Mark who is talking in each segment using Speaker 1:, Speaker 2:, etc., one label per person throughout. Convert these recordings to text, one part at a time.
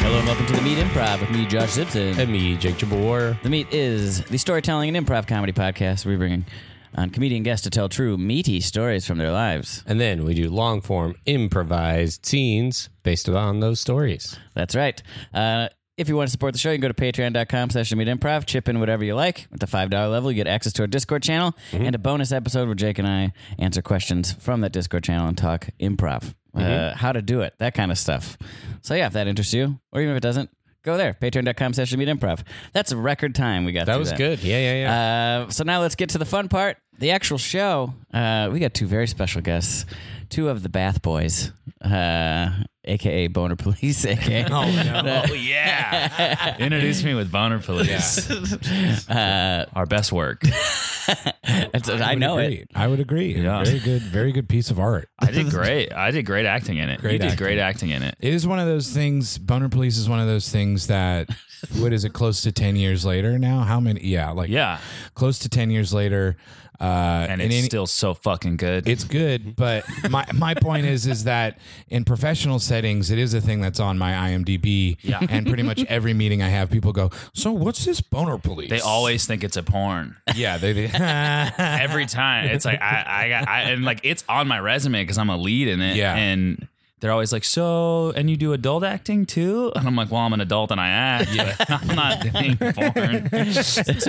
Speaker 1: Hello and welcome to the Meat Improv with me, Josh Simpson.
Speaker 2: And me, Jake Jabor.
Speaker 1: The Meat is the storytelling and improv comedy podcast we bring on comedian guests to tell true meaty stories from their lives.
Speaker 2: And then we do long form improvised scenes based upon those stories.
Speaker 1: That's right. Uh, if you want to support the show, you can go to patreon.com slash The meat improv, chip in whatever you like. At the $5 level, you get access to our Discord channel
Speaker 2: Mm-hmm.
Speaker 1: and a bonus episode where Jake and I answer questions from that Discord channel and talk improv. Uh,
Speaker 2: Mm-hmm.
Speaker 1: how to do it, that kind of stuff. So yeah, if that interests you, or even if it doesn't, go there, patreon.com slash The meat improv. That's a record time we got
Speaker 2: That
Speaker 1: through
Speaker 2: was good. Yeah, yeah, yeah.
Speaker 1: Uh, so now let's get to the fun part, the actual show. Uh, we got two very special guests, two of the Bath Boys, uh, aka Boner Police, aka
Speaker 3: Oh yeah! Introduce me with Bonner Police. Our best work.
Speaker 1: It's- I, know it.
Speaker 4: I would agree.
Speaker 3: Yeah.
Speaker 4: Very good, very good piece of art.
Speaker 3: I did great. I did great acting in it.
Speaker 4: Great
Speaker 3: you did
Speaker 4: acting.
Speaker 3: great acting in it.
Speaker 4: It is one of those things. Boner Police is one of those things that, what is it, close to 10 years later now? How many? Yeah, like
Speaker 3: Yeah,
Speaker 4: close to 10 years later. Uh,
Speaker 3: and
Speaker 4: in
Speaker 3: it's
Speaker 4: any-
Speaker 3: still so fucking good.
Speaker 4: it's good, but my, my point is is that in professional settings, it is a thing that's on my IMDb.
Speaker 3: Yeah.
Speaker 4: And pretty much every meeting I have, people go, So what's this boner police?
Speaker 3: they always think it's a porn
Speaker 4: Yeah, they, they
Speaker 3: every time. It's like I, I got, I, and like it's on my resume because I'm a lead in it.
Speaker 4: Yeah.
Speaker 3: and they're always like, so, and you do adult acting too? And I'm like, well, I'm an adult and I act. but I'm not doing porn.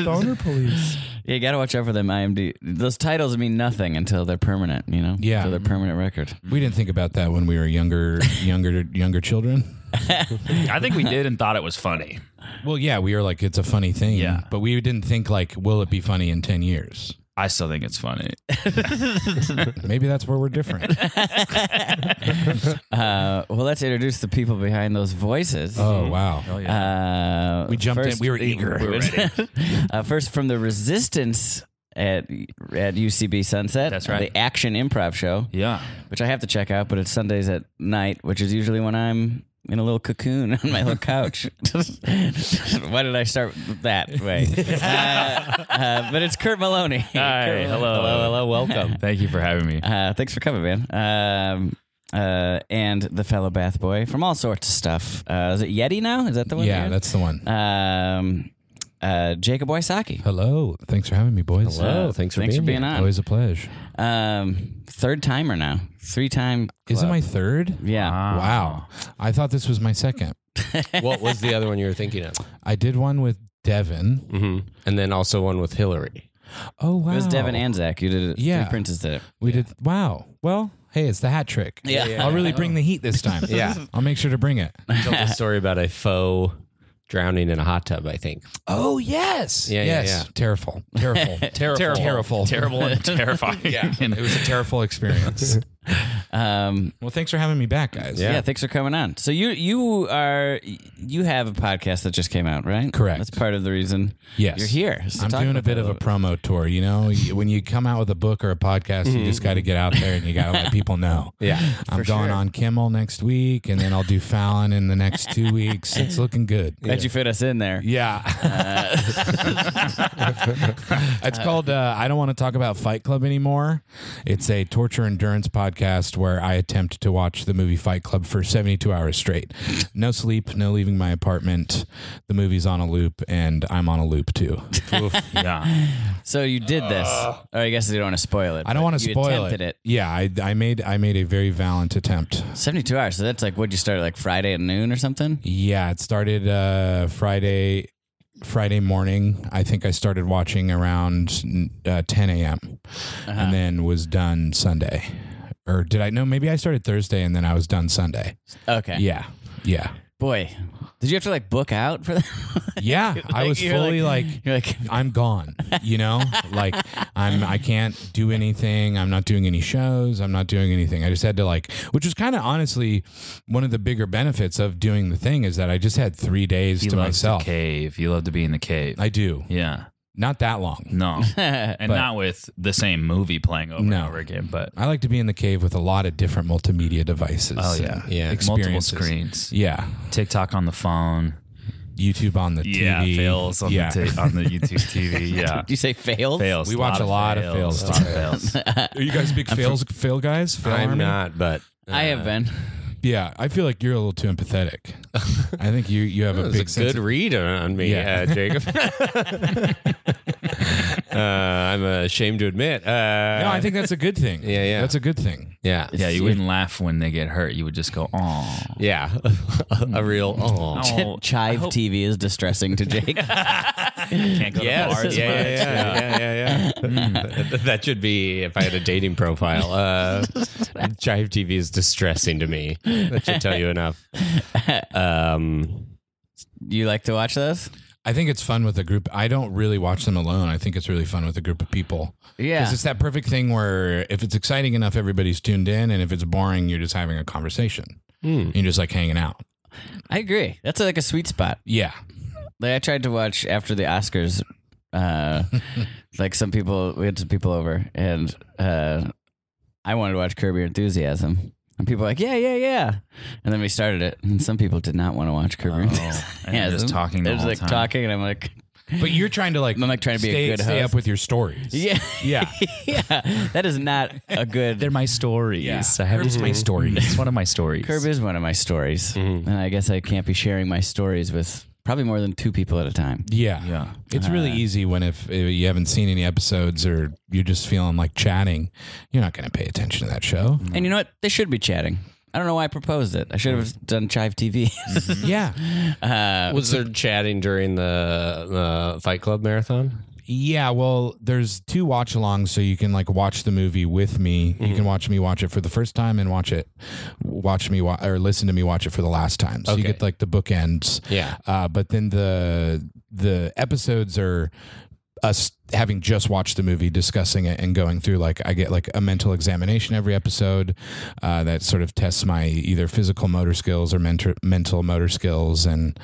Speaker 4: boner police.
Speaker 1: Yeah, you got to watch out for them. IMD. Those titles mean nothing until they're permanent. You know.
Speaker 4: Yeah.
Speaker 1: Until they're permanent record.
Speaker 4: We didn't think about that when we were younger, younger, younger children.
Speaker 3: I think we did and thought it was funny.
Speaker 4: Well, yeah, we were like, it's a funny thing.
Speaker 3: Yeah.
Speaker 4: But we didn't think like, will it be funny in ten years?
Speaker 3: I still think it's funny.
Speaker 4: Maybe that's where we're different.
Speaker 1: Uh, well, let's introduce the people behind those voices.
Speaker 4: oh wow.
Speaker 1: Uh,
Speaker 4: We jumped
Speaker 1: first-
Speaker 4: in. We were eager.
Speaker 3: we were ready.
Speaker 1: uh, first from the Resistance at at UCB Sunset. uh,
Speaker 3: That's right.
Speaker 1: The action improv show.
Speaker 3: Yeah.
Speaker 1: which I have to check out, but it's Sundays at night, which is usually when I'm in a little cocoon on my little couch. Why did I start that way? Uh, uh, but it's Kurt Maloney.
Speaker 3: Hi,
Speaker 1: Kurt Maloney.
Speaker 3: hello.
Speaker 1: hello, hello.
Speaker 3: Welcome. Oh, Thank you for having me.
Speaker 1: Uh, thanks for coming, man. Um, uh, and the fellow Bath Boy from all sorts of stuff. Uh, is it Yeti now? Is that the one?
Speaker 4: yeah,
Speaker 1: you're-
Speaker 4: that's the one.
Speaker 1: um, uh, Jacob Wysocki.
Speaker 4: Hello. Thanks for having me, boys.
Speaker 2: Hello. thanks for
Speaker 1: thanks
Speaker 2: being
Speaker 1: for being
Speaker 2: here.
Speaker 1: on.
Speaker 4: Always a pleasure.
Speaker 1: Um, third timer now, three time.
Speaker 4: Is it my third?
Speaker 1: Yeah,
Speaker 4: Wow. I thought this was my second.
Speaker 2: what was the other one you were thinking of?
Speaker 4: I did one with Devin.
Speaker 2: hmm And then also one with Hillary.
Speaker 4: Oh
Speaker 1: Mm.
Speaker 4: wow.
Speaker 1: it was Devin and Zach. You did it.
Speaker 4: Yeah.
Speaker 1: three princes did it.
Speaker 4: we did. Wow. Well, hey, it's the hat trick.
Speaker 1: Yeah. Yeah.
Speaker 4: I'll really bring the heat this time.
Speaker 2: Yeah.
Speaker 4: I'll make sure to bring it.
Speaker 2: You told a story about a foe drowning in a hot tub, I think.
Speaker 4: Oh yes.
Speaker 2: Yeah, yeah,
Speaker 4: yes.
Speaker 2: yeah.
Speaker 4: Terrible. Terrible. Terrible. Terrible.
Speaker 3: Terrible and terrifying. yeah.
Speaker 4: It was a terrible experience.
Speaker 1: Um,
Speaker 4: Well, thanks for having me back, guys.
Speaker 1: yeah. thanks for coming on. So you you are you have a podcast that just came out, right?
Speaker 4: Correct.
Speaker 1: That's part of the reason.
Speaker 4: Yes.
Speaker 1: you're here. is to
Speaker 4: I'm
Speaker 1: talk
Speaker 4: doing a
Speaker 1: about
Speaker 4: bit
Speaker 1: that
Speaker 4: of a
Speaker 1: little
Speaker 4: promo tour. You know, You- when you come out with a book or a podcast,
Speaker 1: Mm-hmm.
Speaker 4: you just got to get out there and you got to let people know.
Speaker 2: Yeah.
Speaker 4: I'm going on Kimmel next week, and then I'll do Fallon in the next two weeks. It's looking good.
Speaker 1: bit. Glad you fit us in there.
Speaker 4: Yeah.
Speaker 1: Uh.
Speaker 4: it's called uh, I Don't Want to Talk About Fight Club Anymore. It's a torture endurance podcast where I attempt to watch the movie Fight Club for 72 hours straight. No sleep, no leaving my apartment. The movie's on a loop, and I'm on a loop too.
Speaker 3: Yeah.
Speaker 1: So you did this. Or I guess you don't want to spoil it.
Speaker 4: I don't
Speaker 1: but
Speaker 4: want to
Speaker 1: you
Speaker 4: spoil
Speaker 1: attempted
Speaker 4: it.
Speaker 1: it.
Speaker 4: Yeah, I, I made I made a very valiant attempt.
Speaker 1: 72 hours. So that's like what you started like Friday at noon or something.
Speaker 4: Yeah, it started uh, Friday Friday morning. I think I started watching around uh, 10 a.m. and then was done Sunday. Or did I? No, maybe I started Thursday and then I was done Sunday.
Speaker 1: Okay.
Speaker 4: Yeah, yeah.
Speaker 1: boy, did you have to like book out for that?
Speaker 4: Yeah, I was
Speaker 1: you're
Speaker 4: fully like
Speaker 1: you're like,
Speaker 4: I'm gone, you know? like I'm I can't do anything. I'm not doing any shows. I'm not doing anything. I just had to like which was kind of honestly one of the bigger benefits of doing the thing is that I just had 3 days
Speaker 3: He
Speaker 4: to
Speaker 3: loves
Speaker 4: myself.
Speaker 3: the cave. You love to be in the cave.
Speaker 4: I do.
Speaker 3: yeah.
Speaker 4: Not that long.
Speaker 3: No. and not with the same movie playing over
Speaker 4: No.
Speaker 3: and over again, but
Speaker 4: I like to be in the cave with a lot of different multimedia devices.
Speaker 3: oh yeah.
Speaker 4: and
Speaker 2: yeah.
Speaker 3: Multiple
Speaker 4: experiences.
Speaker 3: screens.
Speaker 4: Yeah.
Speaker 3: TikTok on the phone.
Speaker 4: YouTube on the
Speaker 3: Yeah,
Speaker 4: TV.
Speaker 3: fails on
Speaker 4: yeah.
Speaker 3: the t- on the YouTube TV. Yeah.
Speaker 1: you say failed?
Speaker 3: fails.
Speaker 4: We watch a lot of fails.
Speaker 3: A lot of fails.
Speaker 4: Are you guys big fails fail guys? Fail
Speaker 2: I'm
Speaker 4: army?
Speaker 2: not, but uh,
Speaker 1: I have been.
Speaker 4: Yeah, I feel like you're a little too empathetic. I think you you have a
Speaker 2: That
Speaker 4: big
Speaker 2: was a
Speaker 4: sense
Speaker 2: good
Speaker 4: of-
Speaker 2: read on me,
Speaker 4: Yeah.
Speaker 2: uh, Jacob. uh, I'm ashamed to admit. Uh,
Speaker 4: No, I think that's a good thing.
Speaker 2: Yeah, yeah.
Speaker 4: That's a good thing.
Speaker 2: Yeah.
Speaker 3: Yeah, you wouldn't laugh when they get hurt. You would just go, "Oh,
Speaker 2: Yeah. a real. Oh.
Speaker 3: Oh, I
Speaker 1: Chive
Speaker 3: hope-
Speaker 1: TV is distressing to Jake.
Speaker 3: can't go
Speaker 2: Yes.
Speaker 3: to bars
Speaker 2: yeah,
Speaker 3: much."
Speaker 2: yeah, yeah, yeah, yeah, yeah. Th- that should be if I had a dating profile. Uh, Jive TV is distressing to me. That should tell you enough. Um,
Speaker 1: you like to watch those?
Speaker 4: I think it's fun with a group. I don't really watch them alone. I think it's really fun with a group of people.
Speaker 1: Yeah.
Speaker 4: Because it's that perfect thing where if it's exciting enough, everybody's tuned in, and if it's boring, you're just having a conversation. You're just like hanging out.
Speaker 1: I agree. That's like a sweet spot.
Speaker 4: Yeah.
Speaker 1: Like I tried to watch after the Oscars. Uh, like some people, we had some people over, and uh, I wanted to watch Curb Your Enthusiasm, and people were like, yeah, yeah, yeah, and then we started it, and some people did not want to watch Curb Your Enthusiasm.
Speaker 3: Oh, and they're just talking the
Speaker 1: They're just
Speaker 3: whole
Speaker 1: like
Speaker 3: time.
Speaker 1: talking, and I'm like,
Speaker 4: But you're trying to like
Speaker 1: I'm like trying to be a
Speaker 4: stay,
Speaker 1: good
Speaker 4: stay
Speaker 1: host.
Speaker 4: up with your stories.
Speaker 1: yeah,
Speaker 4: Yeah.
Speaker 1: yeah, that is not a good.
Speaker 3: They're my stories.
Speaker 4: Yeah.
Speaker 3: I have
Speaker 4: Curb's my stories.
Speaker 3: It's one of my stories.
Speaker 1: Curb is one of my stories,
Speaker 4: Mm-hmm.
Speaker 1: and I guess I can't be sharing my stories with probably more than two people at a time.
Speaker 4: Yeah.
Speaker 3: Yeah.
Speaker 4: It's really easy when if, if you haven't seen any episodes or you're just feeling like chatting, you're not going to pay attention to that show.
Speaker 1: And you know what? They should be chatting. I don't know why I proposed it. I should
Speaker 4: Mm-hmm.
Speaker 1: have done Chive TV.
Speaker 4: yeah.
Speaker 2: was there chatting during the uh, Fight Club marathon?
Speaker 4: Yeah, well, there's two watch alongs, so you can like watch the movie with me. You
Speaker 1: Mm-hmm.
Speaker 4: can watch me watch it for the first time and watch it, watch me wa- or listen to me watch it for the last time. So you
Speaker 2: Okay.
Speaker 4: get like the bookends.
Speaker 2: Yeah.
Speaker 4: uh, but then the the episodes are us having just watched the movie, discussing it, and going through like I get like a mental examination every episode uh, that sort of tests my either physical motor skills or mentor, mental motor skills, and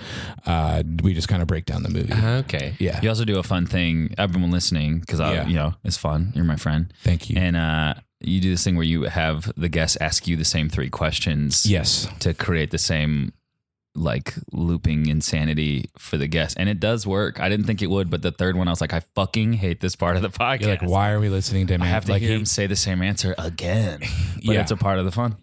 Speaker 4: uh, we just kind of break down the movie.
Speaker 2: Okay.
Speaker 4: Yeah,
Speaker 3: You also do a fun thing. Everyone listening, because
Speaker 4: Yeah.
Speaker 3: you know it's fun. You're my friend,
Speaker 4: thank you.
Speaker 3: and uh, you do this thing where you have the guests ask you the same three questions.
Speaker 4: yes.
Speaker 3: to create the same like looping insanity for the guest. And it does work. I didn't think it would, but the third one I was like, I fucking hate this part of the podcast.
Speaker 4: You're like, why are we listening to him?
Speaker 3: I have to
Speaker 4: like,
Speaker 3: hear
Speaker 4: he-
Speaker 3: him say the same answer again. But
Speaker 4: Yeah.
Speaker 3: it's a part of the fun.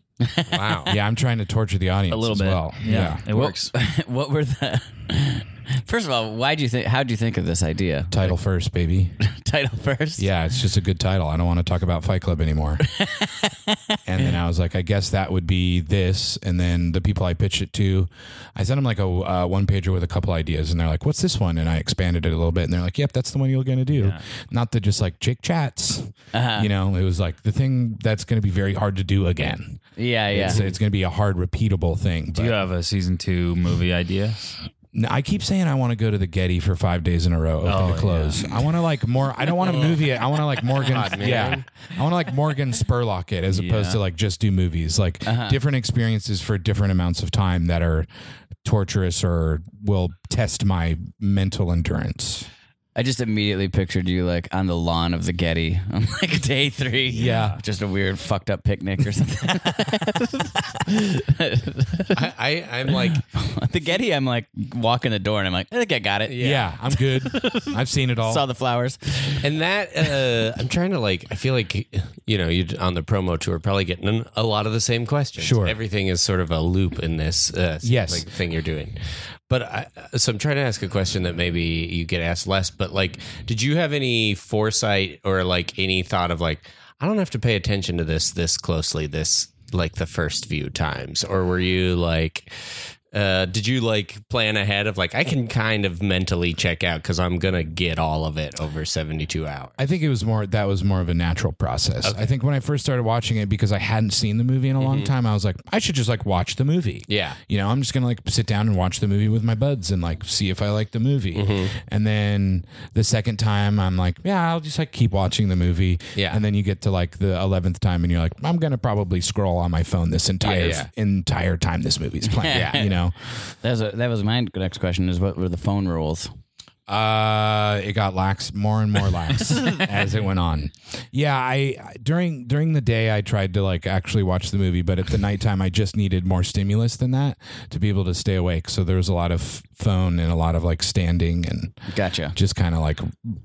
Speaker 2: Wow.
Speaker 4: yeah, I'm trying to torture the audience
Speaker 3: A little
Speaker 4: as
Speaker 3: bit.
Speaker 4: well. Yeah.
Speaker 3: It works.
Speaker 1: what were the? First of all, why do you think? How do you think of this idea?
Speaker 4: Title first, baby.
Speaker 1: Title first.
Speaker 4: Yeah, it's just a good title. I don't want to talk about Fight Club anymore. and then I was like, I guess that would be this. And then the people I pitched it to, I sent them like a uh, one pager with a couple ideas, and they're like, "What's this one?" And I expanded it a little bit, and they're like, "Yep, that's the one you're gonna do." Not the just like Jake chats.
Speaker 3: Uh-huh.
Speaker 4: You know, it was like the thing that's gonna be very hard to do again.
Speaker 1: yeah, yeah.
Speaker 4: It's, it's gonna be a hard, repeatable thing.
Speaker 3: Do you
Speaker 4: but-
Speaker 3: have a season two movie idea?
Speaker 4: No, I keep saying I want to go to the Getty for five days in a row, open to close. I want to like more. I don't want to movie it. I want to like Morgan. yeah, I want to like Morgan Spurlock it as opposed to like just do movies. Like different experiences for different amounts of time that are torturous or will test my mental endurance.
Speaker 1: I just immediately pictured you like on the lawn of the Getty on like day three.
Speaker 4: Yeah.
Speaker 1: Just a weird fucked up picnic or something.
Speaker 2: I, I, I'm like,
Speaker 1: the Getty, I'm like walking the door and I'm like, I think I got it.
Speaker 4: Yeah, I'm good. I've seen it all.
Speaker 1: Saw the flowers.
Speaker 2: and that uh, I'm trying to like. I feel like you know you on the promo tour probably getting a lot of the same questions.
Speaker 4: Sure.
Speaker 2: everything is sort of a loop in this uh,
Speaker 4: Yes.
Speaker 2: like, thing you're doing. But I, so I'm trying to ask a question that maybe you get asked less. But like, did you have any foresight or like any thought of like I don't have to pay attention to this this closely this like the first few times, or were you like Uh, did you like plan ahead of like I can kind of mentally check out because I'm gonna get all of it over 72 hours?
Speaker 4: I think it was more that was more of a natural process. I think when I first started watching it because I hadn't seen the movie in a long time, I was like, I should just like watch the movie.
Speaker 2: Mm-hmm. Yeah.
Speaker 4: You know, I'm just gonna like sit down and watch the movie with my buds and like see if I like the movie.
Speaker 2: Mm-hmm.
Speaker 4: And then the second time I'm like, yeah, I'll just like keep watching the movie.
Speaker 2: Yeah.
Speaker 4: And then you get to like the eleventh time and you're like, I'm gonna probably scroll on my phone this entire
Speaker 2: Yeah,
Speaker 4: entire time this movie's playing. yeah. You know.
Speaker 1: That was, a, that was my next question is what were the phone rules?
Speaker 4: Uh, it got lax, more and more lax as it went on. Yeah, I during during the day I tried to like actually watch the movie, but at the nighttime I just needed more stimulus than that to be able to stay awake. So there was a lot of phone and a lot of like standing and
Speaker 1: Gotcha.
Speaker 4: just kind of like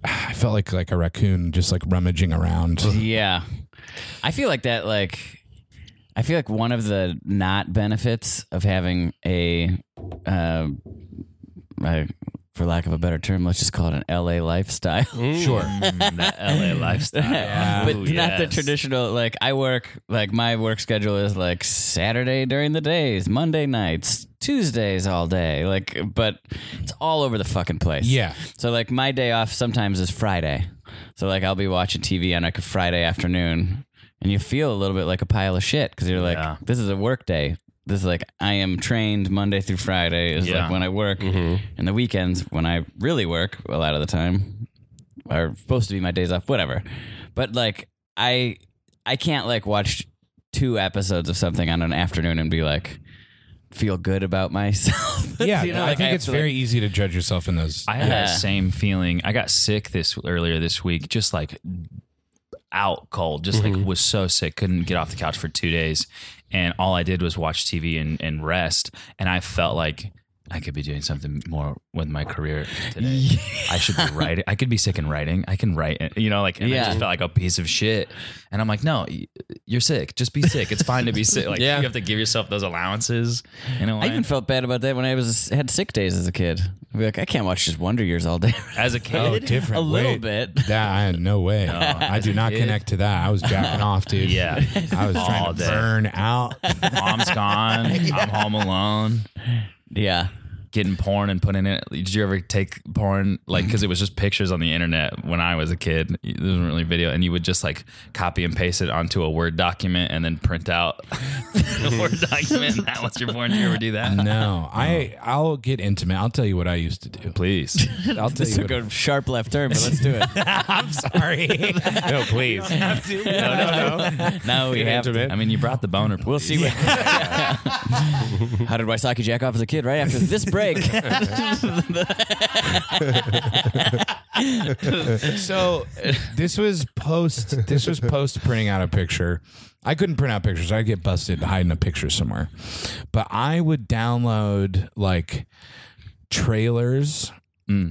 Speaker 4: I felt like like a raccoon just like rummaging around.
Speaker 1: Yeah. I feel like that, like, I feel like one of the not benefits of having a, uh, a for lack of a better term, let's just call it an LA lifestyle.
Speaker 4: Sure.
Speaker 3: that LA lifestyle.
Speaker 1: but
Speaker 3: Ooh,
Speaker 1: not the
Speaker 3: yes.
Speaker 1: traditional like i work like my work schedule is like saturday during the days monday nights tuesdays all day like but it's all over the fucking place
Speaker 4: Yeah.
Speaker 1: so like my day off sometimes is friday so like i'll be watching tv on like a friday afternoon and you feel a little bit like a pile of shit because you're like
Speaker 3: Yeah.
Speaker 1: this is a work day this is like I am trained Monday through Friday is
Speaker 3: Yeah.
Speaker 1: like when I work, and the weekends when I really work a lot of the time are supposed to be my days off, whatever. But like I I can't like watch two episodes of something on an afternoon and be like feel good about myself.
Speaker 4: Yeah,
Speaker 1: You know,
Speaker 4: I
Speaker 1: like,
Speaker 4: think
Speaker 1: have
Speaker 4: it's
Speaker 1: to, like-
Speaker 4: very easy to judge yourself in those.
Speaker 3: I had
Speaker 1: Yeah.
Speaker 3: that same feeling. I got sick this earlier this week, just like out cold, just
Speaker 1: Mm-hmm.
Speaker 3: like was so sick, couldn't get off the couch for two days. And all I did was watch TV and, and rest. And I felt like I could be doing something more with my career today. I should be writing. I could be sick in writing. I can write, it, you know, like, and I
Speaker 1: Yeah.
Speaker 3: just felt like a piece of shit. And I'm like, no, y- you're sick. Just be sick. It's fine to be sick. Like,
Speaker 2: Yeah.
Speaker 3: you have to give yourself those allowances. You know,
Speaker 1: I even felt bad about that when I was had sick days as a kid. I'd be like, I can't watch just Wonder Years all day.
Speaker 3: as a kid,
Speaker 4: Oh, different.
Speaker 1: a little
Speaker 4: Wait.
Speaker 1: bit.
Speaker 4: That I had no way. I do not connect to that. I was jacking off, dude.
Speaker 3: Yeah.
Speaker 4: I was
Speaker 3: All
Speaker 4: trying to
Speaker 3: day.
Speaker 4: burn out.
Speaker 1: Oh.
Speaker 3: mom's gone. I'm home alone.
Speaker 1: Yeah.
Speaker 3: Getting porn and putting it. Did you ever take porn? Like,
Speaker 4: Mm-hmm.
Speaker 3: because it was just pictures on the internet when I was a kid. There wasn't really video, and you would just like copy and paste it onto a Word document and then print out the Word document. That was your porn. Did you ever do that?
Speaker 4: No, I I'll get intimate. I'll tell you what I used to do.
Speaker 3: Please.
Speaker 4: I'll tell
Speaker 1: This
Speaker 4: you.
Speaker 1: took
Speaker 4: What,
Speaker 1: a sharp left turn, but let's do it.
Speaker 4: I'm sorry. no, please.
Speaker 1: now we have to.
Speaker 3: I mean, you brought the boner.
Speaker 1: We'll see. What, How did Waisaki jack off as a kid? Right after this break.
Speaker 4: So this was post. This was post printing out a picture. I couldn't print out pictures. I'd get busted hiding a picture somewhere. But I would download like trailers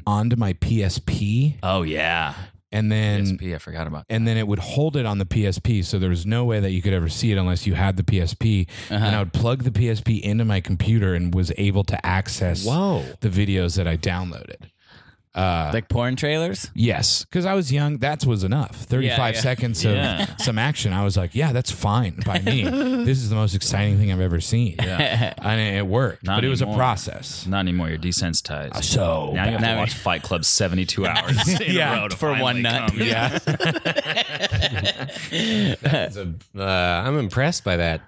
Speaker 4: onto my PSP,
Speaker 3: Oh yeah.
Speaker 4: and then
Speaker 3: PSP. I forgot about.
Speaker 4: and then it would hold it on the PSP. So there was no way that you could ever see it unless you had the PSP. And I would plug the PSP into my computer and was able to access
Speaker 2: Whoa.
Speaker 4: the videos that I downloaded.
Speaker 1: like porn trailers.
Speaker 4: Yes, because I was young. That was enough.
Speaker 1: yeah.
Speaker 4: 35 seconds of
Speaker 3: Yeah.
Speaker 4: some action. I was like, yeah, that's fine by me. this is the most exciting thing I've ever seen. Yeah. And it worked.
Speaker 3: Not
Speaker 4: but it was a
Speaker 3: anymore.
Speaker 4: process.
Speaker 3: Not anymore. You're desensitized.
Speaker 4: So
Speaker 3: now you have to
Speaker 1: now-
Speaker 3: watch Fight Club 72 hours in
Speaker 4: Yeah,
Speaker 3: a row to
Speaker 1: for
Speaker 3: finally
Speaker 1: one nut.
Speaker 3: come. Yeah.
Speaker 2: That's a- uh, I'm impressed by that.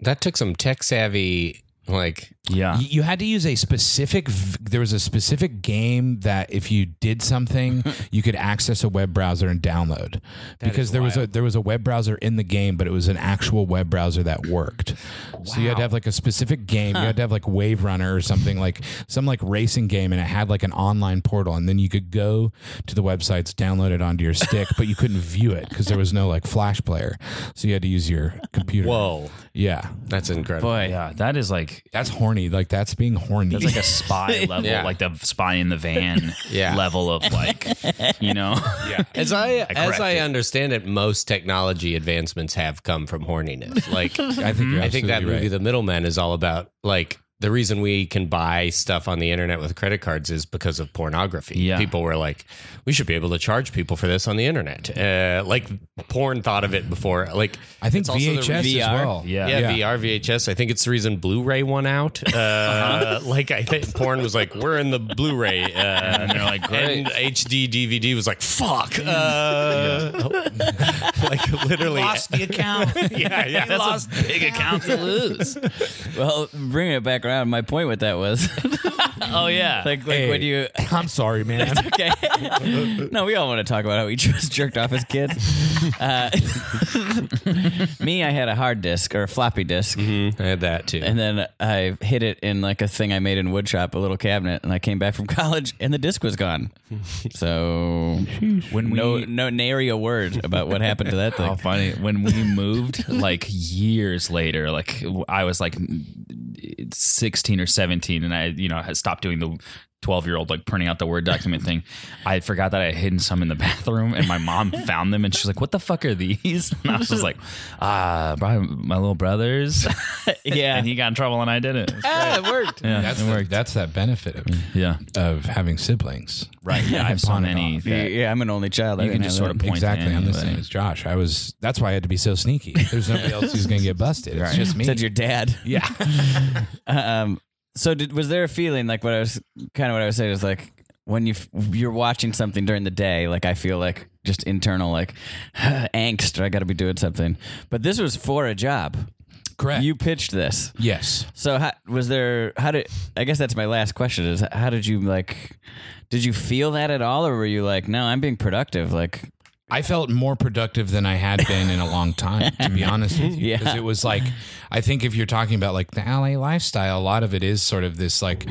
Speaker 2: That took some tech savvy, like
Speaker 3: Yeah.
Speaker 4: Y- You had to use a specific. v- There was a specific game that if you did something, you could access a web browser and download. because there was a there was a web browser in the game, but it was an actual web browser that worked. So you had to have like a specific game. You had to have like Wave Runner or something like some like racing game, and it had like an online portal, and then you could go to the websites, download it onto your stick, but you couldn't view it because there was no like Flash player. So you had to use your computer.
Speaker 2: whoa,
Speaker 4: Yeah.
Speaker 2: that's incredible.
Speaker 1: Boy,
Speaker 3: Yeah. That is like
Speaker 4: That's horny. Like that's being horny.
Speaker 3: That's like a spy level,
Speaker 2: Yeah.
Speaker 3: like the spy in the van
Speaker 2: Yeah.
Speaker 3: level of like, you know,
Speaker 2: As I, as
Speaker 3: correct
Speaker 2: I
Speaker 3: it.
Speaker 2: understand it, most technology advancements have come from horniness. Like
Speaker 4: I think you're
Speaker 2: Mm-hmm. I think that
Speaker 4: absolutely
Speaker 2: movie, The
Speaker 4: right.
Speaker 2: Middleman, is all about like the reason we can buy stuff on the internet with credit cards is because of pornography.
Speaker 3: Yeah.
Speaker 2: People were like, we should be able to charge people for this on the internet. Uh, like porn thought of it before. Like
Speaker 4: I think
Speaker 2: it's also the
Speaker 4: VHS
Speaker 2: reason-
Speaker 4: as well.
Speaker 3: Yeah.
Speaker 2: yeah, VR VHS. I think it's the reason Blu-ray won out. Uh, like I think porn was like, we're in the Blu-ray, uh, and
Speaker 3: they're like,
Speaker 2: and HD DVD was like, fuck, uh, like literally.
Speaker 3: the account.
Speaker 2: yeah, yeah. That's a-
Speaker 3: big account to lose.
Speaker 1: Well, bringing it back around, my point with that was
Speaker 3: Oh yeah.
Speaker 1: like, like when you
Speaker 4: I'm sorry, man.
Speaker 1: okay. no, we all want to talk about how we just jerked off as kids. Uh, me, I had a hard disk or a floppy disk,
Speaker 2: I had that too.
Speaker 1: and then I hid it in like a thing I made in woodshop, a little cabinet, and I came back from college and the disk was gone. So
Speaker 3: when we
Speaker 1: no, no, nary a word about what happened to that
Speaker 3: How
Speaker 1: thing.
Speaker 3: oh, funny. When we moved like years later, like I was like 16 or 17 and I, you know, had stopped doing the 12 year old like printing out the Word document thing. I forgot that I had hidden some in the bathroom and my mom found them and she's like, what the fuck are these? And I was just like, ah, probably my little brother's.
Speaker 1: Yeah.
Speaker 3: and he got in trouble and I didn't. It was great.
Speaker 1: Ah, it worked.
Speaker 3: Yeah,
Speaker 4: That's
Speaker 3: it
Speaker 4: the-
Speaker 3: worked.
Speaker 4: that's that benefit of,
Speaker 3: yeah.
Speaker 4: of having siblings.
Speaker 3: Right. Yeah. I have so
Speaker 4: Upon and
Speaker 3: many.
Speaker 4: off.
Speaker 1: Yeah,
Speaker 3: that-
Speaker 1: I'm an only child. I
Speaker 3: You can
Speaker 1: didn't
Speaker 3: just
Speaker 1: have
Speaker 3: sort
Speaker 1: that.
Speaker 3: of point to
Speaker 4: exactly. I'm the
Speaker 3: anybody.
Speaker 4: same as Josh. I was. That's why I had to be so sneaky. There's nobody else who's gonna get busted. It's just me.
Speaker 1: Said your dad. Yeah. um. So did, was there a feeling like what I was kind of what I was saying is like when you f- you're watching something during the day, like I feel like just internal like angst. I got to be doing something. But this was for a job.
Speaker 4: Correct.
Speaker 1: You pitched this.
Speaker 4: yes.
Speaker 1: So how, was there? How did? I guess that's my last question. Is how did you like? Did you feel that at all, or were you like, no, I'm being productive? Like,
Speaker 4: I felt more productive than I had been in a long time, to be honest with you.
Speaker 1: Yeah.
Speaker 4: Because it was like, I think if you're talking about like the LA lifestyle, a lot of it is sort of this like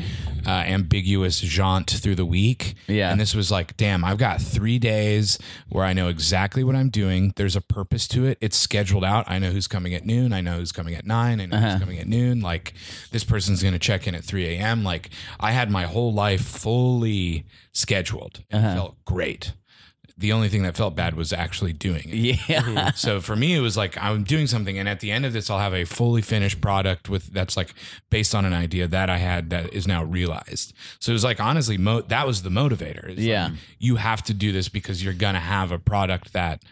Speaker 4: uh, ambiguous jaunt through the week.
Speaker 1: Yeah.
Speaker 4: And this was like, damn, I've got three days where I know exactly what I'm doing. There's a purpose to it. It's scheduled out. I know who's coming at noon. I know who's coming at nine. I know
Speaker 1: Uh-huh.
Speaker 4: who's coming at noon. Like, this person's going to check in at 3 a.m. Like, I had my whole life fully scheduled and
Speaker 1: Uh-huh.
Speaker 4: it felt great the only thing that felt bad was actually doing it.
Speaker 1: yeah,
Speaker 4: So for me, it was like I'm doing something, and at the end of this, I'll have a fully finished product with that's like based on an idea that I had that is now realized. So it was like honestly, mo- that was the motivator. It's like,
Speaker 1: Yeah.
Speaker 4: you have to do this because you're gonna have a product that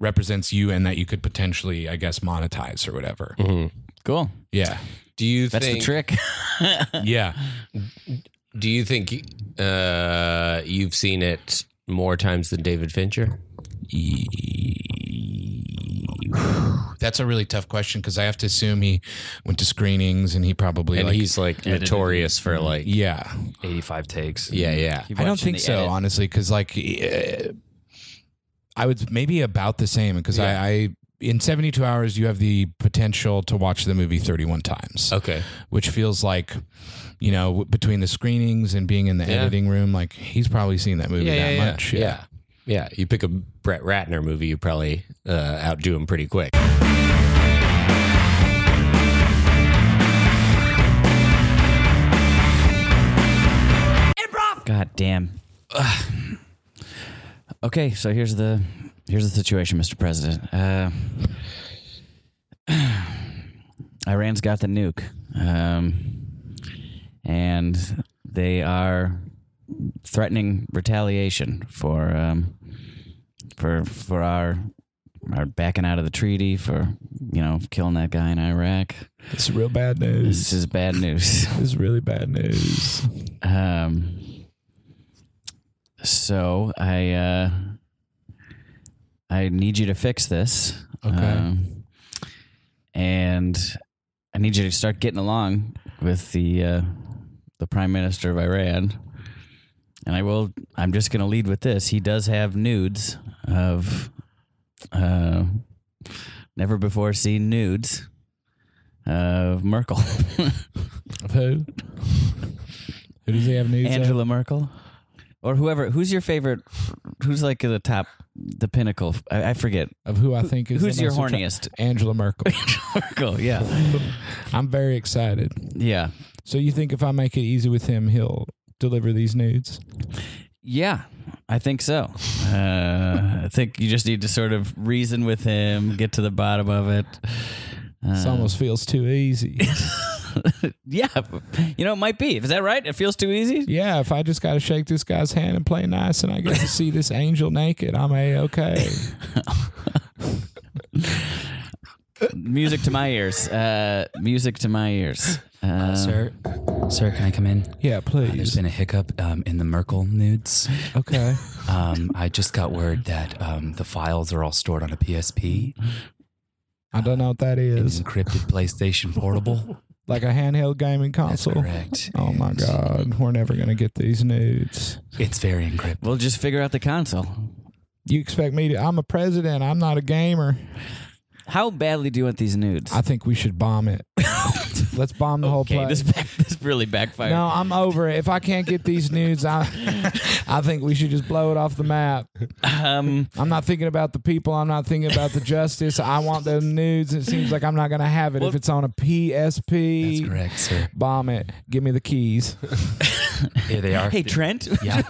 Speaker 4: represents you and that you could potentially, I guess, monetize or whatever.
Speaker 1: cool.
Speaker 4: Yeah,
Speaker 2: do you
Speaker 1: That's
Speaker 2: think
Speaker 1: the trick.
Speaker 4: yeah.
Speaker 2: Do you think uh, you've seen it more times than David Fincher?
Speaker 4: That's a really tough question because I have to assume he went to screenings and he probably
Speaker 2: And
Speaker 4: like,
Speaker 2: he's like notorious for like,
Speaker 4: yeah.
Speaker 3: 85 takes.
Speaker 2: yeah, yeah.
Speaker 4: I don't
Speaker 1: watching
Speaker 4: think
Speaker 1: the
Speaker 4: so,
Speaker 1: edit.
Speaker 4: honestly, because like uh, I was maybe about the same because I, I in 72 hours you have the potential to watch the movie 31 times,
Speaker 2: Okay.
Speaker 4: which feels like you know w- between the screenings and being in the
Speaker 2: Yeah.
Speaker 4: editing room, like he's probably seen that movie that much.
Speaker 2: yeah. yeah. Yeah. You pick a Brett Ratner movie, you probably uh, outdo him pretty quick.
Speaker 5: Improv!
Speaker 1: God damn. Ugh. Okay, so here's the here's the situation, Mr. President. Uh, Iran's got the nuke, um, and they are threatening retaliation for um, for for our our backing out of the treaty for you know killing that guy in Iraq.
Speaker 4: It's real bad news.
Speaker 1: This is bad news.
Speaker 4: It's really bad news.
Speaker 1: Um, so I uh, I need you to fix this.
Speaker 4: Okay.
Speaker 1: Um, and I need you to start getting along with the uh, the prime minister of Iran. And I will. I'm just going to lead with this. He does have nudes of uh, never before seen nudes of Merkel,
Speaker 4: Who? Who does he have news? of?
Speaker 1: Angela Merkel, or whoever. Who's your favorite? Who's like the top, the pinnacle? I, I forget.
Speaker 4: Of who I think is the
Speaker 1: Who's your
Speaker 4: most attra-
Speaker 1: horniest?
Speaker 4: Angela Merkel.
Speaker 1: Merkel. Yeah.
Speaker 4: I'm very excited.
Speaker 1: Yeah.
Speaker 4: So you think if I make it easy with him, he'll deliver these nudes?
Speaker 1: Yeah, I think so. Uh, I think you just need to sort of reason with him, get to the bottom of it.
Speaker 4: This almost feels too easy.
Speaker 1: yeah, you know, it might be. Is that right? It feels too easy.
Speaker 4: Yeah, if I just got to shake this guy's hand and play nice and I get to see this angel naked, I'm a okay.
Speaker 1: Music to my ears. Uh, music to my ears. Uh,
Speaker 3: sir, sir, can I come in? There's
Speaker 4: Yeah, please.
Speaker 3: been a hiccup um, in the Merkle nudes.
Speaker 4: Okay.
Speaker 3: Um, I just got word that um, the files are all stored on a PSP,
Speaker 4: I don't know what that
Speaker 3: an
Speaker 4: is.
Speaker 3: encrypted PlayStation Portable.
Speaker 4: Like a handheld gaming
Speaker 3: That's
Speaker 4: console.
Speaker 3: correct.
Speaker 4: Oh my
Speaker 3: And
Speaker 4: God, we're never going to get these nudes.
Speaker 3: It's very encrypted.
Speaker 1: we'll just figure out the console.
Speaker 4: You expect me to? I'm a president. I'm not a gamer.
Speaker 1: How badly do you want these nudes?
Speaker 4: I think we should bomb it. Let's bomb the whole
Speaker 1: okay,
Speaker 4: place.
Speaker 1: this back, this really backfired.
Speaker 4: No, I'm over it. If I can't get these nudes, I, I think we should just blow it off the map.
Speaker 1: Um,
Speaker 4: I'm not thinking about the people. I'm not thinking about the justice. I want the nudes. It seems like I'm not going to have it if it's on a PSP.
Speaker 3: That's correct, sir.
Speaker 4: Bomb it. Give me the keys.
Speaker 3: Here they are.
Speaker 1: hey Trent,
Speaker 3: yeah,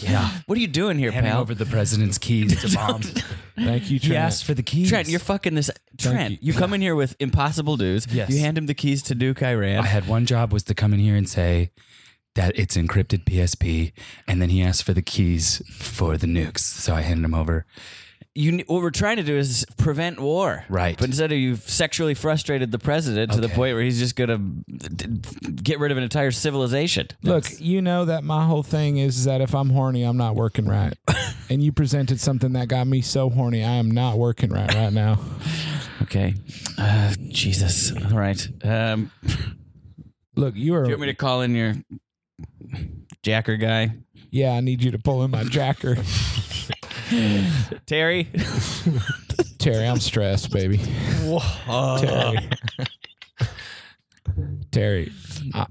Speaker 3: yeah.
Speaker 1: what are you doing here,
Speaker 3: Handing
Speaker 1: pal?
Speaker 3: over the president's keys to bomb.
Speaker 4: Thank you,
Speaker 3: he
Speaker 4: Trent.
Speaker 3: asked for the keys.
Speaker 1: Trent, you're fucking this. Trent, you,
Speaker 4: you.
Speaker 1: come in here with impossible dudes.
Speaker 3: Yes.
Speaker 1: You hand him the keys to Duke Iran.
Speaker 3: I had one job was to come in here and say that it's encrypted PSP, and then he asked for the keys for the nukes, so I handed him over.
Speaker 1: you ne- what we're trying to do is prevent war,
Speaker 3: Right.
Speaker 1: But instead of you've sexually frustrated the president to the
Speaker 3: Okay.
Speaker 1: point where he's just gonna d- d- get rid of an entire civilization.
Speaker 4: Look, you know that my whole thing is that if I'm horny, I'm not working right. and you presented something that got me so horny, I am not working right right now.
Speaker 1: Okay, uh, Jesus. All right. Um, do
Speaker 4: Look, you are.
Speaker 1: you want me to call in your jacker guy,
Speaker 4: yeah, I need you to pull in my jacker.
Speaker 1: Terry?
Speaker 4: Terry, I'm stressed, baby. Terry. Terry, I-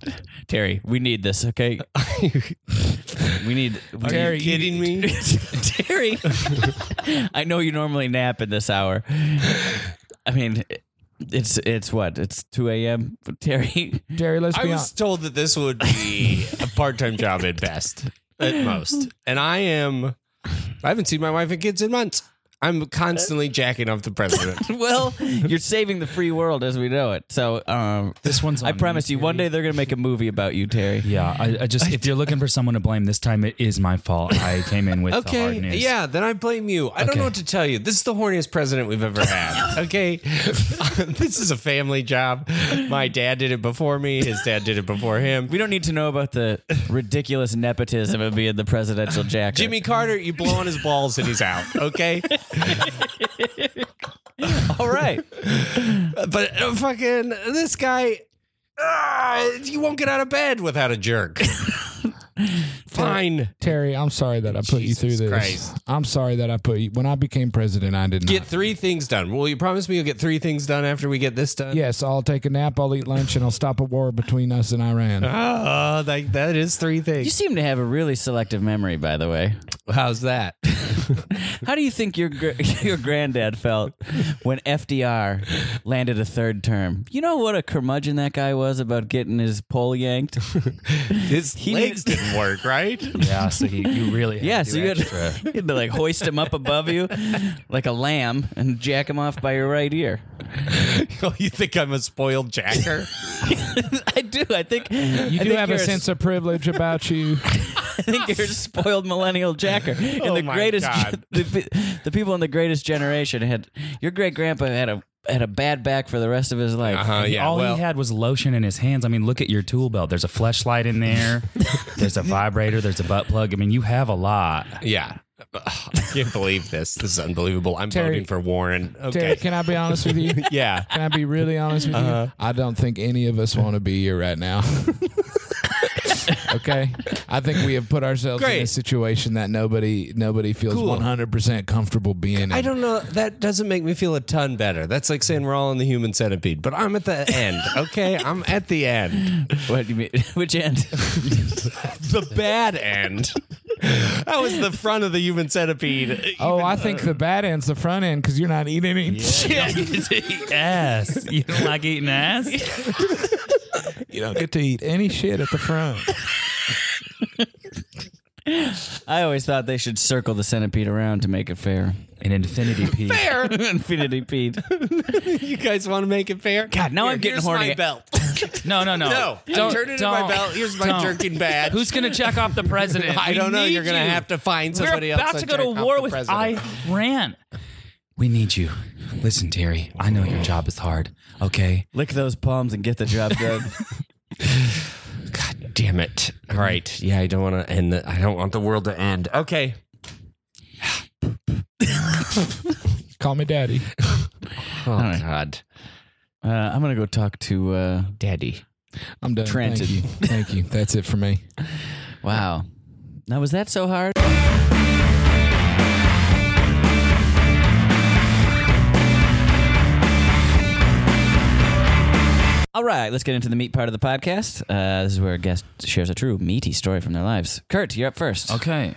Speaker 1: Terry, we need this. Okay. we need. We
Speaker 4: Terry,
Speaker 1: need-
Speaker 4: you-
Speaker 2: Kidding me?
Speaker 1: Terry, I know you normally nap at this hour. I mean, it's it's what? It's two a.m. Terry,
Speaker 4: Terry, let's
Speaker 2: I
Speaker 4: be
Speaker 2: was
Speaker 4: honest.
Speaker 2: told that this would be a part-time job at best, at most. And I am I haven't seen my wife and kids in months. I'm constantly jacking off the president.
Speaker 1: well, you're saving the free world as we know it. So, um,
Speaker 3: This one's.
Speaker 1: I
Speaker 3: on me,
Speaker 1: promise you, one
Speaker 3: Terry.
Speaker 1: day they're gonna make a movie about you, Terry.
Speaker 3: Yeah, I, I just if you're looking for someone to blame this time, it is my fault. I came in with the hard
Speaker 2: Okay.
Speaker 3: news.
Speaker 2: Yeah, then I blame you. I don't
Speaker 3: Okay.
Speaker 2: know what to tell you. This is the horniest president we've ever had. Okay. this is a family job. My dad did it before me. His dad did it before him.
Speaker 1: We don't need to know about the ridiculous nepotism of being the presidential jacker.
Speaker 2: Jimmy Carter, you blow on his balls and he's out. Okay.
Speaker 1: all right.
Speaker 2: But uh, fucking this guy, uh, you won't get out of bed without a jerk. Fine.
Speaker 4: Terry, I'm sorry that I put you
Speaker 2: Jesus
Speaker 4: through this.
Speaker 2: Christ.
Speaker 4: I'm sorry that I put you. When I became president, I did
Speaker 2: Get
Speaker 4: not.
Speaker 2: three things done. Will you promise me you'll get three things done after we get this done?
Speaker 4: Yes, I'll take a nap, I'll eat lunch, and I'll stop a war between us and Iran.
Speaker 2: Ah, like that is three
Speaker 1: You
Speaker 2: things.
Speaker 1: seem to have a really selective memory, by the way.
Speaker 2: How's that?
Speaker 1: How do you think your gr- your granddad felt when FDR landed a third term? You know what a curmudgeon that guy was about getting his pole yanked.
Speaker 2: His
Speaker 1: He
Speaker 2: legs didn't work, right?
Speaker 3: yeah. So you, you really had
Speaker 1: Yeah,
Speaker 3: to
Speaker 1: so
Speaker 3: do
Speaker 1: you had,
Speaker 3: extra.
Speaker 1: you had to like hoist him up above you like a lamb and jack him off by your right ear.
Speaker 2: Oh, you think I'm a spoiled jacker?
Speaker 1: I do. I think
Speaker 4: you do have a sense of privilege about you.
Speaker 1: I think you're a spoiled millennial jacker. And
Speaker 2: Oh
Speaker 1: the
Speaker 2: my
Speaker 1: greatest,
Speaker 2: God.
Speaker 1: The, pe- the people in the greatest generation had your great grandpa had a had a bad back for the rest of his life.
Speaker 2: Uh-huh, yeah.
Speaker 3: All
Speaker 2: well,
Speaker 3: he had was lotion in his hands. I mean, look at your tool belt. There's a flashlight in there. There's a vibrator. There's a butt plug. I mean, you have a lot.
Speaker 2: yeah. Ugh, I can't believe this. This is unbelievable. I'm
Speaker 4: Terry-
Speaker 2: voting for Warren. Okay.
Speaker 4: Terry, can I be honest with you?
Speaker 2: yeah.
Speaker 4: Can I be really honest with
Speaker 2: Uh-huh.
Speaker 4: you? I don't think any of us want to be here right now. okay, I think we have put ourselves in a
Speaker 2: Great.
Speaker 4: situation that nobody nobody feels
Speaker 2: Cool.
Speaker 4: one hundred percent comfortable being in.
Speaker 2: I don't know. That doesn't make me feel a ton better. That's like saying we're all in the human centipede, but I'm at the end. Okay, I'm at the end,
Speaker 1: What do you mean? Which end?
Speaker 2: the bad end. That was the front of the human centipede.
Speaker 4: Oh, I think the bad end's the front end because you're not eating any.
Speaker 3: ass. You don't like eating ass?
Speaker 4: You don't get to eat any shit at the front.
Speaker 1: I always thought they should circle the centipede around to make it fair.
Speaker 3: An infinity piece.
Speaker 2: Fair.
Speaker 1: Infinity Pete.
Speaker 2: you guys want to make it fair?
Speaker 1: God, now I'm getting
Speaker 2: here's
Speaker 1: horny.
Speaker 2: My belt.
Speaker 3: No, no, no.
Speaker 2: no,
Speaker 3: Don't,
Speaker 2: I'm turning in
Speaker 3: don't.
Speaker 2: my belt. Here's my
Speaker 3: Don't.
Speaker 2: jerking badge.
Speaker 3: Who's going to check off the president?
Speaker 2: I
Speaker 3: We
Speaker 2: don't know.
Speaker 3: need
Speaker 2: You're gonna
Speaker 3: you.
Speaker 2: have to find somebody
Speaker 3: We're
Speaker 2: else.
Speaker 3: about to go
Speaker 2: check
Speaker 3: to
Speaker 2: off
Speaker 3: war
Speaker 2: the
Speaker 3: with
Speaker 2: president.
Speaker 3: Iran. We need you. Listen, Terry, I know your job is hard, okay?
Speaker 1: Lick those palms and get the job done.
Speaker 2: God damn it! All right, yeah, I don't want to end. The, I don't want the world to end. Okay,
Speaker 4: Call me daddy.
Speaker 2: Oh
Speaker 1: right.
Speaker 2: God,
Speaker 1: Uh, I'm gonna go talk to. Uh,
Speaker 2: Daddy.
Speaker 4: I'm done.
Speaker 1: Trenton.
Speaker 4: Thank you. Thank you. That's it for me.
Speaker 1: wow. Now was that so hard? All right, let's get into the meat part of the podcast. Uh, this is where a guest shares a true meaty story from their lives. Kurt, you're up first.
Speaker 3: Okay.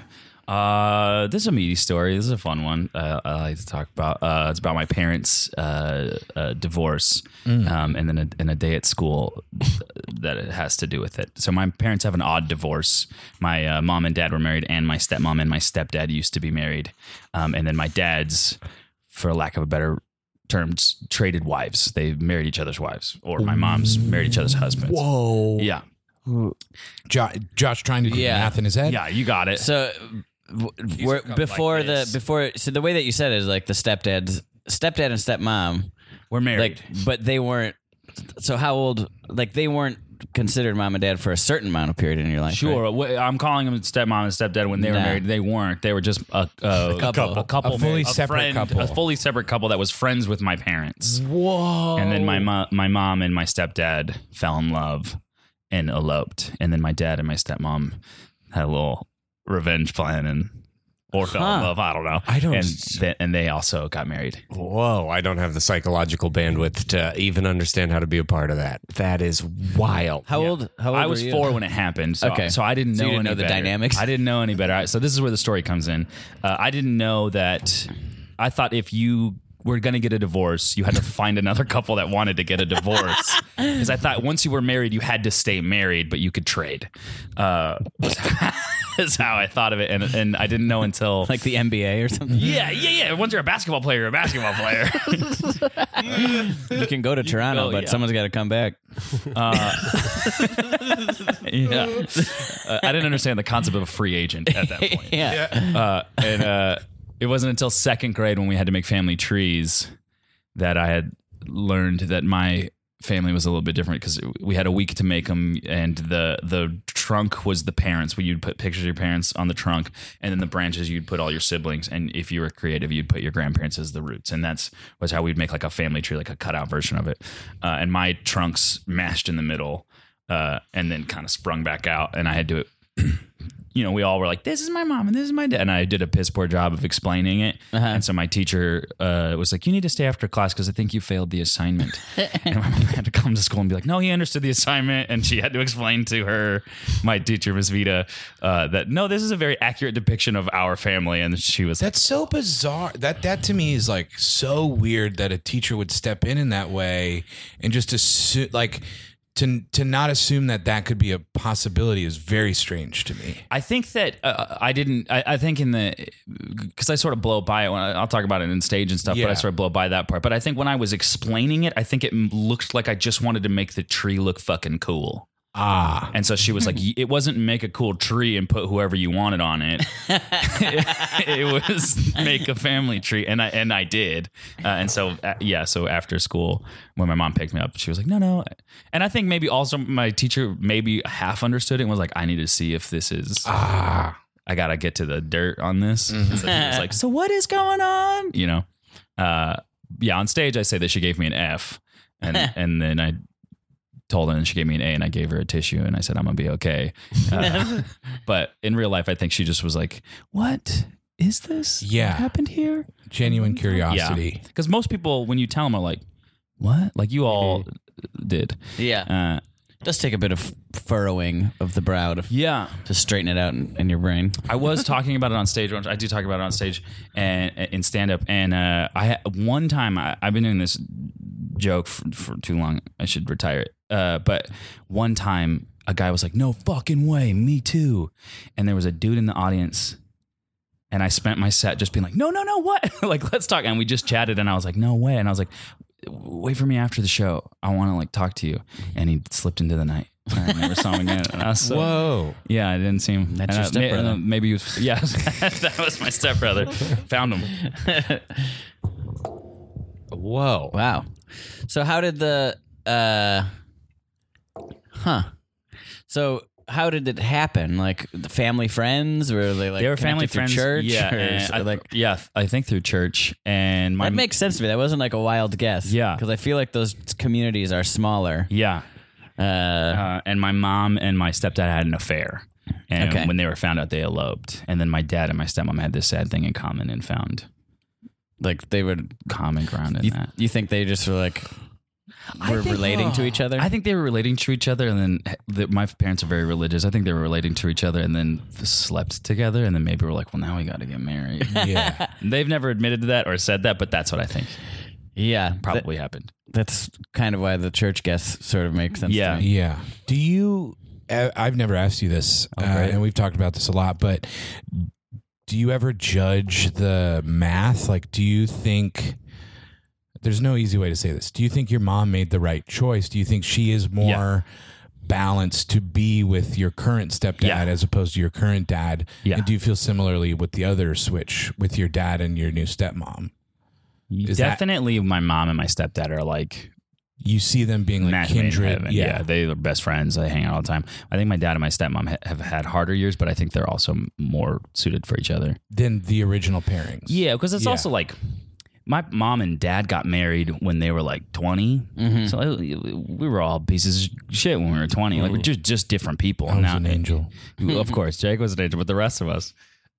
Speaker 3: Uh, this is a meaty story. This is a fun one. Uh, I like to talk about. Uh, it's about my parents' uh, uh, divorce,
Speaker 1: Mm.
Speaker 3: um, and then a, and a day at school that it has to do with it. So my parents have an odd divorce. My uh, mom and dad were married, and my stepmom and my stepdad used to be married, um, and then my dad's, for lack of a better term, s- traded wives. They married each other's wives, or my mom's married each other's husbands.
Speaker 2: Oh.
Speaker 4: Whoa.
Speaker 3: Yeah,
Speaker 4: Jo- Josh trying to do
Speaker 1: Yeah.
Speaker 4: math in his head.
Speaker 3: yeah, you got it.
Speaker 1: So, w- we're, before
Speaker 3: like
Speaker 1: the
Speaker 3: this.
Speaker 1: before so the way that you said it is like the stepdad's stepdad and stepmom
Speaker 3: we're married.
Speaker 1: like but they weren't so how old like they weren't considered mom and dad for a certain amount of period in your life
Speaker 3: Sure.
Speaker 1: right?
Speaker 3: Wh- I'm calling them stepmom and stepdad. When they were
Speaker 1: Nah.
Speaker 3: married, they weren't. They were just a, a, a
Speaker 1: couple.
Speaker 3: a couple,
Speaker 4: A fully
Speaker 3: married-
Speaker 4: separate
Speaker 3: friend-
Speaker 4: couple.
Speaker 3: a fully separate couple that was friends with my parents.
Speaker 4: Whoa.
Speaker 3: And then my mo- my mom and my stepdad fell in love and eloped. And then my dad and my stepmom had a little revenge plan and or fell in
Speaker 1: Huh.
Speaker 3: love. I don't know.
Speaker 4: I don't-
Speaker 3: And, th- and they also got married.
Speaker 2: Whoa, I don't have the psychological bandwidth to even understand how to be a part of that. That is wild.
Speaker 1: how old how old
Speaker 3: I was
Speaker 1: were you?
Speaker 3: four when it happened. So,
Speaker 1: Okay.
Speaker 3: so I didn't know
Speaker 1: So you didn't know
Speaker 3: any
Speaker 1: the
Speaker 3: better.
Speaker 1: dynamics?
Speaker 3: I didn't know any better. I- So this is where the story comes in. Uh, I didn't know that. I thought if you were going to get a divorce, you had to find another couple that wanted to get a divorce. Because I thought once you were married, you had to stay married, but you could trade. Uh, that's how I thought of it, and and I didn't know until
Speaker 1: like the NBA or something
Speaker 3: yeah, yeah, yeah. Once you're a basketball player, you're a basketball player.
Speaker 1: you can go to Toronto
Speaker 3: go,
Speaker 1: but
Speaker 3: yeah.
Speaker 1: someone's got to come back
Speaker 3: yeah, Uh, I didn't understand the concept of a free agent at that point.
Speaker 1: yeah,
Speaker 3: uh, and uh, it wasn't until second grade when we had to make family trees that I had learned that my family was a little bit different because we had a week to make them, and the the trunk was the parents. Where you'd put pictures of your parents on the trunk, and then the branches you'd put all your siblings, and if you were creative, you'd put your grandparents as the roots, and that's was how we'd make like a family tree, like a cutout version of it. Uh, and my trunks mashed in the middle. Uh, and then kind of sprung back out, and I had to you know, we all were like, "This is my mom and this is my dad," and I did a piss poor job of explaining it. And so my teacher uh, was like, "You need to stay after class because I think you failed the assignment." and my mom had to come to school and be like, "No, he understood the assignment," and she had to explain to her, my teacher Miss Vita, uh, that no, this is a very accurate depiction of our family. And she was like,
Speaker 4: That's so bizarre. That that to me is like so weird that a teacher would step in in that way and just assume like to to not assume that that could be a possibility is very strange to me.
Speaker 3: I think that uh, I didn't. I, I think in the because I sort of blow by it when I, I'll talk about it in stage and stuff, but
Speaker 4: Yeah.
Speaker 3: I sort of blow by that part. But I think when I was explaining it, I think it m- looked like I just wanted to make the tree look fucking cool.
Speaker 4: Ah,
Speaker 3: And so she was like, "It wasn't make a cool tree and put whoever you wanted on it. it was make a family tree." And I and I did. Uh, and so uh, yeah, so after school, when my mom picked me up, she was like, "No, no." And I think maybe also my teacher maybe half understood it and was like, "I need to see if this is."
Speaker 4: ah.
Speaker 3: I gotta get to the dirt on this. So he was like, so what is going on? You know, uh, yeah. On stage, I say that she gave me an F, and and then I told her, and she gave me an A, and I gave her a tissue, and I said I'm gonna be okay. Uh, but in real life, I think she just was like, what is this?
Speaker 4: Yeah.
Speaker 3: what happened here?
Speaker 4: Genuine curiosity.
Speaker 3: Because most people, when you tell them, are like, what? Like you all did.
Speaker 1: yeah.
Speaker 3: Uh,
Speaker 1: does take a bit of furrowing of the brow to,
Speaker 3: yeah.
Speaker 1: to straighten it out in, in your brain
Speaker 3: I was talking about it on stage. I do talk about it on stage and in stand up. And uh, I one time I, I've been doing this joke for, for too long. I should retire it. Uh, but one time a guy was like, "No fucking way, me too," and there was a dude in the audience. And I spent my set just being like, no, no, no, what? like, let's talk. And we just chatted, and I was like, no way. And I was like, wait for me after the show. I want to like talk to you. And he slipped into the night. I never saw him again. And I was so,
Speaker 2: Whoa.
Speaker 3: yeah, I didn't see him.
Speaker 1: That's
Speaker 3: And
Speaker 1: your
Speaker 3: I- may-
Speaker 1: stepbrother.
Speaker 3: uh, Maybe he was. Yeah, that was my stepbrother. Found him.
Speaker 2: Whoa.
Speaker 1: Wow. So how did the uh huh. So how did it happen? Like the family friends were they like
Speaker 3: they were family
Speaker 1: connected through
Speaker 3: friends.
Speaker 1: church
Speaker 3: yeah,
Speaker 1: or
Speaker 3: and
Speaker 1: so-
Speaker 3: I,
Speaker 1: like
Speaker 3: yeah, I think through church. And my
Speaker 1: that makes sense to me. That wasn't like a wild guess.
Speaker 3: Yeah.
Speaker 1: Cuz I feel like those communities are smaller.
Speaker 3: yeah,
Speaker 1: Uh
Speaker 3: uh, and my mom and my stepdad had an affair. And
Speaker 1: Okay.
Speaker 3: when they were found out, they eloped. And then my dad and my stepmom had this sad thing in common and found
Speaker 1: like they would
Speaker 3: common ground in
Speaker 1: you,
Speaker 3: that.
Speaker 1: you think they just were like were relating to each other?
Speaker 3: I think they were relating to each other, and then eh, the, my parents are very religious. I think they were relating to each other, and then slept together, and then maybe we're like, well, now we got to get married.
Speaker 4: Yeah.
Speaker 3: They've never admitted to that or said that, but that's what I think
Speaker 1: yeah, that-
Speaker 3: probably happened.
Speaker 1: that's kind of why the church guess sort of makes sense.
Speaker 3: Yeah.
Speaker 1: to me.
Speaker 4: yeah. Do you? I- I've never asked you this, uh, and we've talked about this a lot, but do you ever judge the math? Like, do you think? There's no easy way to say this. Do you think your mom made the right choice? Do you think she is more balanced to be with your current stepdad
Speaker 3: Yeah.
Speaker 4: as opposed to your current dad?
Speaker 3: Yeah.
Speaker 4: And do you feel similarly with the other switch with your dad and your new stepmom? Is that-
Speaker 3: Definitely, my mom and my stepdad are like,
Speaker 4: You see them being like
Speaker 3: match made in
Speaker 4: kindred.
Speaker 3: heaven. yeah, they are best friends. They hang out all the time. I think my dad and my stepmom ha- have had harder years, but I think they're also m- more suited for each other.
Speaker 4: Than the original pairings.
Speaker 3: Yeah, because it's
Speaker 4: Yeah.
Speaker 3: also like my mom and dad got married when they were like 20. So it- we were all pieces of shit when we were 20. Like we're just, just different people.
Speaker 4: I was
Speaker 3: Now-
Speaker 4: an angel.
Speaker 3: of course, Jake was an angel, but the rest of us.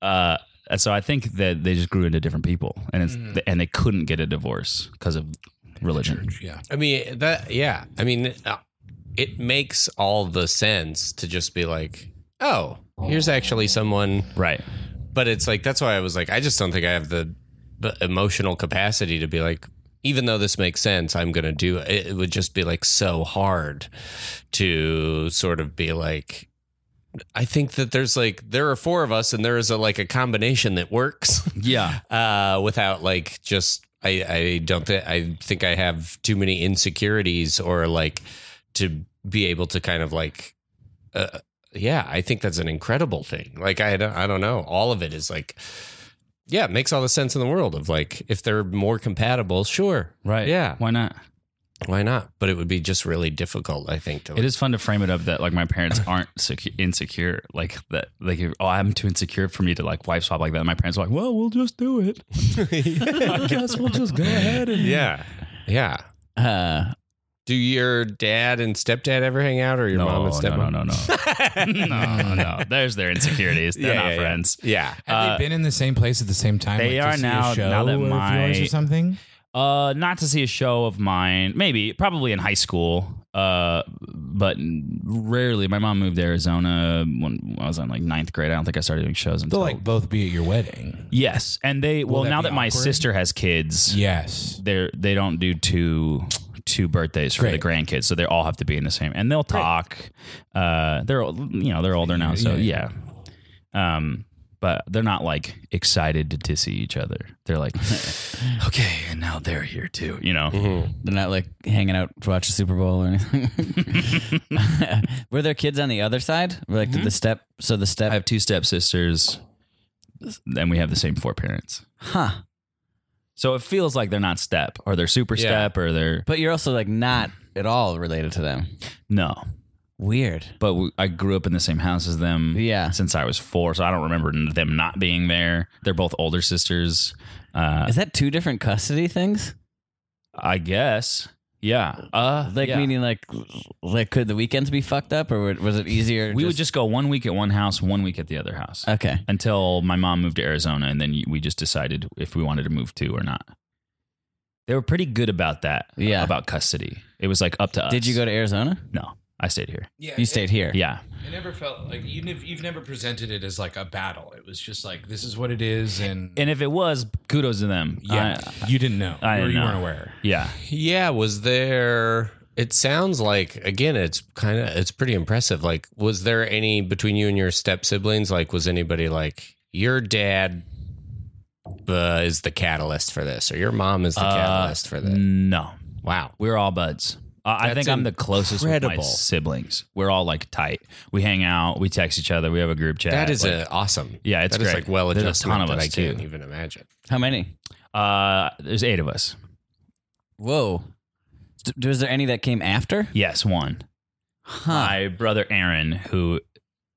Speaker 3: Uh, so I think that they just grew into different people and it's, and they couldn't get a divorce because of religion.
Speaker 4: Yeah.
Speaker 2: I mean that. Yeah. I mean, uh, it makes all the sense to just be like, oh, here's actually someone.
Speaker 3: Right.
Speaker 2: But it's like that's why I was like, I just don't think I have the, the emotional capacity to be like. Even though this makes sense, I'm gonna do it. It would just be like so hard to sort of be like. I think that there's like there are four of us, and there is a like a combination that works.
Speaker 3: Yeah.
Speaker 2: uh, without like just I, I don't think I think I have too many insecurities or like to be able to kind of like uh, yeah I think that's an incredible thing like I don't, I don't know all of it is like yeah it makes all the sense in the world of like if they're more compatible sure
Speaker 3: Right.
Speaker 2: yeah why,
Speaker 3: Why not?
Speaker 2: not but it would be just really difficult I think to
Speaker 3: It is fun to frame it up that like my parents aren't secu- insecure, like that, like oh, I'm too insecure for me to like wife swap like that. And my parents are like, well, we'll just do it. I guess we'll just go ahead and
Speaker 2: yeah yeah
Speaker 1: Uh
Speaker 2: do your dad and stepdad ever hang out or your
Speaker 3: no,
Speaker 2: mom and
Speaker 3: no,
Speaker 2: stepmom
Speaker 3: no, no, no, no, no. There's their insecurities. They're
Speaker 2: Yeah,
Speaker 3: not
Speaker 2: yeah, yeah.
Speaker 3: friends.
Speaker 2: yeah
Speaker 4: Have
Speaker 3: Uh,
Speaker 4: they been in the same place at the same time?
Speaker 3: they
Speaker 4: like,
Speaker 3: are
Speaker 4: to see
Speaker 3: now-
Speaker 4: A show
Speaker 3: now that
Speaker 4: of
Speaker 3: my-
Speaker 4: yours or something.
Speaker 3: Uh, not to see a show of mine. Maybe, probably in high school. Uh, but rarely. My mom moved to Arizona when I was in like ninth grade. I don't think I started doing shows until
Speaker 4: They'll like both be at your wedding.
Speaker 3: yes. And they well
Speaker 4: that
Speaker 3: now
Speaker 4: be
Speaker 3: that my
Speaker 4: awkward?
Speaker 3: sister has kids,
Speaker 4: Yes.
Speaker 3: they're they don't do two two birthdays for the
Speaker 4: Great.
Speaker 3: grandkids, so they all have to be in the same. And they'll talk. Uh, they're you know they're older now, so yeah.
Speaker 4: Yeah.
Speaker 3: Um, but they're not like excited to see each other. They're like, okay, and now they're here too. You know.
Speaker 1: They're not like hanging out to watch the Super Bowl or anything. Were there kids on the other side? Were,
Speaker 3: Mm-hmm.
Speaker 1: like did the step so the step
Speaker 3: I have two stepsisters, and we have the same four parents.
Speaker 1: huh.
Speaker 3: So it feels like they're not step or they're super
Speaker 2: Yeah.
Speaker 3: step or they're
Speaker 1: But you're also like not at all related to them.
Speaker 3: no.
Speaker 1: Weird.
Speaker 3: But we, I grew up in the same house as them.
Speaker 1: Yeah.
Speaker 3: since I was four, so I don't remember n- them not being there. They're both older sisters. Uh,
Speaker 1: Is that two different custody things?
Speaker 3: I guess. Yeah. Uh,
Speaker 1: Like
Speaker 3: yeah.
Speaker 1: meaning like like could the weekends be fucked up or would- was it easier?
Speaker 3: we would just go one week at one house, one week at the other house.
Speaker 1: okay.
Speaker 3: until my mom moved to Arizona, and then we just decided if we wanted to move to or not. They were pretty good about that. uh,
Speaker 1: Yeah.
Speaker 3: about custody. It was like up to us.
Speaker 1: Did you go to Arizona?
Speaker 3: No, I stayed here.
Speaker 4: Yeah.
Speaker 1: You stayed here.
Speaker 3: Yeah,
Speaker 4: It never felt like you nev- you've never presented it as like a battle. It was just like this is what it is, and,
Speaker 3: and if it was, kudos to them.
Speaker 4: yeah,
Speaker 3: I-
Speaker 4: you didn't know.
Speaker 3: I
Speaker 4: or
Speaker 3: didn't
Speaker 4: you
Speaker 3: know.
Speaker 4: weren't aware.
Speaker 3: yeah.
Speaker 2: Yeah, was there It sounds like again, it's kind of it's pretty impressive. Like, was there any between you and your step siblings? Like, was anybody like your dad uh, is the catalyst for this, or your mom is the
Speaker 3: Uh,
Speaker 2: catalyst for this?
Speaker 3: No,
Speaker 2: Wow.
Speaker 3: we're all buds. I I
Speaker 2: That's
Speaker 3: think I'm the closest with my
Speaker 2: incredible.
Speaker 3: siblings. We're all like tight. We hang out. We text each other. We have a group chat.
Speaker 2: That is
Speaker 3: like,
Speaker 2: a awesome.
Speaker 3: Yeah, it's
Speaker 2: that is
Speaker 3: great.
Speaker 2: like well
Speaker 3: There's a
Speaker 2: adjusted.
Speaker 3: ton of
Speaker 2: that
Speaker 3: us,
Speaker 2: I can't
Speaker 3: too.
Speaker 2: even imagine.
Speaker 1: How many?
Speaker 3: Uh, there's eight of us.
Speaker 1: Whoa. D- Was there any that came after?
Speaker 3: Yes, one. My brother Aaron, who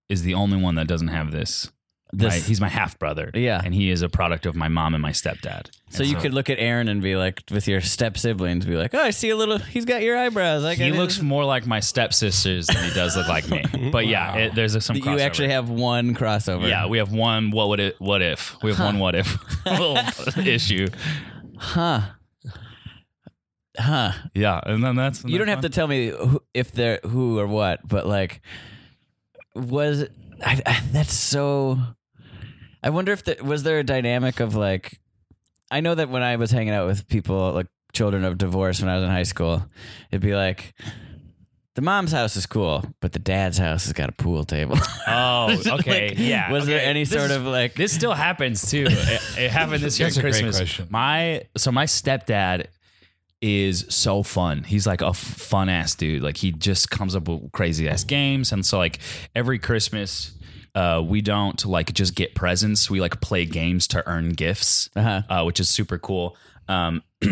Speaker 3: is the only one that doesn't have this.
Speaker 1: This-
Speaker 3: My- he's my half brother.
Speaker 1: Yeah.
Speaker 3: and he is a product of my mom and my stepdad.
Speaker 1: So you could look at Aaron and be like, with your step siblings, be like, oh, I see a little. He's got your eyebrows. Like
Speaker 3: He looks more like my stepsisters than he does look like me. But yeah, it, there's a, some.
Speaker 1: You
Speaker 3: crossover.
Speaker 1: actually have one crossover.
Speaker 3: Yeah, we have one. What would it? What if we have one? What if little issue?
Speaker 1: Huh. Huh.
Speaker 3: Yeah, and then that's
Speaker 1: you don't have to tell me who, if they're who or what, but like, was I, I, that's so? I wonder if that was there a dynamic of like, I know that when I was hanging out with people like children of divorce when I was in high school, it'd be like. The mom's house is cool, but the dad's house has got a pool table.
Speaker 3: Oh, okay.
Speaker 1: Like,
Speaker 3: yeah.
Speaker 1: Was there
Speaker 3: okay.
Speaker 1: any
Speaker 3: This
Speaker 1: sort
Speaker 3: is-
Speaker 1: of like
Speaker 3: This still happens too. It, it happened this year at
Speaker 4: That's a great
Speaker 3: Christmas.
Speaker 4: question.
Speaker 3: My so my stepdad is so fun. He's like a fun ass dude. Like he just comes up with crazy ass games, and so like every Christmas. Uh, we don't like just get presents. We like play games to earn gifts,
Speaker 1: Uh-huh.
Speaker 3: uh, which is super cool. Um,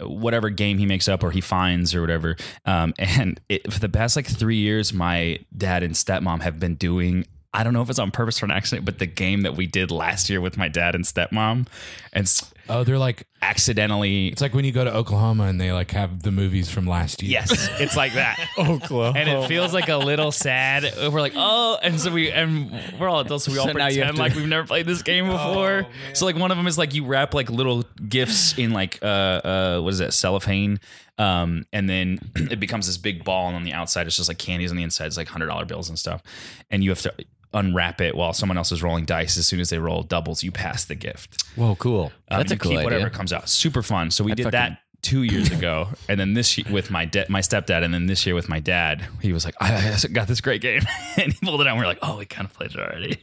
Speaker 3: whatever game he makes up or he finds or whatever. Um, and it, for the past like three years, my dad and stepmom have been doing. I don't know if it's on purpose or an accident, but the game that we did last year with my dad and stepmom, and s-
Speaker 4: Oh, they're like
Speaker 3: accidentally,
Speaker 4: it's like when you go to Oklahoma and they like have the movies from last year.
Speaker 3: yes, it's like that.
Speaker 4: Oklahoma.
Speaker 3: And it feels like a little sad. We're like, oh, and so we and we're all adults, so we all
Speaker 1: So now you have
Speaker 3: pretend
Speaker 1: to-
Speaker 3: like we've never played this game before. so like one of them is like you wrap like little gifts in like uh uh what is that cellophane, um, and then it becomes this big ball, and on the outside it's just like candies, on the inside it's like hundred dollar bills and stuff, and you have to unwrap it while someone else is rolling dice. As soon as they roll doubles, you pass the gift.
Speaker 2: Whoa, cool.
Speaker 3: Um,
Speaker 1: That's a
Speaker 3: you
Speaker 1: cool
Speaker 3: keep Whatever
Speaker 1: idea.
Speaker 3: comes out, super fun. So we did
Speaker 1: fucking-
Speaker 3: that two years ago, and then this year with my de- my stepdad, and then this year with my dad. He was like, "I I got this great game," and he pulled it out. and We're like, "Oh, we kind of played it already."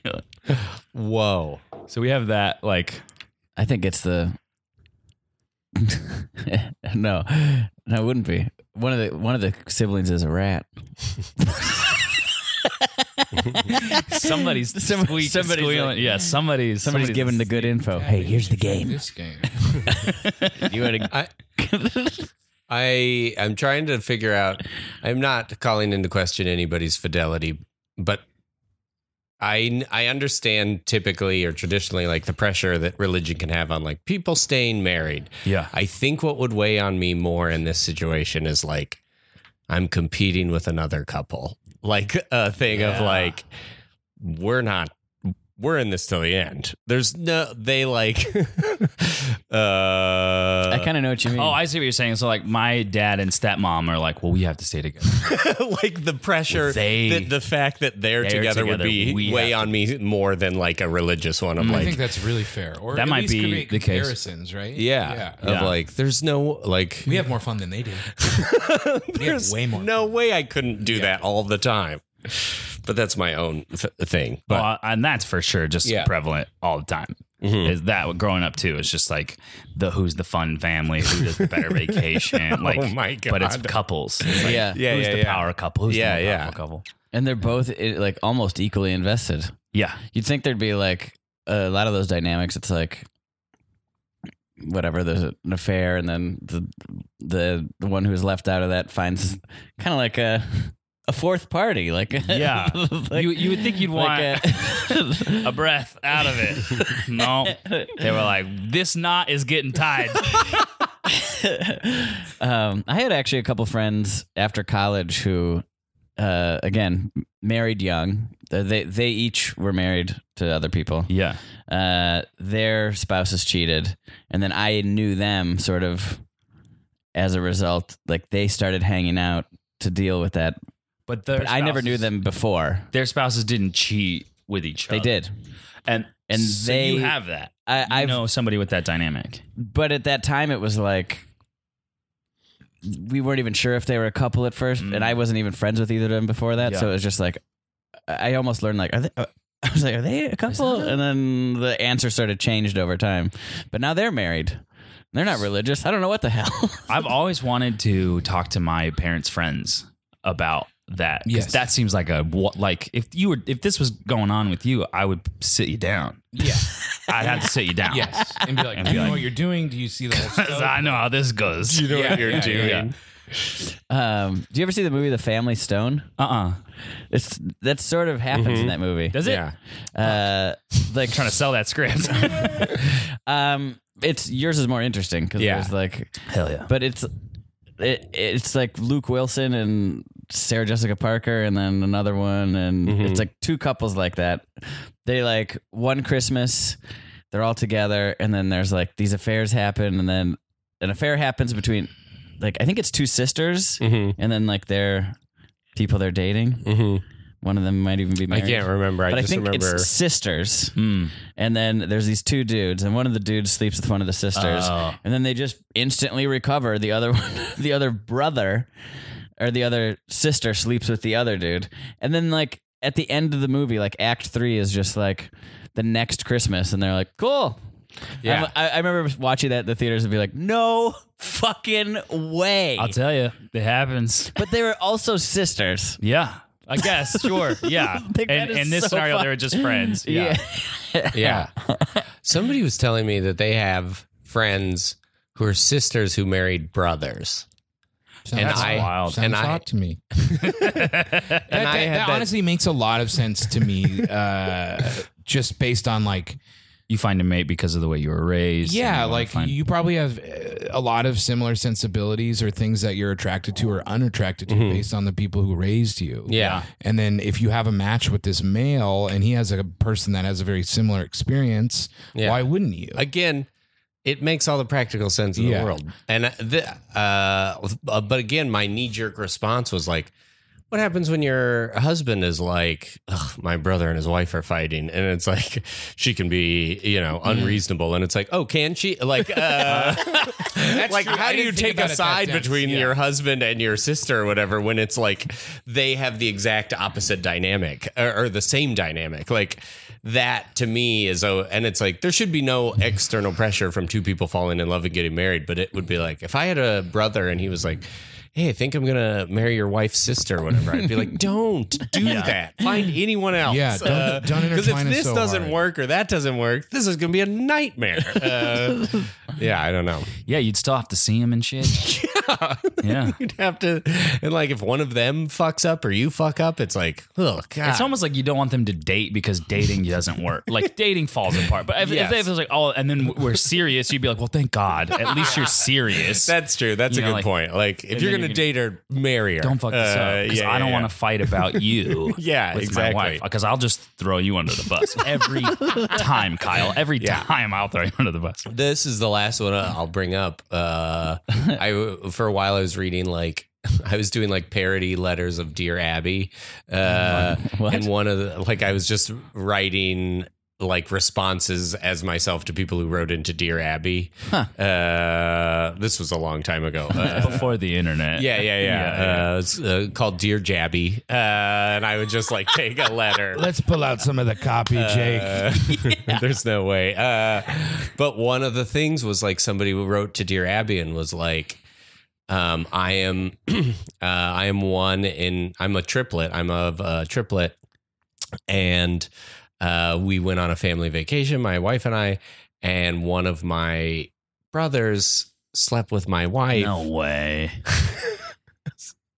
Speaker 2: Whoa.
Speaker 3: so we have that. Like,
Speaker 1: I think it's the no, no, it wouldn't be one of the one of the siblings is a rat.
Speaker 3: somebody's
Speaker 1: Some-
Speaker 3: squeak-
Speaker 1: somebody's
Speaker 3: squealing.
Speaker 1: like-
Speaker 3: yeah, somebody's
Speaker 1: Somebody's giving the good info. Hey, here's the game.
Speaker 4: This game.
Speaker 1: You had a,
Speaker 2: I I am trying to figure out. I'm not calling into question anybody's fidelity, but I I understand typically or traditionally like the pressure that religion can have on like people staying married.
Speaker 3: Yeah.
Speaker 2: I think what would weigh on me more in this situation is like I'm competing with another couple. Like a thing of
Speaker 3: Yeah.
Speaker 2: like we're not we're in this till the end. There's no they like uh
Speaker 1: I kind of know what you mean.
Speaker 3: Oh, I see what you're saying. So like, my dad and stepmom are like, "Well, we have to stay together."
Speaker 2: like the pressure
Speaker 3: They-
Speaker 2: that the fact that they're,
Speaker 3: they're
Speaker 2: together, would
Speaker 3: together,
Speaker 2: be
Speaker 3: we
Speaker 2: weigh
Speaker 3: have Mm.
Speaker 2: on me more than like a religious one of
Speaker 4: I think
Speaker 2: like
Speaker 4: that's really fair. Or
Speaker 3: That
Speaker 4: at
Speaker 3: might
Speaker 4: least
Speaker 3: be
Speaker 4: create
Speaker 3: the case.
Speaker 4: comparisons, right?
Speaker 2: yeah, of
Speaker 3: Yeah.
Speaker 2: like there's no like
Speaker 4: We have more fun than they do. we have
Speaker 2: there's
Speaker 4: way more.
Speaker 2: no way I couldn't do that all the time but that's my own f- thing but
Speaker 3: well, and that's for sure just
Speaker 2: Yeah.
Speaker 3: prevalent all the time.
Speaker 2: mm-hmm. Hmm.
Speaker 3: Is that what growing up too? It's just like the who's the fun family, who does the better vacation. Like,
Speaker 2: Oh my
Speaker 3: But it's
Speaker 2: God.
Speaker 3: couples. It's like,
Speaker 1: Yeah.
Speaker 2: Yeah,
Speaker 3: who's
Speaker 2: yeah,
Speaker 3: the
Speaker 2: yeah.
Speaker 3: power couple? Who's
Speaker 2: Yeah,
Speaker 3: the more
Speaker 2: yeah.
Speaker 3: powerful couple?
Speaker 1: and they're both eh, like almost equally invested.
Speaker 3: Yeah,
Speaker 1: You'd think there'd be like a lot of those dynamics. It's like whatever there's an affair, and then the the, the one who's left out of that finds kind of like a a fourth party. Like
Speaker 3: Yeah.
Speaker 1: like- uh,
Speaker 3: You- you would think you'd want-
Speaker 1: a-
Speaker 3: a breath out of it. no, they were like, this knot is getting tied.
Speaker 1: um, I had actually a couple friends after college who, uh, again, m- married young. Uh, They they each were married to other people.
Speaker 3: yeah,
Speaker 1: Uh, their spouses cheated, and then I knew them sort of as a result. Like they started hanging out to deal with that,
Speaker 3: but, their
Speaker 1: but I never
Speaker 3: spouses-
Speaker 1: knew them before.
Speaker 3: Their spouses didn't cheat with each
Speaker 1: They
Speaker 3: other.
Speaker 1: did.
Speaker 3: and
Speaker 1: And
Speaker 3: so
Speaker 1: they-
Speaker 3: you have that.
Speaker 1: I
Speaker 3: I
Speaker 1: I've,
Speaker 3: know somebody with that dynamic.
Speaker 1: but at that time it was like we weren't even sure if they were a couple at first,
Speaker 3: Mm.
Speaker 1: and I wasn't even friends with either of them before that. So it was just like I I almost learned like are they. Uh, I was like, are they a couple? And then the answer sort of changed over time. But now they're married. They're not religious. I don't know what the hell.
Speaker 3: I've always wanted to talk to my parents' friends about that. 'cause
Speaker 4: Yes.
Speaker 3: that seems like a what? Like if you were, if this was going on with you, I would sit you down.
Speaker 4: Yeah.
Speaker 3: I'd have to sit you down.
Speaker 4: Yes. And be like,
Speaker 3: And
Speaker 4: do
Speaker 3: be
Speaker 4: you know
Speaker 3: like-
Speaker 4: what you're doing? Do you see the whole
Speaker 3: because I know how this goes.
Speaker 2: You know
Speaker 4: Yeah,
Speaker 2: what you're
Speaker 4: yeah,
Speaker 2: doing.
Speaker 3: yeah.
Speaker 1: Um, do you ever see the movie The Family Stone?
Speaker 3: Uh uh
Speaker 1: It's that sort of happens in that movie.
Speaker 3: Mm-hmm. Does it?
Speaker 2: Yeah.
Speaker 1: Uh, like
Speaker 3: Trying to sell that script.
Speaker 1: um, it's yours is more interesting because
Speaker 2: Yeah.
Speaker 1: there's like,
Speaker 3: Hell yeah.
Speaker 1: but it's it, it's like Luke Wilson and Sarah Jessica Parker, and then another one, and
Speaker 2: Mm-hmm.
Speaker 1: it's like two couples like that. They like one Christmas, they're all together, and then there's like these affairs happen, and then an affair happens between like I think it's two
Speaker 2: Hmm.
Speaker 1: sisters,
Speaker 2: Mm-hmm.
Speaker 1: and then like they're people they're dating.
Speaker 2: Mhm.
Speaker 1: One of them might even be
Speaker 2: I
Speaker 1: married.
Speaker 2: can't remember. I
Speaker 1: But I,
Speaker 2: just
Speaker 1: think
Speaker 2: remember.
Speaker 1: it's sisters.
Speaker 3: Mm.
Speaker 1: And then there's these two dudes, and one of the dudes sleeps with one of the sisters,
Speaker 3: Oh.
Speaker 1: and then they just instantly recover. The other one, the other brother, or the other sister sleeps with the other dude, and then like at the end of the movie, like Act Three is just like the next Christmas, and they're like, cool.
Speaker 2: Yeah.
Speaker 1: I'm- I, I remember watching that at the theaters and be like, no fucking way.
Speaker 3: I'll tell you, it happens.
Speaker 1: but they were also sisters.
Speaker 3: Yeah. I guess, sure. Yeah.
Speaker 1: Like, that
Speaker 3: and
Speaker 1: is
Speaker 3: in this
Speaker 1: so
Speaker 3: scenario,
Speaker 1: fun.
Speaker 3: they were just friends. Yeah.
Speaker 2: yeah. Somebody was telling me that they have friends who are sisters who married brothers. And
Speaker 3: That's
Speaker 2: I-
Speaker 3: wild.
Speaker 2: and I-
Speaker 4: hot to me.
Speaker 2: And
Speaker 4: that,
Speaker 2: I
Speaker 4: that-
Speaker 2: had
Speaker 4: that
Speaker 2: that-
Speaker 4: honestly makes a lot of sense to me, uh, just based on like,
Speaker 3: You find a mate because of the way you were raised.
Speaker 4: yeah,
Speaker 3: and you wanna
Speaker 4: like
Speaker 3: find-
Speaker 4: you probably have uh, a lot of similar sensibilities or things that you're attracted to or unattracted to based on the people who raised you.
Speaker 2: Yeah.
Speaker 4: And then if you have a match with this male and he has a person that has a very similar experience,
Speaker 2: Yeah.
Speaker 4: why wouldn't you?
Speaker 2: again, it makes all the practical sense in
Speaker 4: Yeah.
Speaker 2: the world. And uh, the, uh, but again, my knee jerk response was like, what happens when your husband is like, Ugh, my brother and his wife are fighting, and it's like she can be, you know,
Speaker 4: Mm-hmm.
Speaker 2: unreasonable, and it's like, oh, can she? Like, uh, like
Speaker 4: true. I
Speaker 2: how do
Speaker 4: didn't
Speaker 2: you
Speaker 4: think
Speaker 2: take
Speaker 4: about it
Speaker 2: a
Speaker 4: that
Speaker 2: side
Speaker 4: dense.
Speaker 2: between
Speaker 4: Yeah.
Speaker 2: your husband and your sister or whatever when it's like they have the exact opposite dynamic or, or the same dynamic like that to me is oh and it's like there should be no external pressure from two people falling in love and getting married but it would be like if i had a brother and he was like Hey, I think I'm gonna marry your wife's sister or whatever. I'd be like, don't do that. Find anyone else.
Speaker 4: Yeah, don't- don't
Speaker 2: Because if
Speaker 4: intertwine us
Speaker 2: this
Speaker 4: so
Speaker 2: doesn't
Speaker 4: hard.
Speaker 2: work or that doesn't work, this is gonna be a nightmare. Uh, yeah, I don't know.
Speaker 3: yeah, you'd still have to see him and shit. yeah.
Speaker 2: You'd have to, and like if one of them fucks up or you fuck up, it's like, oh god,
Speaker 3: It's almost like you don't want them to date because dating doesn't work. Like dating falls apart. But if, if
Speaker 2: Yes.
Speaker 3: they was like, oh, and then we're serious, you'd be like, well, thank God. At least you're serious.
Speaker 2: that's true. That's
Speaker 3: You
Speaker 2: a
Speaker 3: know,
Speaker 2: good
Speaker 3: like-
Speaker 2: point. Like if you're
Speaker 3: then
Speaker 2: gonna
Speaker 3: you can-
Speaker 2: date her, marry her. Uh,
Speaker 3: don't fuck this up because I don't want to fight about you.
Speaker 2: Yeah,
Speaker 3: with
Speaker 2: exactly.
Speaker 3: my wife because I'll just throw you under the bus every time, Kyle. Every time I'll throw you under the bus.
Speaker 2: This is the last one I'll bring up. Uh, I for a while I was reading like. I was doing like parody letters of Dear Abby, uh, and one of the like I was just writing like responses as myself to people who wrote into Dear Abby. Uh, this was a long time ago. Uh,
Speaker 3: Before the internet.
Speaker 2: Yeah, yeah, yeah. Uh, it's uh, called Dear Jabby, uh, and I would just like take a letter.
Speaker 4: Let's pull out some of the copy, Jake. Uh,
Speaker 2: There's no way. Uh, but one of the things was like somebody who wrote to Dear Abby and was like, um, "I am, uh, I am one in. I'm a triplet. I'm of a triplet, and uh, we went on a family vacation. My wife and I, and one of my brothers slept with my wife.
Speaker 3: No way.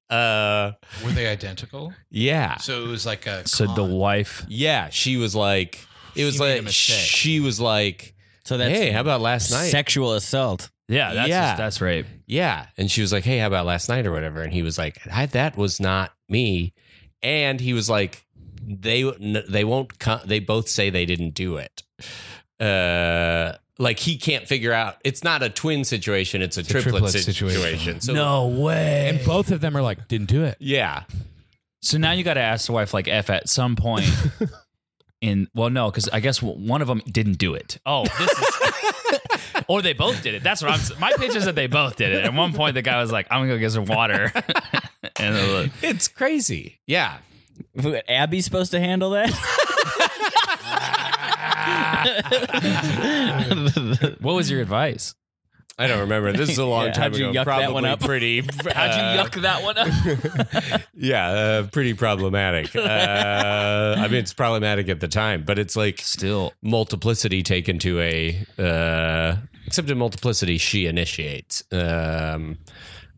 Speaker 2: Uh,
Speaker 4: Were they identical?
Speaker 2: yeah.
Speaker 4: So it was like a.
Speaker 3: So the wife.
Speaker 2: Yeah, she was like, it was
Speaker 4: She made a
Speaker 2: like,
Speaker 4: mistake.
Speaker 2: she was like,
Speaker 1: So that's
Speaker 2: hey, how about last night?
Speaker 1: sexual assault.
Speaker 3: Yeah, that's
Speaker 2: Yeah.
Speaker 3: Just, that's rape.
Speaker 2: yeah. And she was like, hey, how about last night or whatever? And he was like, I, that was not me. And he was like, they n- they won't come. They both say they didn't do it. Uh, like he can't figure out. It's not a twin situation. It's a,
Speaker 4: a
Speaker 2: triplet,
Speaker 4: triplet
Speaker 2: situation.
Speaker 4: situation.
Speaker 2: So
Speaker 3: no way.
Speaker 4: And both of them are like, didn't do it.
Speaker 2: Yeah.
Speaker 3: So now you got to ask the wife, like, F at some point, in well no because i guess one of them didn't do it oh this is or they both did it that's what i'm s- my pitch is that they both did it at one point the guy was like i'm gonna go get some water and it was-
Speaker 2: It's crazy. Yeah.
Speaker 1: Abby's supposed to handle that.
Speaker 3: what was your advice
Speaker 2: I don't remember. This is a long
Speaker 1: Yeah,
Speaker 2: time
Speaker 1: how'd you
Speaker 2: ago.
Speaker 1: yuck
Speaker 2: Probably
Speaker 1: that one up?
Speaker 2: pretty.
Speaker 3: how'd you
Speaker 2: uh,
Speaker 3: yuck that one up
Speaker 2: Yeah, uh, pretty problematic. uh, I mean, it's problematic at the time, but it's like
Speaker 3: still
Speaker 2: multiplicity taken to a uh except in multiplicity she initiates um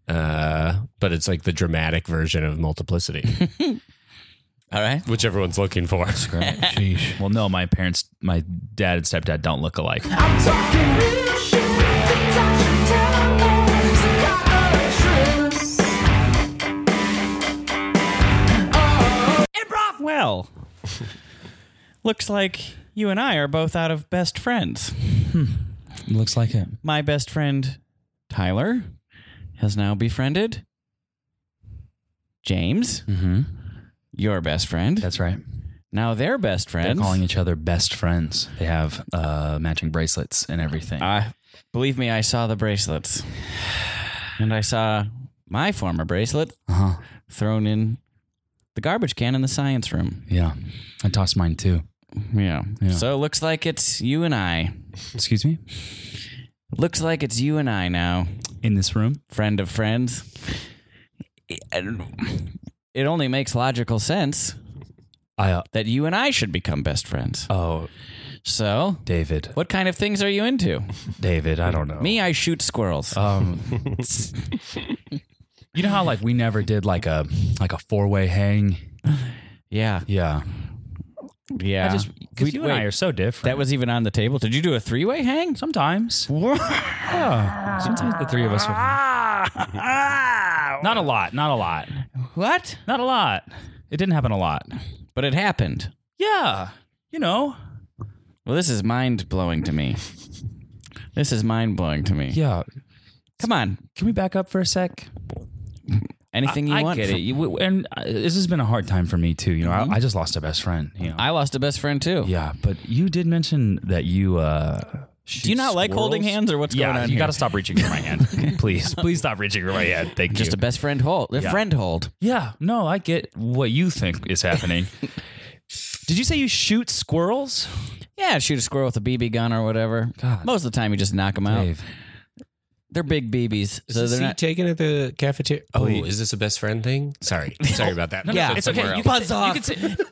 Speaker 2: uh but it's like the dramatic version of multiplicity
Speaker 1: All right.
Speaker 2: which everyone's looking for
Speaker 4: Sheesh.
Speaker 3: well no my parents my dad and stepdad don't look alike
Speaker 6: I'm talking real shit. Things I should tell them. Some kind of truth.
Speaker 5: Improv!
Speaker 1: Well, looks like you and I are both out of best friends.
Speaker 3: looks like it
Speaker 1: My best friend, Tyler, has now befriended James,
Speaker 3: mm-hmm.
Speaker 1: your best friend.
Speaker 3: that's right
Speaker 1: now their best friend.
Speaker 3: they're calling each other best friends they have uh matching bracelets and everything
Speaker 1: I believe me, I saw the bracelets, and I saw my former bracelet
Speaker 3: uh-huh.
Speaker 1: thrown in the garbage can in the science room.
Speaker 3: yeah i tossed mine too
Speaker 1: Yeah.
Speaker 3: Yeah.
Speaker 1: So it looks like it's you and I.
Speaker 3: excuse me
Speaker 1: Looks like it's you and I now,
Speaker 3: in this room
Speaker 1: friend of friends. And It only makes logical sense
Speaker 3: i uh,
Speaker 1: that you and I should become best friends.
Speaker 3: oh
Speaker 1: So,
Speaker 3: david
Speaker 1: what kind of things are you into?
Speaker 3: David, I don't know.
Speaker 1: Me, I shoot squirrels.
Speaker 3: Um, you know how like we never did like a like a four way hang.
Speaker 1: yeah.
Speaker 3: Yeah,
Speaker 1: Yeah.
Speaker 3: I just because
Speaker 1: We-
Speaker 3: you and I
Speaker 1: wait,
Speaker 3: are so different.
Speaker 1: that was even on the table. Did you do a three way hang?
Speaker 3: sometimes. Sometimes the three of us. not a lot. Not a lot.
Speaker 1: What?
Speaker 3: Not a lot. It didn't happen a lot.
Speaker 1: But it happened.
Speaker 3: Yeah, you know.
Speaker 1: Well, this is mind blowing to me. This is mind blowing to me.
Speaker 3: Yeah.
Speaker 1: Come on.
Speaker 3: Can we back up for a sec?
Speaker 1: Anything you
Speaker 3: I
Speaker 1: want.
Speaker 3: get
Speaker 1: from-
Speaker 3: it. You, and uh, this has been a hard time for me too. You know, I, I just lost a best friend. You know.
Speaker 1: I lost a best friend too.
Speaker 3: yeah, but you did mention that you. uh
Speaker 1: Do you not like holding hands or what's
Speaker 3: yeah,
Speaker 1: going on
Speaker 3: you
Speaker 1: here?
Speaker 3: got to stop reaching for my hand, please. Please stop reaching for my hand. Thank
Speaker 1: Just
Speaker 3: you.
Speaker 1: a best friend hold. A
Speaker 3: Yeah.
Speaker 1: friend hold.
Speaker 3: yeah, no, I get what you think is happening. Did you say you shoot squirrels?
Speaker 1: Yeah, shoot a squirrel with a BB gun or whatever.
Speaker 3: God.
Speaker 1: Most of the time, you just knock them out.
Speaker 3: Dave.
Speaker 1: They're big BBs, so they're not.
Speaker 2: taken at the cafeteria oh is this a best friend thing sorry sorry about that
Speaker 1: Yeah. It's
Speaker 2: That's
Speaker 1: okay.
Speaker 2: somewhere
Speaker 1: You
Speaker 2: else.
Speaker 1: buzz off,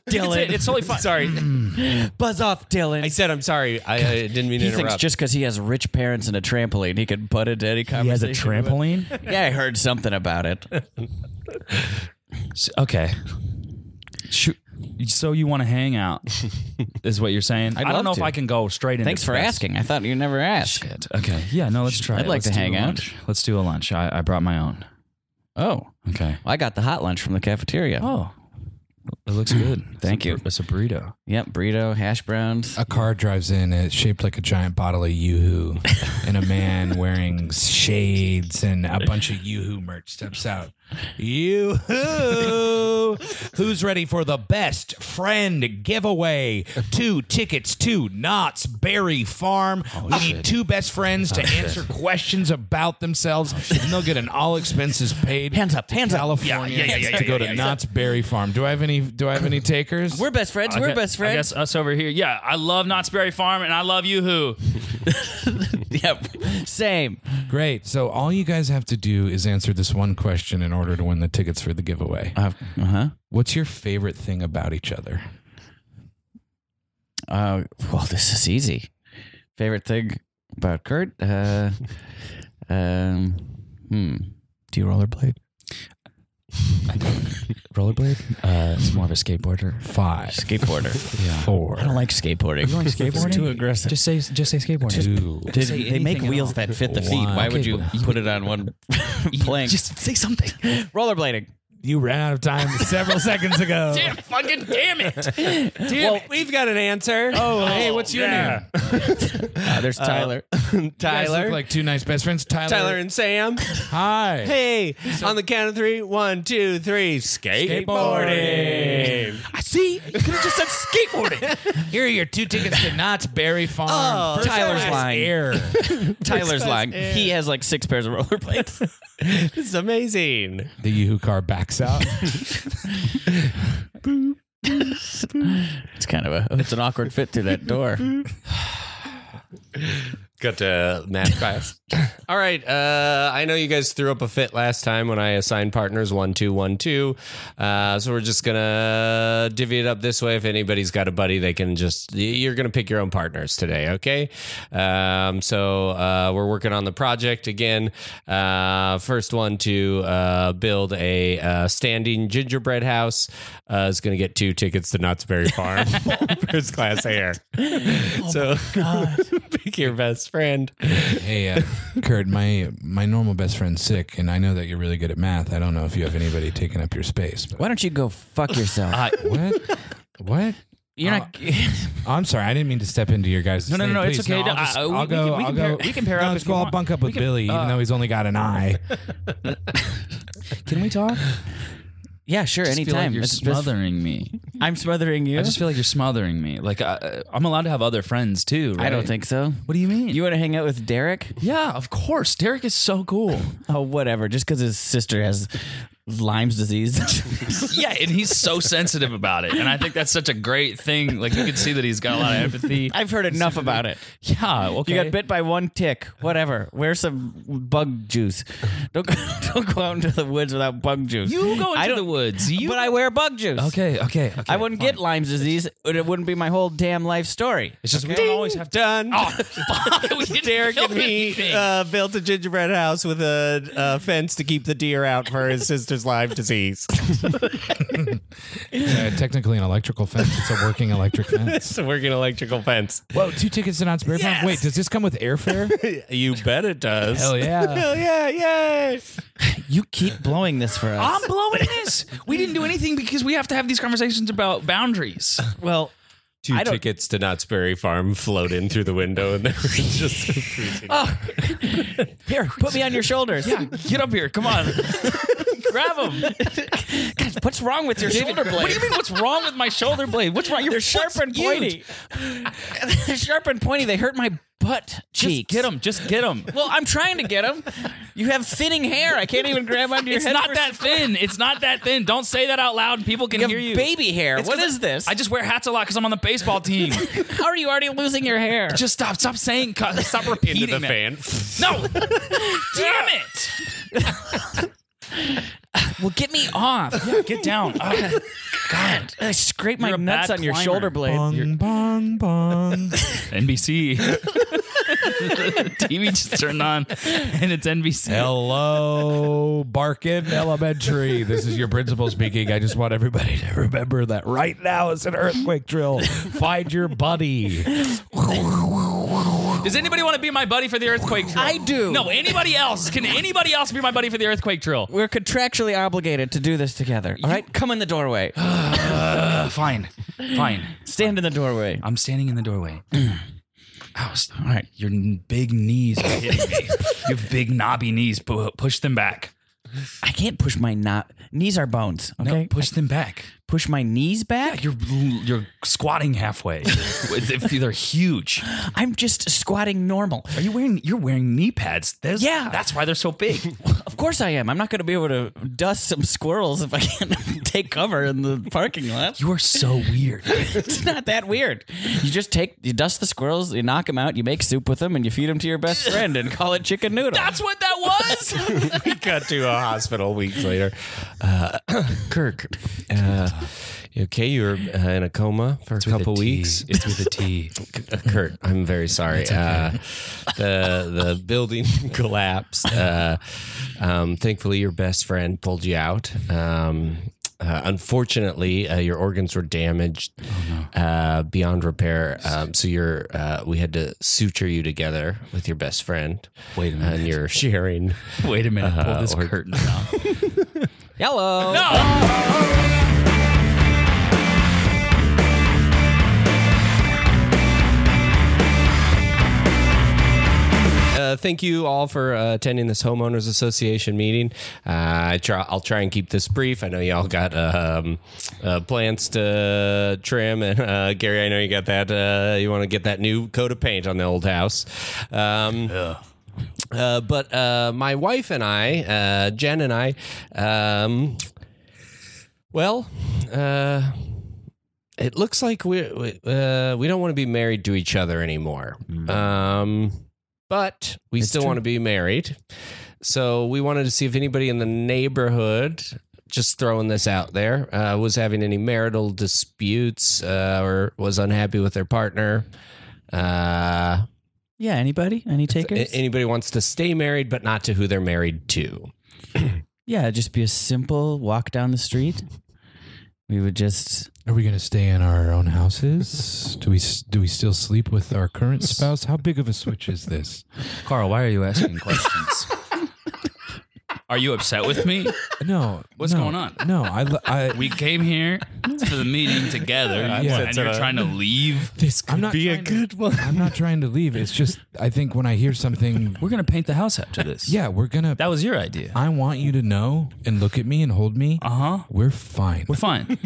Speaker 1: Dylan.
Speaker 3: It's totally fine. Sorry.
Speaker 1: buzz off, Dylan.
Speaker 2: i said i'm sorry i, I didn't mean
Speaker 1: he
Speaker 2: to
Speaker 1: thinks
Speaker 2: interrupt
Speaker 1: just because he has rich parents and a trampoline, he could butt into any conversation.
Speaker 3: trampoline?
Speaker 1: Yeah, I heard something about it.
Speaker 3: S- okay. Shoot. So you want to hang out, is what you're saying? I'd I do
Speaker 1: love
Speaker 3: not know
Speaker 1: to.
Speaker 3: if I can go straight in.
Speaker 1: Thanks for asking. I thought you never asked.
Speaker 3: Shit. Okay. Yeah, no, let's try
Speaker 1: I'd
Speaker 3: it.
Speaker 1: like
Speaker 3: Let's
Speaker 1: to
Speaker 3: do
Speaker 1: hang
Speaker 3: a
Speaker 1: out.
Speaker 3: lunch. Let's do a lunch. I, I brought my own.
Speaker 1: Oh,
Speaker 3: Okay.
Speaker 1: I got the hot lunch from the cafeteria.
Speaker 3: Oh, it looks good.
Speaker 1: Thank
Speaker 3: It's a
Speaker 1: you.
Speaker 3: bur- It's a burrito.
Speaker 1: Yep, burrito, hash browns.
Speaker 4: A car drives in, and it's shaped like a giant bottle of Yoo-Hoo, and a man wearing shades and a bunch of Yoo-Hoo merch steps out. Yoo-Hoo! Who's ready for the best friend giveaway? Two tickets to Knott's Berry Farm.
Speaker 1: Oh,
Speaker 4: we need two best friends to answer questions about themselves, and they'll get an all expenses paid.
Speaker 1: Oh, Hands up, hands up.
Speaker 4: California to go to Knott's Berry Farm. Do I have any? Do I have any takers?
Speaker 1: We're best friends.
Speaker 3: I
Speaker 1: We're
Speaker 3: gue-
Speaker 1: best
Speaker 3: I
Speaker 1: friends.
Speaker 3: guess us over here. Yeah, I love Knott's Berry Farm, and I love YooHoo.
Speaker 1: Yep. Same.
Speaker 4: Great. So all you guys have to do is answer this one question in order to win the tickets for the giveaway.
Speaker 1: Uh huh.
Speaker 4: What's your favorite thing about each other?
Speaker 1: Uh, well, this is easy. Favorite thing about Kurt? Uh, um, hmm. Do you rollerblade?
Speaker 3: Rollerblade. Uh, it's more of a skateboarder.
Speaker 4: Five,
Speaker 1: Skateboarder.
Speaker 4: four,
Speaker 1: I don't like skateboarding. You
Speaker 3: like skateboarding?
Speaker 1: too aggressive.
Speaker 3: Just say, just say skateboarding.
Speaker 4: two,
Speaker 1: They- they make
Speaker 3: anything at
Speaker 1: wheels
Speaker 3: all.
Speaker 1: that fit the feet. Why
Speaker 4: One.
Speaker 1: would you put it on one plane?
Speaker 3: Just say something.
Speaker 1: rollerblading.
Speaker 4: You ran out of time several seconds ago.
Speaker 3: Fucking damn it!
Speaker 2: well we've got an answer
Speaker 1: Oh, hey, what's your name? Uh, there's Tyler.
Speaker 4: guys
Speaker 2: Tyler.
Speaker 4: look like two nice best friends. Tyler.
Speaker 2: Tyler and Sam.
Speaker 4: Hi.
Speaker 2: Hey, on the count of three, one, two, three, skateboarding.
Speaker 4: I see. You could have just said skateboarding. Here are your two tickets to Knott's Berry Farm.
Speaker 2: Oh,
Speaker 4: First
Speaker 2: Tyler's
Speaker 4: class
Speaker 1: lying.
Speaker 4: Air.
Speaker 1: Tyler's lying. He has like six pairs of rollerblades.
Speaker 2: This is amazing.
Speaker 4: the Yahoo car backs out.
Speaker 1: it's kind of a it's an awkward fit through that door.
Speaker 2: Got to math class. All right. Uh, I know you guys threw up a fit last time when I assigned partners one, two, one, two. Uh, so we're just going to divvy it up this way. If anybody's got a buddy, they can just, y- you're going to pick your own partners today. Okay. Um, so uh, we're working on the project again. Uh, first one to uh, build a uh, standing gingerbread house uh, is going to get two tickets to Knott's Berry Farm, Oh first class air. so pick your best friend.
Speaker 4: hey, uh, Kurt, my my normal best friend's sick, and I know that you're really good at math. I don't know if you have anybody taking up your space. But
Speaker 1: Why don't you go fuck yourself?
Speaker 4: what? What?
Speaker 1: You're not.
Speaker 3: Oh.
Speaker 4: I'm sorry, I didn't mean to step into your guys.
Speaker 3: No, no,
Speaker 4: thing.
Speaker 3: no, it's
Speaker 4: Please,
Speaker 3: okay.
Speaker 4: No, I'll,
Speaker 3: Uh,
Speaker 4: just,
Speaker 3: we-
Speaker 4: I'll
Speaker 3: we
Speaker 4: go.
Speaker 3: can- we
Speaker 4: I'll
Speaker 3: can
Speaker 4: go.
Speaker 3: pair- we can pair
Speaker 4: no,
Speaker 3: up
Speaker 4: Let's
Speaker 3: if you
Speaker 4: go. I'll
Speaker 3: want.
Speaker 4: bunk up with
Speaker 3: We can-
Speaker 4: Billy, even
Speaker 3: uh,
Speaker 4: though he's only got an eye.
Speaker 3: Can we talk?
Speaker 1: Yeah, sure.
Speaker 3: I just feel
Speaker 1: Anytime.
Speaker 3: like you're
Speaker 1: It's- it's-
Speaker 3: smothering me.
Speaker 1: I'm smothering you.
Speaker 3: I just feel like you're smothering me. Like I, uh, I'm allowed to have other friends too. Right?
Speaker 1: I don't think so.
Speaker 3: What do you mean?
Speaker 1: You want to hang out with Derek?
Speaker 3: yeah, of course. Derek is so cool.
Speaker 1: Oh, whatever. Just because his sister has Lyme's disease.
Speaker 3: yeah, and he's so sensitive about it. And I think that's such a great thing. Like you can see that he's got a lot of empathy.
Speaker 1: I've heard enough about it.
Speaker 3: yeah, okay.
Speaker 1: You got bit by one tick. Whatever. Wear some bug juice. Don't go, don't go out into the woods without bug juice.
Speaker 3: You go
Speaker 1: I
Speaker 3: into the
Speaker 1: don't-
Speaker 3: woods. You
Speaker 1: but I wear bug juice.
Speaker 3: Okay, okay, okay.
Speaker 1: I wouldn't get Lyme's disease. and It wouldn't be my whole damn life story.
Speaker 3: It's just we don't always have to.
Speaker 2: Done.
Speaker 3: Fuck, we didn't
Speaker 2: Derek
Speaker 3: kill
Speaker 2: and me
Speaker 3: anything.
Speaker 2: uh, built a gingerbread house with a uh, fence to keep the deer out for his sister's Lyme disease.
Speaker 4: Uh, technically, an electrical fence. It's a working electric fence.
Speaker 2: it's a working electrical fence.
Speaker 4: Whoa, two tickets to Knott's Berry Farm. Wait, does this come with airfare?
Speaker 2: You bet it does.
Speaker 4: Hell yeah.
Speaker 2: Hell yeah, yay.
Speaker 1: You keep blowing this for us.
Speaker 3: I'm blowing this. We didn't do anything because we have to have these conversations about boundaries.
Speaker 1: well,
Speaker 2: Two
Speaker 1: I don't-
Speaker 2: tickets to Knott's Berry Farm float in through the window, and they were just.
Speaker 1: here, put me on your shoulders.
Speaker 3: Yeah, get up here. Come on. Grab him.
Speaker 1: What's wrong with your shoulder blade?
Speaker 3: What do you mean? What's wrong with my shoulder blade? What's wrong? Your
Speaker 1: They're sharp
Speaker 3: foot's
Speaker 1: and pointy.
Speaker 3: huge.
Speaker 1: They're sharp and pointy. They hurt my butt
Speaker 3: Just
Speaker 1: cheeks.
Speaker 3: get him. Just get him.
Speaker 1: Well, I'm trying to get them. You have thinning hair. I can't even grab onto your
Speaker 3: It's
Speaker 1: head.
Speaker 3: not
Speaker 1: for-
Speaker 3: that thin. It's not that thin. Don't say that out loud. People can
Speaker 1: You have
Speaker 3: hear you.
Speaker 1: baby hair.
Speaker 3: It's
Speaker 1: what
Speaker 3: 'cause
Speaker 1: is this?
Speaker 3: I just wear hats a lot because I'm on the baseball team.
Speaker 1: how are you already losing your hair?
Speaker 3: just stop. Stop saying. cu- Stop repeating
Speaker 2: Into the
Speaker 3: that.
Speaker 2: fan.
Speaker 3: No. Damn it.
Speaker 1: well, get me off.
Speaker 3: Get down. Oh, God.
Speaker 1: I scrape my
Speaker 3: You're a
Speaker 1: nuts on
Speaker 3: bad
Speaker 1: your
Speaker 3: climber.
Speaker 1: shoulder blade.
Speaker 4: Bong, bong, bong.
Speaker 3: NBC. TV just turned on, and it's NBC.
Speaker 4: Hello, Barkin Elementary. This is your principal speaking. I just want everybody to remember that right now is an earthquake drill. Find your buddy.
Speaker 3: Does anybody want to be my buddy for the earthquake drill?
Speaker 1: I do.
Speaker 3: No, anybody else? Can anybody else be my buddy for the earthquake drill?
Speaker 1: We're contractually obligated to do this together. All right, come in the doorway.
Speaker 3: Uh, fine. Fine.
Speaker 1: Stand in the doorway.
Speaker 3: I'm standing in the doorway. Ow, s- all right, your n- big knees are hitting me. your big knobby knees. Pu- push them back.
Speaker 1: I can't push my not knees are bones.
Speaker 3: No,
Speaker 1: Okay,
Speaker 3: push them back.
Speaker 1: push my knees back.
Speaker 3: You're you're squatting halfway. If They're huge.
Speaker 1: I'm just squatting normal.
Speaker 3: Are you wearing? You're wearing knee pads. There's,
Speaker 1: Yeah.
Speaker 3: that's why they're so big.
Speaker 1: Of course I am. I'm not going to be able to dust some squirrels if I can't take cover in the parking lot.
Speaker 3: You are so weird.
Speaker 1: It's not that weird. You just take, you dust the squirrels, you knock them out, you make soup with them, and you feed them to your best friend and call it chicken noodle.
Speaker 3: That's what that was.
Speaker 2: we got to a hospital weeks later. Uh, Kirk, uh, you okay, you were uh, in a coma for a couple weeks.
Speaker 3: It's with a T.
Speaker 2: Uh, Kurt, I'm very sorry. Uh, the the building collapsed. Uh, um, thankfully, your best friend pulled you out. Um, uh, unfortunately, uh, your organs were damaged
Speaker 3: Oh,
Speaker 2: uh, beyond repair. Um, so you're, uh, we had to suture you together with your best friend.
Speaker 3: Wait a
Speaker 2: And you're sharing.
Speaker 3: Wait a minute. Pull this
Speaker 2: or-
Speaker 3: curtain down.
Speaker 1: Hello.
Speaker 6: Thank
Speaker 2: uh, thank you all for uh, attending this homeowners association meeting. Uh, I try, I'll try and keep this brief. I know y'all got um, uh, plants to trim, and uh, Gary, I know you got that. Uh, you want to get that new coat of paint on the old house. Um, uh, but uh, my wife and I, uh, Jen and I, um, well, uh, it looks like we we, uh, we don't want to be married to each other anymore. Um, but we still want to be married. So we wanted to see if anybody in the neighborhood, just throwing this out there, uh, was having any marital disputes uh, or was unhappy with their partner. Uh,
Speaker 1: Yeah, anybody? Any takers?
Speaker 2: a- anybody wants to stay married but not to who they're married to.
Speaker 1: yeah, it'd just be a simple walk down the street. We would just
Speaker 4: Are we going to stay in our own houses? do we s- do we still sleep with our current spouse? How big of a switch is this?
Speaker 3: Carl, why are you asking questions? are you upset with me?
Speaker 4: No.
Speaker 3: What's
Speaker 4: no,
Speaker 3: going on?
Speaker 4: No, I, lo- I
Speaker 3: We came here to the meeting together, and you're trying to leave.
Speaker 2: This could
Speaker 4: I'm not trying to- I'm not trying to leave. It's just I think when I hear something,
Speaker 3: We're gonna paint the house after this.
Speaker 4: yeah, we're gonna.
Speaker 3: that was your idea.
Speaker 4: I want you to know and look at me and hold me.
Speaker 3: Uh huh.
Speaker 4: We're fine.
Speaker 3: We're fine.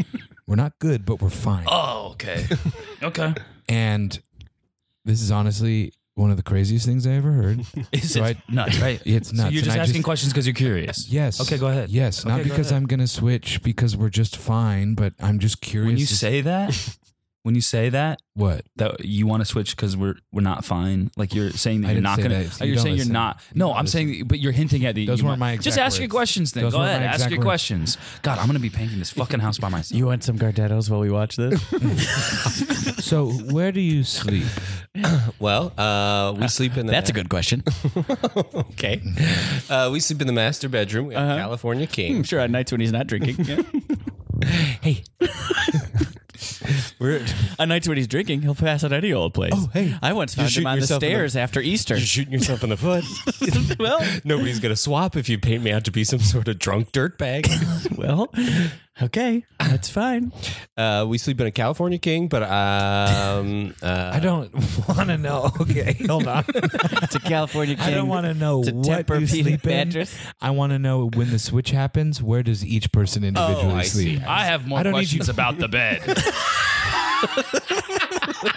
Speaker 4: We're not good, but we're fine.
Speaker 3: oh, okay. Okay.
Speaker 4: And this is honestly one of the craziest things I ever heard.
Speaker 3: Is
Speaker 4: So
Speaker 3: it
Speaker 4: I-
Speaker 3: nuts? Right?
Speaker 4: It's
Speaker 3: So
Speaker 4: nuts,
Speaker 3: you're just
Speaker 4: and I
Speaker 3: asking
Speaker 4: just-
Speaker 3: questions because you're curious.
Speaker 4: Yes.
Speaker 3: Okay, go ahead.
Speaker 4: Yes,
Speaker 3: Okay,
Speaker 4: not
Speaker 3: go
Speaker 4: because
Speaker 3: ahead.
Speaker 4: I'm going to switch because we're just fine, but I'm just curious.
Speaker 3: When you
Speaker 4: as-
Speaker 3: say that, when you say that,
Speaker 4: what?
Speaker 3: that you want to switch because we're we're not fine. Like you're saying
Speaker 4: I
Speaker 3: that you're
Speaker 4: didn't
Speaker 3: not
Speaker 4: say
Speaker 3: gonna.
Speaker 4: that.
Speaker 3: oh,
Speaker 4: You
Speaker 3: you're
Speaker 4: don't
Speaker 3: saying
Speaker 4: listen.
Speaker 3: you're not.
Speaker 4: You
Speaker 3: No,
Speaker 4: don't
Speaker 3: I'm saying, but you're hinting at the.
Speaker 4: Those
Speaker 3: you
Speaker 4: weren't
Speaker 3: might-
Speaker 4: my
Speaker 3: Just
Speaker 4: exact
Speaker 3: ask your
Speaker 4: words.
Speaker 3: questions then.
Speaker 4: Those
Speaker 3: Go
Speaker 4: weren't
Speaker 3: ahead,
Speaker 4: my
Speaker 3: ask
Speaker 4: exact
Speaker 3: your
Speaker 4: words.
Speaker 3: questions. God, I'm gonna be painting this fucking house by myself.
Speaker 1: You want some Gardettos while we watch this?
Speaker 4: So, where do you sleep?
Speaker 2: Well, uh, we sleep in the
Speaker 1: That's a good question.
Speaker 2: okay. Uh, we sleep in the master bedroom. We have California
Speaker 1: I'm
Speaker 2: King.
Speaker 1: sure on nights when he's not drinking.
Speaker 2: Hey, we're
Speaker 1: on nights when he's drinking, he'll pass out any old place. Oh,
Speaker 2: hey.
Speaker 1: I once
Speaker 2: You're
Speaker 1: found him
Speaker 2: shooting
Speaker 1: on the
Speaker 2: yourself in the-
Speaker 1: stairs after Easter.
Speaker 2: you're shooting yourself in the foot.
Speaker 1: well,
Speaker 2: Nobody's gonna swap if you paint me out to be some sort of drunk dirtbag.
Speaker 1: well, okay, that's fine.
Speaker 2: Uh, we sleep in a California King, but um, uh,
Speaker 4: I don't want to know. Okay, hold on.
Speaker 1: It's a California King.
Speaker 4: I don't want to know
Speaker 1: It's a
Speaker 4: what you
Speaker 1: Tempur-Pedic
Speaker 4: sleep in.
Speaker 1: mattress.
Speaker 4: I want to know when the switch happens. Where does each person individually
Speaker 2: I see.
Speaker 4: sleep?
Speaker 3: Oh, I have more
Speaker 4: I don't need
Speaker 3: questions about the bed.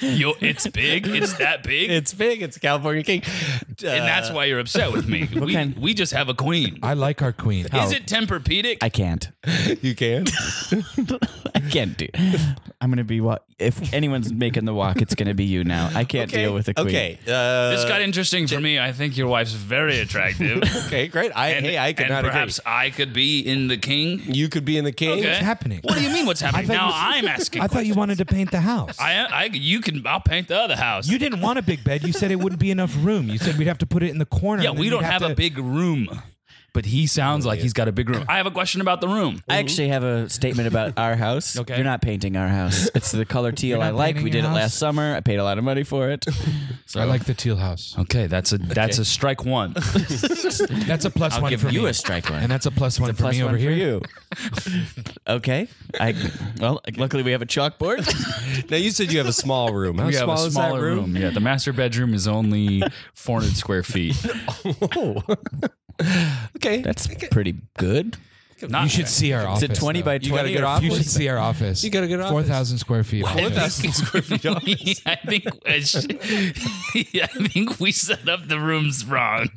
Speaker 3: Yo, it's big. It's that big.
Speaker 2: it's big. It's a California King,
Speaker 3: and that's why you're upset with me. We,
Speaker 1: kind-
Speaker 3: we just have a queen.
Speaker 4: uh, I like our queen.
Speaker 3: Is it Tempur-Pedic?
Speaker 1: I can't.
Speaker 2: you can.
Speaker 1: I can't do. I'm gonna be what? If anyone's making the walk, it's gonna be you now. I can't deal with a queen.
Speaker 2: Okay, uh,
Speaker 3: this got interesting for me. I think your wife's very attractive.
Speaker 2: okay, great. I
Speaker 3: And,
Speaker 2: hey, I could
Speaker 3: and
Speaker 2: not
Speaker 3: perhaps I could be in the king.
Speaker 2: agree. You could be in the King.
Speaker 3: Okay.
Speaker 4: What's happening?
Speaker 3: What do you mean? What's happening?
Speaker 4: thought
Speaker 3: Now
Speaker 4: you-
Speaker 3: I'm asking.
Speaker 4: I thought you wanted to paint the house.
Speaker 3: I, I, you can. I'll paint the other house.
Speaker 4: you didn't want a big bed. You said it wouldn't be enough room. You said we'd have to put it in the corner.
Speaker 3: yeah,
Speaker 4: and then
Speaker 3: we
Speaker 4: we'd
Speaker 3: don't have,
Speaker 4: to-
Speaker 3: a big room, but he sounds like he's got a big room. I have a question about the room.
Speaker 4: Mm-hmm.
Speaker 1: I actually have a statement about our house.
Speaker 3: Okay.
Speaker 1: You're not painting our house. It's the color teal
Speaker 4: not
Speaker 1: I like.
Speaker 4: painting
Speaker 1: We did it
Speaker 4: your
Speaker 1: last
Speaker 4: house?
Speaker 1: summer. I paid a lot of money for it.
Speaker 4: I like the teal house.
Speaker 3: Okay, that's a that's a strike one.
Speaker 4: That's a plus
Speaker 1: I'll
Speaker 4: one
Speaker 1: give
Speaker 4: for
Speaker 1: you
Speaker 4: me.
Speaker 1: a strike one.
Speaker 4: and that's a plus one for
Speaker 1: Plus
Speaker 4: me
Speaker 1: one
Speaker 4: over
Speaker 1: for
Speaker 4: here.
Speaker 1: you. okay. I well, luckily we have a chalkboard.
Speaker 2: Now you said you have a small room. How
Speaker 3: We have
Speaker 2: small
Speaker 3: a
Speaker 2: is that
Speaker 3: smaller room. Yeah, the master bedroom is only 400 square feet.
Speaker 2: Okay,
Speaker 1: That's pretty good.
Speaker 3: Not
Speaker 4: You should see our
Speaker 1: Is
Speaker 4: office.
Speaker 1: it 20
Speaker 4: though.
Speaker 1: by
Speaker 2: You got
Speaker 1: 20?
Speaker 2: a good
Speaker 1: or-
Speaker 2: office?
Speaker 4: You should see our office.
Speaker 2: You got a good office.
Speaker 4: Four thousand square feet.
Speaker 2: four thousand square feet.
Speaker 3: We- I think I, sh- I think we set up the rooms wrong.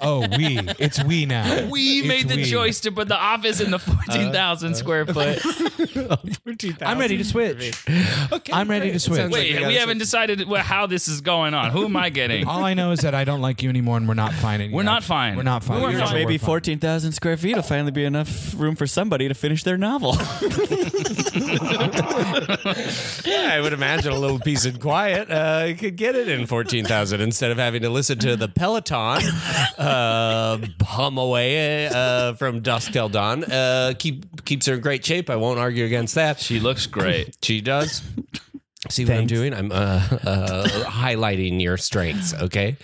Speaker 4: Oh, we. It's we now.
Speaker 3: We
Speaker 4: It's
Speaker 3: made the
Speaker 4: we.
Speaker 3: choice to put the office in the 14,000 square foot.
Speaker 4: I'm ready to switch.
Speaker 2: Okay,
Speaker 4: I'm ready
Speaker 2: great.
Speaker 4: to
Speaker 2: It
Speaker 4: switch.
Speaker 2: sounds like
Speaker 3: Wait,
Speaker 2: we
Speaker 3: we
Speaker 2: gotta
Speaker 3: haven't decided wh- how this is going on. Who am I getting?
Speaker 4: All I know is that I don't like you anymore, and we're not fine anymore.
Speaker 3: We're not fine.
Speaker 4: We're not fine.
Speaker 3: We weren't
Speaker 4: You're
Speaker 3: fine.
Speaker 4: nowhere
Speaker 1: Maybe
Speaker 4: fine.
Speaker 1: 14,000 square feet will finally be enough room for somebody to finish their novel.
Speaker 2: Yeah, I would imagine a little peace and quiet uh, could get it in 14,000 instead of having to listen to the Peloton uh, hum away uh, from dusk till dawn. Uh, keep, keeps her in great shape. I won't argue against that. She,
Speaker 3: She looks great.
Speaker 2: she does. See what I'm doing? I'm uh, uh, highlighting your strengths, okay?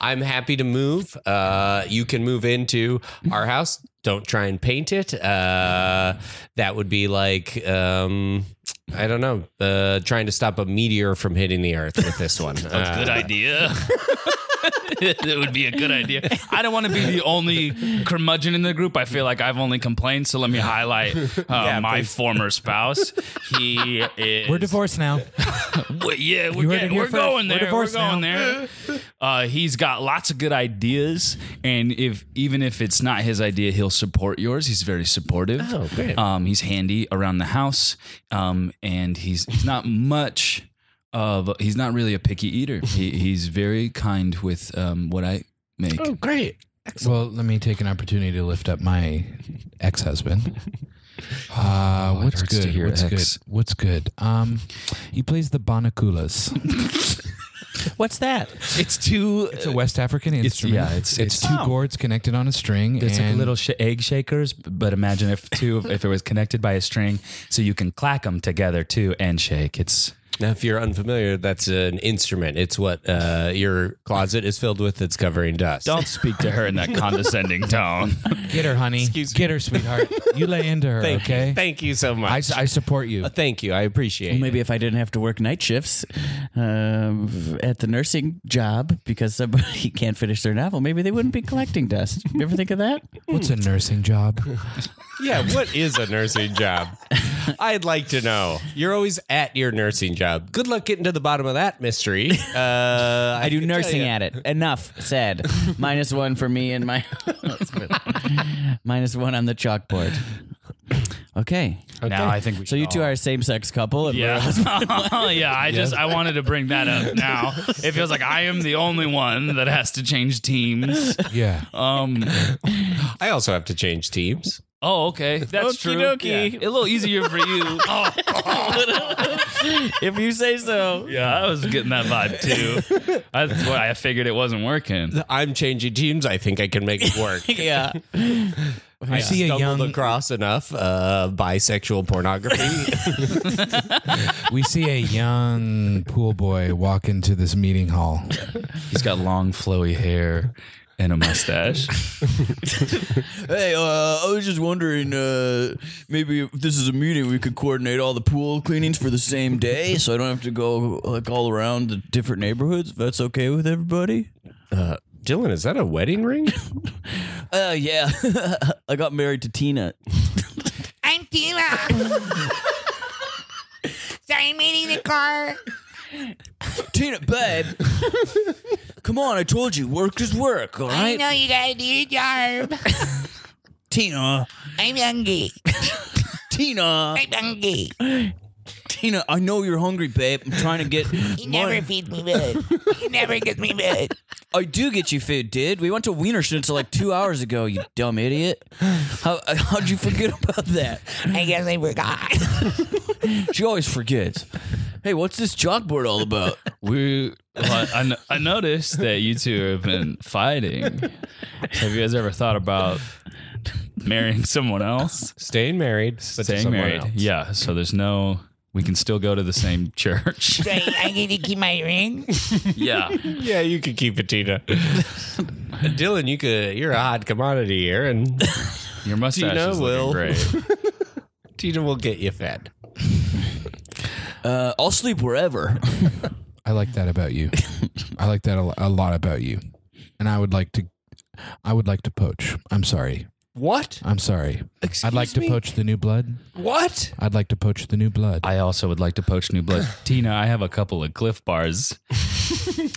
Speaker 2: I'm happy to move. Uh, you can move into our house. Don't try and paint it. Uh, that would be like. Um, I don't know. Uh, trying to stop a meteor from hitting the earth with this one. Uh,
Speaker 3: good idea. it would be a good idea. I don't want to be the only curmudgeon in the group. I feel like I've only complained, so let me highlight uh, my former spouse. He is.
Speaker 4: We're divorced now.
Speaker 3: Well, yeah,
Speaker 4: You
Speaker 3: we're,
Speaker 4: heard it
Speaker 3: getting,
Speaker 4: here
Speaker 3: we're
Speaker 4: first.
Speaker 3: going
Speaker 4: We're
Speaker 3: there. We're,
Speaker 4: divorced
Speaker 3: going there. Uh, he's got lots of good ideas, and if even if it's not his idea, he'll support yours. He's very supportive.
Speaker 2: Oh, great.
Speaker 3: Um, he's handy around the house, um, and he's he's not much of he's not really a picky eater. He, he's very kind with um, what I make.
Speaker 2: oh, great.
Speaker 4: Well, let me take an opportunity to lift up my ex-husband. Uh,
Speaker 3: it
Speaker 4: what's
Speaker 3: hurts to
Speaker 4: good?
Speaker 3: hear
Speaker 4: What's
Speaker 3: ex.
Speaker 4: good? What's good? Um, he plays the banakulas.
Speaker 1: What's that?
Speaker 3: It's too.
Speaker 4: It's a West African instrument.
Speaker 3: yeah, it's-
Speaker 4: it's,
Speaker 3: it's-
Speaker 4: two gourds connected on a string.
Speaker 3: It's like
Speaker 4: and
Speaker 3: little sh- egg shakers, but imagine if two, if it was connected by a string, so you can clack them together too and shake. It's
Speaker 2: Now, if you're unfamiliar, that's an instrument. It's what uh, your closet is filled with. It's covering dust.
Speaker 3: Don't speak to her in that condescending tone.
Speaker 4: Get her, honey. Get her, sweetheart. you lay into her,
Speaker 2: Thank
Speaker 4: okay?
Speaker 2: you. Thank you so
Speaker 4: I,
Speaker 2: much.
Speaker 4: I support you.
Speaker 2: Uh, Thank you. I appreciate it.
Speaker 1: Maybe if I didn't have to work night shifts um, at the nursing job because somebody can't finish their novel, maybe they wouldn't be collecting dust. You ever think of that?
Speaker 4: What's a nursing job?
Speaker 2: Yeah, what is a nursing job? I'd like to know. You're always at your nursing job. Good luck getting to the bottom of that mystery. Uh, I,
Speaker 1: I do
Speaker 2: can tell
Speaker 1: nursing
Speaker 2: you.
Speaker 1: at it. Enough said. Minus one for me and my minus one on the chalkboard. Okay.
Speaker 3: Now I think we
Speaker 1: So you two
Speaker 3: all-
Speaker 1: are a same sex couple. And
Speaker 3: Yeah, yeah. I just I wanted to bring that up now. It feels like I am the only one that has to change teams.
Speaker 4: yeah.
Speaker 3: Um.
Speaker 2: I also have to change teams.
Speaker 3: Oh, okay. That's true.
Speaker 1: Okey-dokey.
Speaker 3: Yeah. A little easier for you. Oh,
Speaker 1: If you say so.
Speaker 3: yeah. I was getting that vibe too. That's what I figured it wasn't working.
Speaker 2: I'm changing teams. I think I can make it work.
Speaker 1: Yeah.
Speaker 4: I see a
Speaker 2: Stumbled
Speaker 4: young
Speaker 2: across enough uh, bisexual pornography.
Speaker 4: we see a young pool boy walk into this meeting hall.
Speaker 3: He's got long, flowy hair and a mustache.
Speaker 1: Hey, uh, I was just wondering, uh, maybe if this is a meeting, we could coordinate all the pool cleanings for the same day, so I don't have to go like all around the different neighborhoods. If that's okay with everybody.
Speaker 2: Dylan, is that a wedding ring?
Speaker 1: Uh, yeah, I got married to Tina.
Speaker 7: I'm Tina. Sorry, I'm eating the car.
Speaker 1: Tina, babe, come on! I told you, work is work. All
Speaker 7: I
Speaker 1: right,
Speaker 7: know you gotta do your job.
Speaker 1: Tina.
Speaker 7: I'm hungry.
Speaker 1: Tina,
Speaker 7: I'm hungry.
Speaker 1: Tina. I know you're hungry, babe. I'm trying to get.
Speaker 7: You never feed me food. You never get me food.
Speaker 1: I do get you food, dude. We went to Wiener Schnitzel like two hours ago. You dumb idiot. How how'd you forget about that?
Speaker 7: I guess I forgot.
Speaker 1: She always forgets. Hey, what's this chalkboard all about?
Speaker 3: We. Well, I, kn- I noticed that you two have been fighting. Have you guys ever thought about marrying someone else?
Speaker 2: Staying married, but to
Speaker 3: staying
Speaker 2: someone
Speaker 3: married.
Speaker 2: else.
Speaker 3: Yeah. So there's no. We can still go to the same church.
Speaker 7: Sorry, I get to keep my ring.
Speaker 3: yeah.
Speaker 2: Yeah, you could keep it, Tina. Dylan, you could. You're a hot commodity here, and
Speaker 3: Your mustache
Speaker 2: Tina
Speaker 3: is
Speaker 2: will.
Speaker 3: looking great.
Speaker 2: Tina will get you fed.
Speaker 1: Uh, I'll sleep wherever.
Speaker 4: I like that about you. I like that a, lo- a lot about you. And I would like to I would like to poach. I'm sorry.
Speaker 2: What?
Speaker 4: I'm sorry. I'd like to poach the new blood.
Speaker 2: What?
Speaker 4: I'd like to poach the new blood.
Speaker 3: I also would like to poach new blood. Tina, I have a couple of Cliff Bars.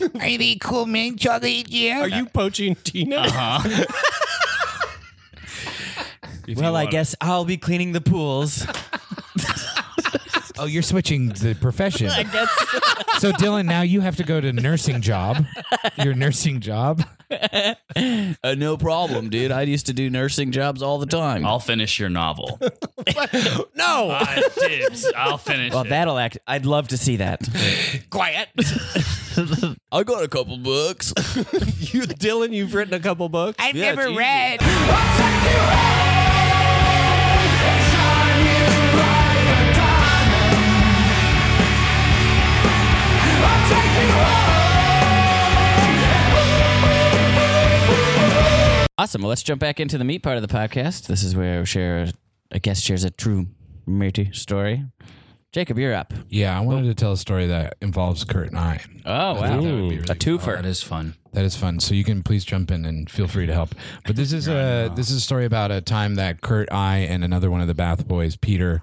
Speaker 7: Are they cool mint chocolate here?
Speaker 2: Are you poaching Tina?
Speaker 4: Uh-huh.
Speaker 3: If
Speaker 1: Well,
Speaker 3: you
Speaker 1: I
Speaker 3: want.
Speaker 1: guess I'll be cleaning the pools.
Speaker 4: oh, you're switching the profession.
Speaker 1: That's
Speaker 4: so Dylan, now you have to go to nursing job. Your nursing job.
Speaker 1: uh, no problem, dude. I used to do nursing jobs all the time.
Speaker 3: I'll finish your novel.
Speaker 2: No.
Speaker 3: I dibs. I'll finish.
Speaker 1: well,
Speaker 3: it.
Speaker 1: that'll act. I'd love to see that.
Speaker 2: Quiet.
Speaker 1: I got a couple books.
Speaker 2: you, Dylan, you've written a couple books.
Speaker 7: I've
Speaker 1: Yeah,
Speaker 7: never
Speaker 1: it's easy.
Speaker 7: read.
Speaker 1: Awesome. Well, let's jump back into the meat part of the podcast. This is where I share a guest shares a true meaty story. Jacob, you're up.
Speaker 4: Yeah, I wanted to tell a story that involves Kurt and I.
Speaker 1: Oh, wow. a twofer.
Speaker 3: Oh, That is fun.
Speaker 4: That is fun. So you can please jump in and feel free to help. But this is a this is a story about a time that Kurt, I, and another one of the Bath Boys, Peter,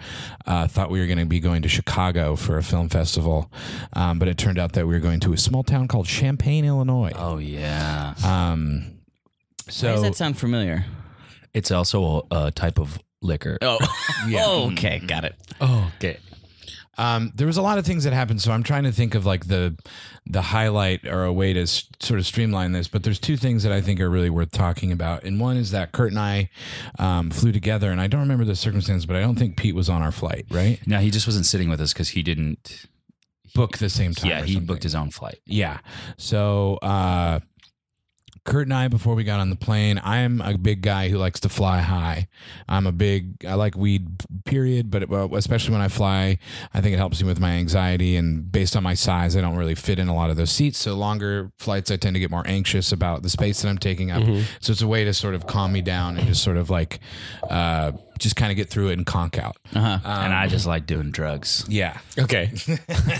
Speaker 4: uh, thought we were going to be going to Chicago for a film festival, um, but it turned out that we were going to a small town called Champaign, Illinois.
Speaker 3: Oh yeah.
Speaker 4: Um,
Speaker 1: Why does
Speaker 4: so
Speaker 1: that sound familiar?
Speaker 3: It's also a, a type of liquor.
Speaker 1: Oh, okay. Got it.
Speaker 3: okay.
Speaker 4: um, there was a lot of things that happened. So I'm trying to think of like the the highlight or a way to s- sort of streamline this. But there's two things that I think are really worth talking about. And one is that Kurt and I um, flew together, and I don't remember the circumstance, but I don't think Pete was on our flight, right?
Speaker 3: No, he just wasn't sitting with us because he didn't.
Speaker 4: Book the same time.
Speaker 3: Yeah,
Speaker 4: or
Speaker 3: he
Speaker 4: something.
Speaker 3: booked his own flight.
Speaker 4: Yeah. So uh Kurt and I before we got on the plane, I'm a big guy who likes to fly high. I'm a big I like weed period, but it, well, especially when I fly, I think it helps me with my anxiety and based on my size, I don't really fit in a lot of those seats. So longer flights I tend to get more anxious about the space that I'm taking up.
Speaker 3: Mm-hmm.
Speaker 4: So it's a way to sort of calm me down and just sort of like uh just kind of get through it and conk out.
Speaker 3: and
Speaker 4: Um,
Speaker 3: I just like doing drugs.
Speaker 4: Yeah.
Speaker 2: Okay.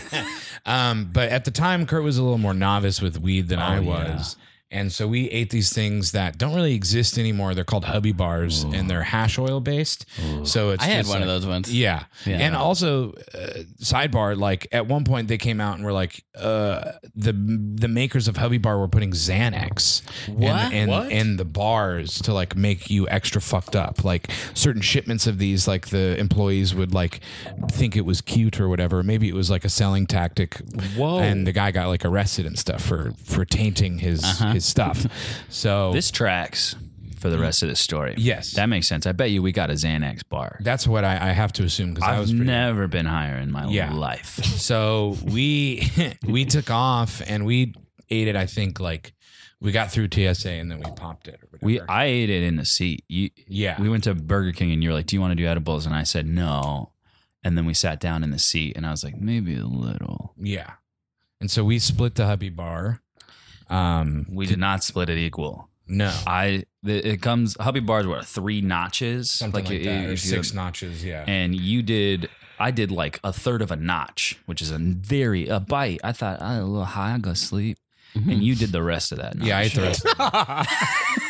Speaker 4: Um, but at the time, Kurt was a little more novice with weed than I was. And so we ate these things that don't really exist anymore. They're called hubby bars and they're hash oil based. So it's
Speaker 1: I had
Speaker 4: just
Speaker 1: one of
Speaker 4: like-
Speaker 1: those ones.
Speaker 4: Yeah. And also, uh, sidebar, like at one point they came out and were like, uh, the the makers of Hubby Bar were putting Xanax
Speaker 1: What?
Speaker 4: In, in,
Speaker 2: What?
Speaker 4: in the bars to like make you extra fucked up. Like certain shipments of these, like the employees would like think it was cute or whatever. Maybe it was like a selling tactic. Whoa. And the guy got like arrested and stuff for for tainting his his stuff. So
Speaker 3: This tracks for the rest of the story.
Speaker 4: oh. Yes.
Speaker 3: that makes sense. I bet you we got a Xanax bar.
Speaker 4: that's what I, I have to assume because I was
Speaker 3: I've
Speaker 4: pretty
Speaker 3: never been higher in my
Speaker 4: Yeah.
Speaker 3: life.
Speaker 4: so we we took off and we ate it. I think like we got through TSA and then we popped it. Or whatever.
Speaker 3: We I ate it in the seat. You,
Speaker 4: yeah
Speaker 3: We went to Burger King and you were like, "Do you want to do edibles?" And I said, "No." And then we sat down in the seat and I was like, "Maybe a little."
Speaker 4: yeah, and so we split the hubby bar. Um,
Speaker 3: We did not split it equal.
Speaker 4: no,
Speaker 3: I the, it comes hubby bars were three notches,
Speaker 4: something like,
Speaker 3: it-
Speaker 4: that,
Speaker 3: it-
Speaker 4: or
Speaker 3: if you-
Speaker 4: six notches. Yeah,
Speaker 3: and you did. I did like a third of a notch, which is a very a bite. I thought I a little high, I go sleep,
Speaker 1: Mm-hmm.
Speaker 3: and you did the rest of that. Notch.
Speaker 4: yeah, I ate the rest. Of the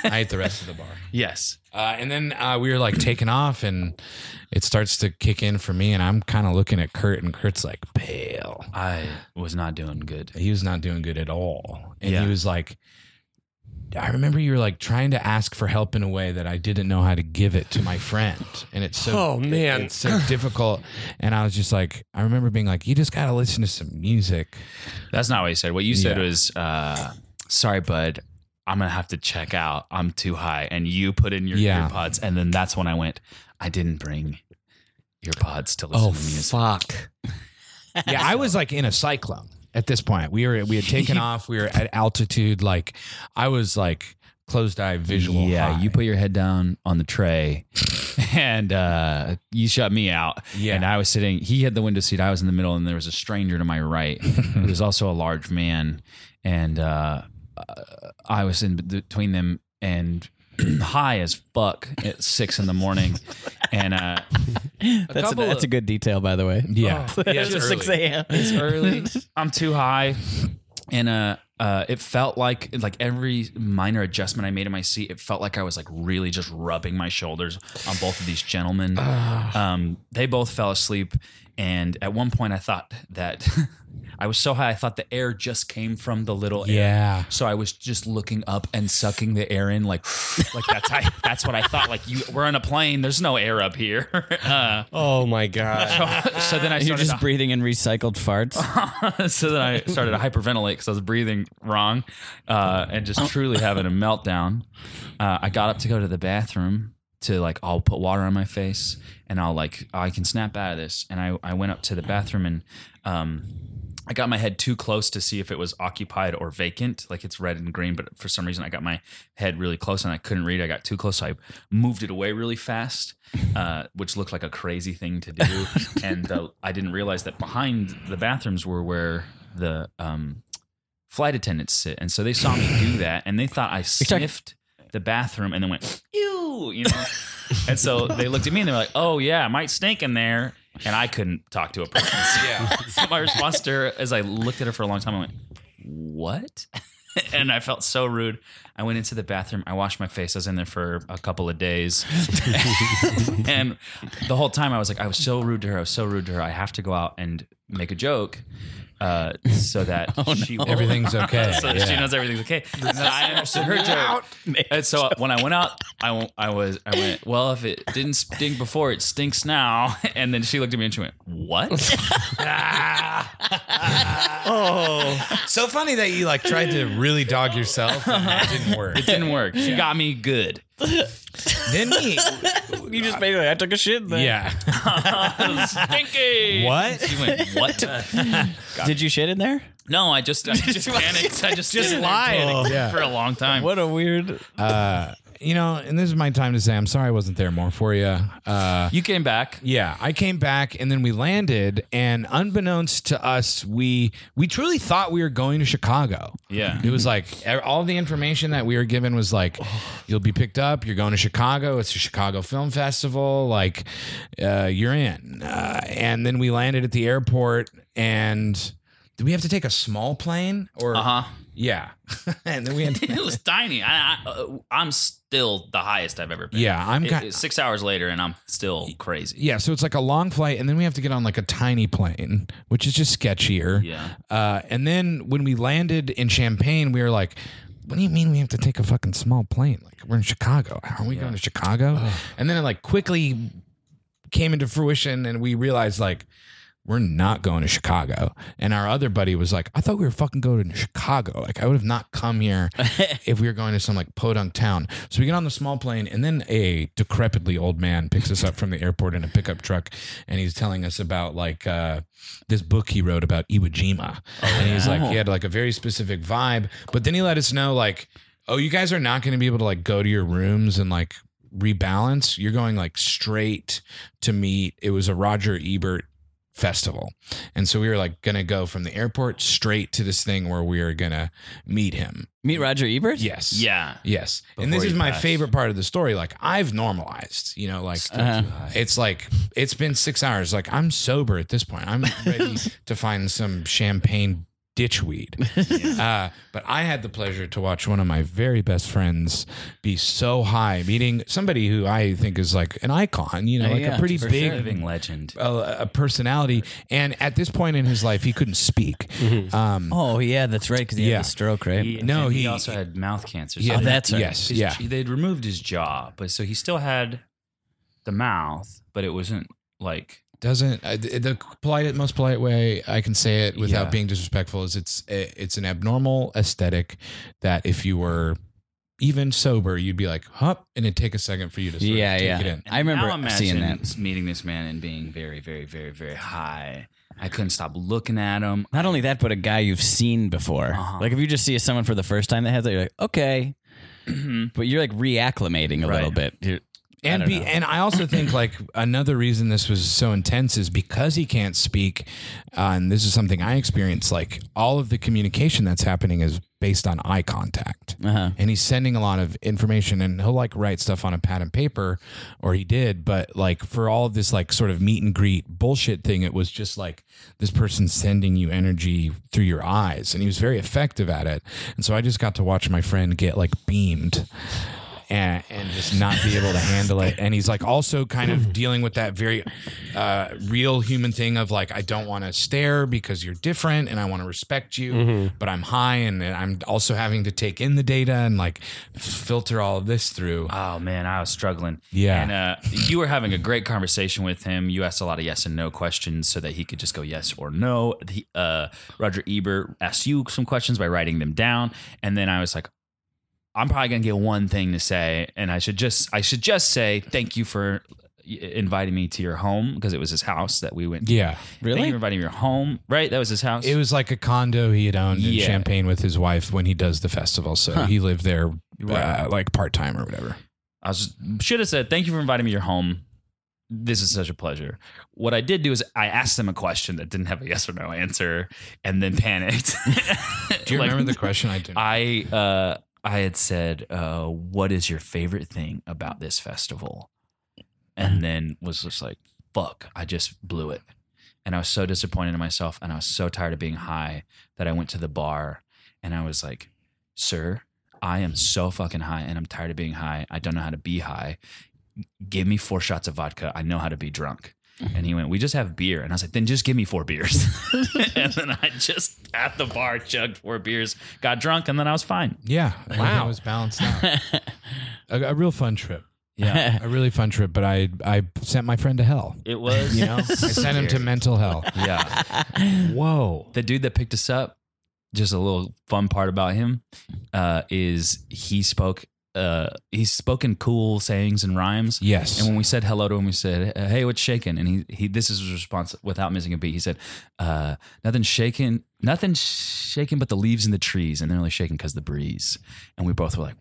Speaker 4: I ate the rest of the bar.
Speaker 3: yes.
Speaker 4: Uh, and then uh, we were like taking off, and it starts to kick in for me, and I'm kind of looking at Kurt, and Kurt's like pale.
Speaker 3: I was not doing good.
Speaker 4: he was not doing good at all. And
Speaker 3: Yeah.
Speaker 4: he was like, I remember you were like trying to ask for help in a way that I didn't know how to give it to my friend. And it's so,
Speaker 2: Oh, man.
Speaker 4: it's so difficult. And I was just like, I remember being like, you just got to listen to some music.
Speaker 3: That's not what you said. What you said
Speaker 4: Yeah.
Speaker 3: was, uh, "Sorry, bud, I'm gonna have to check out. I'm too high." And you put in your
Speaker 4: Yeah.
Speaker 3: earpods, and then that's when I went. I didn't bring your pods to listen
Speaker 2: Oh
Speaker 3: to music.
Speaker 2: fuck.
Speaker 4: Yeah. I was like in a cyclone at this point. We were, we had taken off. We were at altitude. Like I was like closed eye visual.
Speaker 3: Yeah,
Speaker 4: high.
Speaker 3: you put your head down on the tray and uh, you shut me out.
Speaker 4: Yeah.
Speaker 3: And I was sitting, he had the window seat, I was in the middle, and there was a stranger to my right who was also a large man. And uh, I was in between them and high as fuck at six in the morning. And uh,
Speaker 1: That's a,
Speaker 3: couple
Speaker 1: that's
Speaker 3: of-
Speaker 1: a good detail, by the way.
Speaker 4: yeah.
Speaker 3: Oh.
Speaker 1: it's
Speaker 4: it's
Speaker 1: 6
Speaker 4: early.
Speaker 1: a.m.
Speaker 3: early. I'm too high, and uh, uh, it felt like like every minor adjustment I made in my seat, it felt like I was like really just rubbing my shoulders on both of these gentlemen. um, they both fell asleep, and at one point I thought that. I was so high, I thought the air just came from the little air.
Speaker 4: Yeah.
Speaker 3: So I was just looking up and sucking the air in, like, like that's how, that's what I thought. Like, you, we're on a plane. There's no air up here. Uh,
Speaker 2: Oh my god.
Speaker 3: so then I
Speaker 1: You're
Speaker 3: started to
Speaker 1: just breathing in recycled farts.
Speaker 3: so then I started to hyperventilate because I was breathing wrong uh, and just truly having a meltdown. Uh, I got up to go to the bathroom to like, I'll put water on my face and I'll like, I can snap out of this. And I, I went up to the bathroom and um, I got my head too close to see if it was occupied or vacant. Like it's red and green, but for some reason I got my head really close and I couldn't read. I got too close. So I moved it away really fast, uh, which looked like a crazy thing to do. and the, I didn't realize that behind the bathrooms were where the um, flight attendants sit. And so they saw me do that and they thought I sniffed the bathroom and then went, ew, you know? and so they looked at me and they were like, oh, yeah, it might stink in there. and I couldn't talk to a person. So, so my response to her, as I looked at her for a long time, I went, "What?" and I felt so rude. I went into the bathroom. I washed my face. I was in there for a couple of days, and the whole time I was like, "I was so rude to her. I was so rude to her. I have to go out and make a joke." Uh, so that she will-
Speaker 4: Everything's okay.
Speaker 3: so that she knows everything's okay. And I understood her joke. And so when I went out, I, w- I was I went well. If it didn't stink before, it stinks now. And then she looked at me and she went, "What?"
Speaker 8: So funny that you like tried to really dog yourself and it didn't work.
Speaker 3: It didn't work. She got me good.
Speaker 8: Then me.
Speaker 1: You just basically, I took a shit. Then.
Speaker 8: Yeah.
Speaker 3: Stinky.
Speaker 8: What?
Speaker 3: She went, "What?"
Speaker 1: Did you shit in there?
Speaker 3: no, I just I just panicked. I just just lied
Speaker 4: Yeah.
Speaker 3: for a long time.
Speaker 1: What a weird.
Speaker 4: You know, and this is my time to say I'm sorry I wasn't there more for you. Uh,
Speaker 3: You came back.
Speaker 4: yeah, I came back and then we landed, and unbeknownst to us, we we truly thought we were going to Chicago.
Speaker 3: Yeah.
Speaker 4: it was like e- all the information that we were given was like, you'll be picked up. You're going to Chicago. It's a Chicago Film Festival. Like, uh, you're in. Uh, and then we landed at the airport, and did we have to take a small plane or?
Speaker 3: Uh huh.
Speaker 4: Yeah, and then we had. To-
Speaker 3: It was tiny. I, I uh, I'm still the highest I've ever been.
Speaker 4: yeah, I'm
Speaker 3: It-
Speaker 4: kind.
Speaker 3: it's six hours later, and I'm still crazy.
Speaker 4: yeah, so it's like a long flight, and then we have to get on like a tiny plane, which is just sketchier.
Speaker 3: Yeah.
Speaker 4: Uh, and then when we landed in Champagne, we were like, "What do you mean we have to take a fucking small plane? Like we're in Chicago. How are we going to Chicago?" And then it like quickly came into fruition, and we realized like we're not going to Chicago. And our other buddy was like, "I thought we were fucking going to Chicago. Like I would have not come here if we were going to some like podunk town." So we get on the small plane, and then a decrepitly old man picks us up from the airport in a pickup truck, and he's telling us about like. uh this book he wrote about Iwo Jima. and he's like, he had like a very specific vibe. But then he let us know, like, oh, you guys are not going to be able to like go to your rooms and like rebalance. You're going like straight to meet. It was a Roger Ebert festival. And so we were like going to go from the airport straight to this thing where we are going to meet him.
Speaker 1: Meet Roger Ebert.
Speaker 4: Yes.
Speaker 3: Yeah.
Speaker 4: Yes. and this
Speaker 3: Before
Speaker 4: is
Speaker 3: you
Speaker 4: my
Speaker 3: pass.
Speaker 4: favorite part of the story. Like I've normalized, you know, like
Speaker 3: Uh-huh.
Speaker 4: it's like it's been six hours. Like I'm sober at this point. I'm ready to find some champagne ditchweed. Uh, but I had the pleasure to watch one of my very best friends be so high, meeting somebody who I think is like an icon, you know,
Speaker 1: Uh,
Speaker 4: like
Speaker 1: yeah,
Speaker 4: a pretty
Speaker 1: for
Speaker 4: big
Speaker 3: Living legend.
Speaker 4: uh, a personality. And at this point in his life, he couldn't speak. Um,
Speaker 1: Oh yeah, that's right. Because he
Speaker 4: Yeah.
Speaker 1: had the stroke, right?
Speaker 4: No,
Speaker 3: and he,
Speaker 4: he-
Speaker 3: also had mouth cancer. so
Speaker 4: Yeah,
Speaker 1: Oh,
Speaker 3: they-
Speaker 1: that's right.
Speaker 4: yes,
Speaker 3: his-
Speaker 4: yeah.
Speaker 3: They'd removed his jaw, but so he still had the mouth, but it wasn't like
Speaker 4: doesn't uh, the the polite most polite way I can say it without
Speaker 3: Yeah.
Speaker 4: being disrespectful is it's uh, it's an abnormal aesthetic that if you were even sober you'd be like hup and it'd take a second for you to sort of
Speaker 1: Yeah,
Speaker 4: take
Speaker 1: yeah.
Speaker 4: it in.
Speaker 1: I remember
Speaker 3: Now imagine
Speaker 1: seeing that.
Speaker 3: meeting this man and being very, very, very, very high. I couldn't stop looking at him.
Speaker 1: Not only that, but a guy you've seen before.
Speaker 3: Uh-huh.
Speaker 1: Like if you just see someone for the first time that has it, you're like, okay,
Speaker 3: Mhm.
Speaker 1: but you're like reacclimating a
Speaker 3: Right.
Speaker 1: little bit. You're-
Speaker 4: And
Speaker 1: don't
Speaker 4: be,
Speaker 1: know.
Speaker 4: and I also think like another reason this was so intense is because he can't speak, uh, and this is something I experienced. Like all of the communication that's happening is based on eye contact,
Speaker 1: uh-huh.
Speaker 4: and he's sending a lot of information, and he'll like write stuff on a pad and paper, or he did. But like for all of this like sort of meet and greet bullshit thing, it was just like this person sending you energy through your eyes, and he was very effective at it. And so I just got to watch my friend get like beamed and, and just not be able to handle it. And he's like also kind of dealing with that very uh, real human thing of like, I don't want to stare because you're different and I want to respect you, but I'm high and I'm also having to take in the data and like filter all of this through.
Speaker 3: Oh man, I was struggling.
Speaker 4: Yeah.
Speaker 3: And uh, you were having a great conversation with him. You asked a lot of yes and no questions so that he could just go yes or no. The, uh, Roger Ebert asked you some questions by writing them down, and then I was like, I'm probably gonna get one thing to say, and I should just I should just say thank you for inviting me to your home because it was his house that we went. to.
Speaker 4: yeah.
Speaker 3: Thank
Speaker 1: Really?
Speaker 3: you for inviting me to your home. Right, that was his house.
Speaker 4: It was like a condo he had owned in
Speaker 3: Yeah.
Speaker 4: Champagne with his wife when he does the festival. So he lived there uh,
Speaker 3: Right.
Speaker 4: like part time or whatever.
Speaker 3: I was should have said, "Thank you for inviting me to your home. This is such a pleasure." What I did do is I asked them a question that didn't have a yes or no answer, and then panicked.
Speaker 4: Do you
Speaker 3: Like,
Speaker 4: remember the question I did?
Speaker 3: I uh, I had said, uh, "What is your favorite thing about this festival?" And then was just like, fuck, I just blew it. And I was so disappointed in myself and I was so tired of being high that I went to the bar and I was like, sir, I am so fucking high and I'm tired of being high. I don't know how to be high. Give me four shots of vodka. I know how to be drunk. And he went, We just have beer. And I was like, Then just give me four beers. and then I just at the bar chugged four beers, got drunk, and then I was fine.
Speaker 4: Yeah. Wow.
Speaker 8: It was balanced out.
Speaker 4: a, a real fun trip.
Speaker 3: Yeah.
Speaker 4: A really fun trip, but I I sent my friend to hell.
Speaker 3: It was,
Speaker 4: You know, I sent him to mental hell.
Speaker 3: yeah.
Speaker 4: Whoa.
Speaker 3: The dude that picked us up, just a little fun part about him, uh, is he spoke uh he's spoken cool sayings and rhymes.
Speaker 4: Yes.
Speaker 3: And when we said hello to him, we said, uh, "Hey, what's shaking?" And he, he this is his response without missing a beat. He said, uh, "Nothing shaking, nothing shaking, but the leaves in the trees, and they're only shaking because the breeze." And we both were like,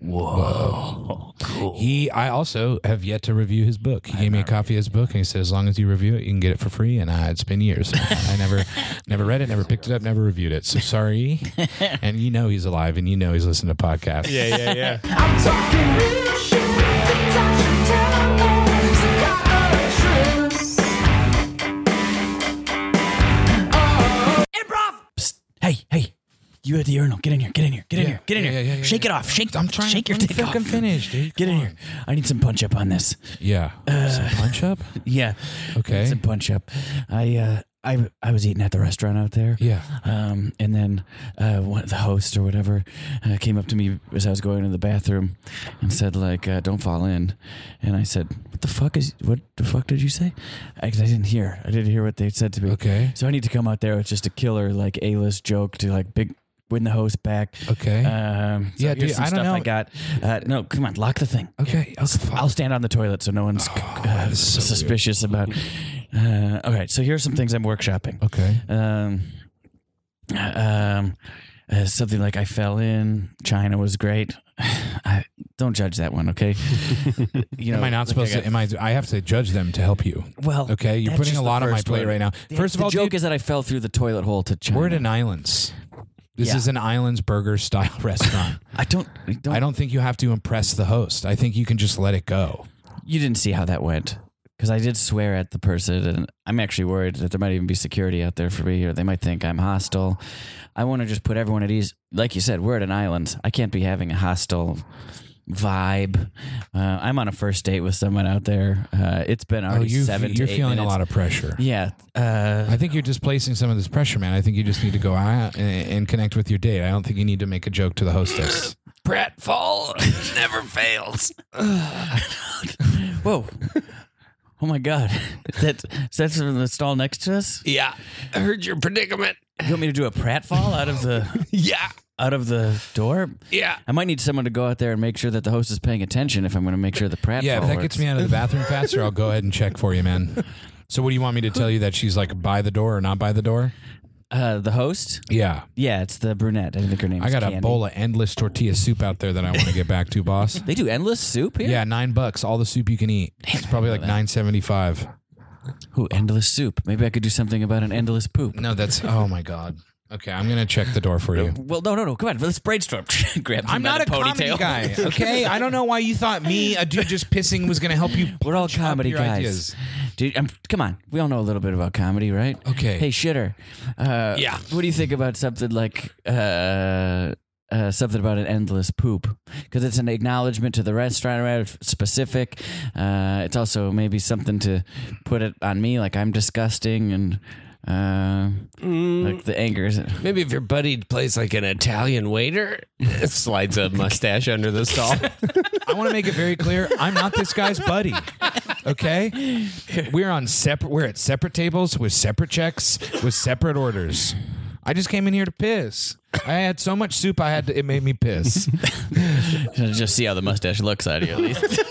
Speaker 3: "Whoa, cool."
Speaker 4: He, I also have yet to review his book. He gave me a copy of his book, and he said, "As long as you review it, you can get it for free." And uh, it's been years. I never, never read it, never picked it up, never reviewed it. So sorry. and you know he's alive, and you know he's listening to podcasts. Yeah, yeah.
Speaker 6: I'm talking real shit. The touch and tell me it's a goddess.
Speaker 5: Improv!
Speaker 1: Hey, hey, you at the urinal. Get in here. Get in here. Get in
Speaker 4: Yeah,
Speaker 1: here. Get in
Speaker 4: yeah,
Speaker 1: here.
Speaker 4: yeah, yeah, yeah,
Speaker 1: shake
Speaker 4: yeah.
Speaker 1: it off. Shake.
Speaker 4: I'm trying.
Speaker 1: Shake your
Speaker 4: I'm
Speaker 1: dick
Speaker 4: fucking
Speaker 1: off.
Speaker 4: finished, dude.
Speaker 1: Get in
Speaker 4: Come
Speaker 1: here. I need some punch up on this.
Speaker 4: Yeah. Some punch up.
Speaker 1: Yeah.
Speaker 4: Okay.
Speaker 1: Need some punch up. I uh I I was eating at the restaurant out there.
Speaker 4: Yeah.
Speaker 1: Um and then uh one, the host or whatever uh, came up to me as I was going to the bathroom and said like uh, don't fall in. And I said, "What the fuck is what the fuck did you say?" I, 'cause I didn't hear. I didn't hear what they said to me.
Speaker 4: Okay.
Speaker 1: So I need to come out there with just a killer like A-list joke to like big win the host back.
Speaker 4: Okay.
Speaker 1: Um, so
Speaker 4: Yeah,
Speaker 1: yeah,
Speaker 4: dude,
Speaker 1: here's some
Speaker 4: I don't
Speaker 1: stuff
Speaker 4: know.
Speaker 1: I got. Uh, no, come on, lock the thing.
Speaker 4: Okay.
Speaker 1: I'll, I'll stand on the toilet so no one's uh,
Speaker 4: Oh, is so
Speaker 1: suspicious about. Uh, all right, so here's some things I'm workshopping.
Speaker 4: okay.
Speaker 1: Um, um, uh, something like I fell in. China was great. I, don't judge that one, okay? you know,
Speaker 4: Am I not supposed to? Am I? I have to judge them to help you.
Speaker 1: Well,
Speaker 4: Okay, you're
Speaker 1: that's
Speaker 4: putting
Speaker 1: just the
Speaker 4: a lot on my
Speaker 1: first
Speaker 4: plate
Speaker 1: one.
Speaker 4: right now.
Speaker 1: the-
Speaker 4: First of
Speaker 1: the
Speaker 4: all,
Speaker 1: joke
Speaker 4: dude,
Speaker 1: is that I fell through the toilet hole to China.
Speaker 4: we're at an islands. This
Speaker 1: Yeah.
Speaker 4: is an islands burger style restaurant.
Speaker 1: I don't, I don't.
Speaker 4: I don't think you have to impress the host. I think you can just let it go.
Speaker 1: You didn't see how that went because I did swear at the person, and I'm actually worried that there might even be security out there for me, or they might think I'm hostile. I want to just put everyone at ease. Like you said, we're at an island. I can't be having a hostile vibe. Uh, I'm on a first date with someone out there. Uh, it's been
Speaker 4: Oh,
Speaker 1: already
Speaker 4: you,
Speaker 1: seven. to
Speaker 4: you're
Speaker 1: eight
Speaker 4: feeling a
Speaker 1: minutes.
Speaker 4: lot of pressure.
Speaker 1: Yeah. Uh,
Speaker 4: I think you're displacing some of this pressure, man. I think you just need to go out and, and connect with your date. I don't think you need to make a joke to the hostess.
Speaker 2: Pratfall never fails.
Speaker 1: whoa. Oh my God! That that's from the stall next to us.
Speaker 2: Yeah. I heard your predicament.
Speaker 1: You want me to do a pratfall out of the
Speaker 2: Yeah.
Speaker 1: out of the door?
Speaker 2: Yeah.
Speaker 1: I might need someone to go out there and make sure that the host is paying attention if I'm going to make sure the pratfall.
Speaker 4: yeah, if that
Speaker 1: works.
Speaker 4: gets me out of the bathroom faster, I'll go ahead and check for you, man. So, what do you want me to tell you that she's like by the door or not by the door?
Speaker 1: Uh, the host?
Speaker 4: Yeah.
Speaker 1: Yeah, it's the brunette. I think her name.
Speaker 4: I
Speaker 1: is
Speaker 4: got
Speaker 1: Candy.
Speaker 4: a bowl of endless tortilla soup out there that I want to get back to, boss.
Speaker 1: They do endless soup here.
Speaker 4: Yeah, nine bucks, all the soup you can eat. It's probably like nine seventy five.
Speaker 1: Ooh, endless soup. Maybe I could do something about an endless poop.
Speaker 4: No, that's oh my god. Okay, I'm gonna check the door for you.
Speaker 1: Well, no, no, no. Come on, let's brainstorm. Grab. them
Speaker 8: I'm
Speaker 1: by
Speaker 8: not a
Speaker 1: the
Speaker 8: comedy
Speaker 1: ponytail.
Speaker 8: guy, okay? I don't know why you thought me, a dude just pissing, was going to help you.
Speaker 1: We're all
Speaker 8: punch up
Speaker 1: comedy
Speaker 8: your
Speaker 1: guys.
Speaker 8: ideas.
Speaker 1: Dude, um, come on. We all know a little bit about comedy, right?
Speaker 4: Okay.
Speaker 1: Hey, shitter. Uh,
Speaker 2: Yeah.
Speaker 1: What do you think about something like uh, uh, something about an endless poop? Because it's an acknowledgement to the restaurant, right? It's Specific. Uh, it's also maybe something to put it on me, like I'm disgusting and uh, like the anger is.
Speaker 2: Maybe if your buddy plays like an Italian waiter, slides a mustache under the stall.
Speaker 4: I want to make it very clear. I'm not this guy's buddy. Okay, we're on separate. We're at separate tables with separate checks with separate orders. I just came in here to piss. I had so much soup, I had to, it made me piss.
Speaker 1: Just see how the mustache looks out of you, at least.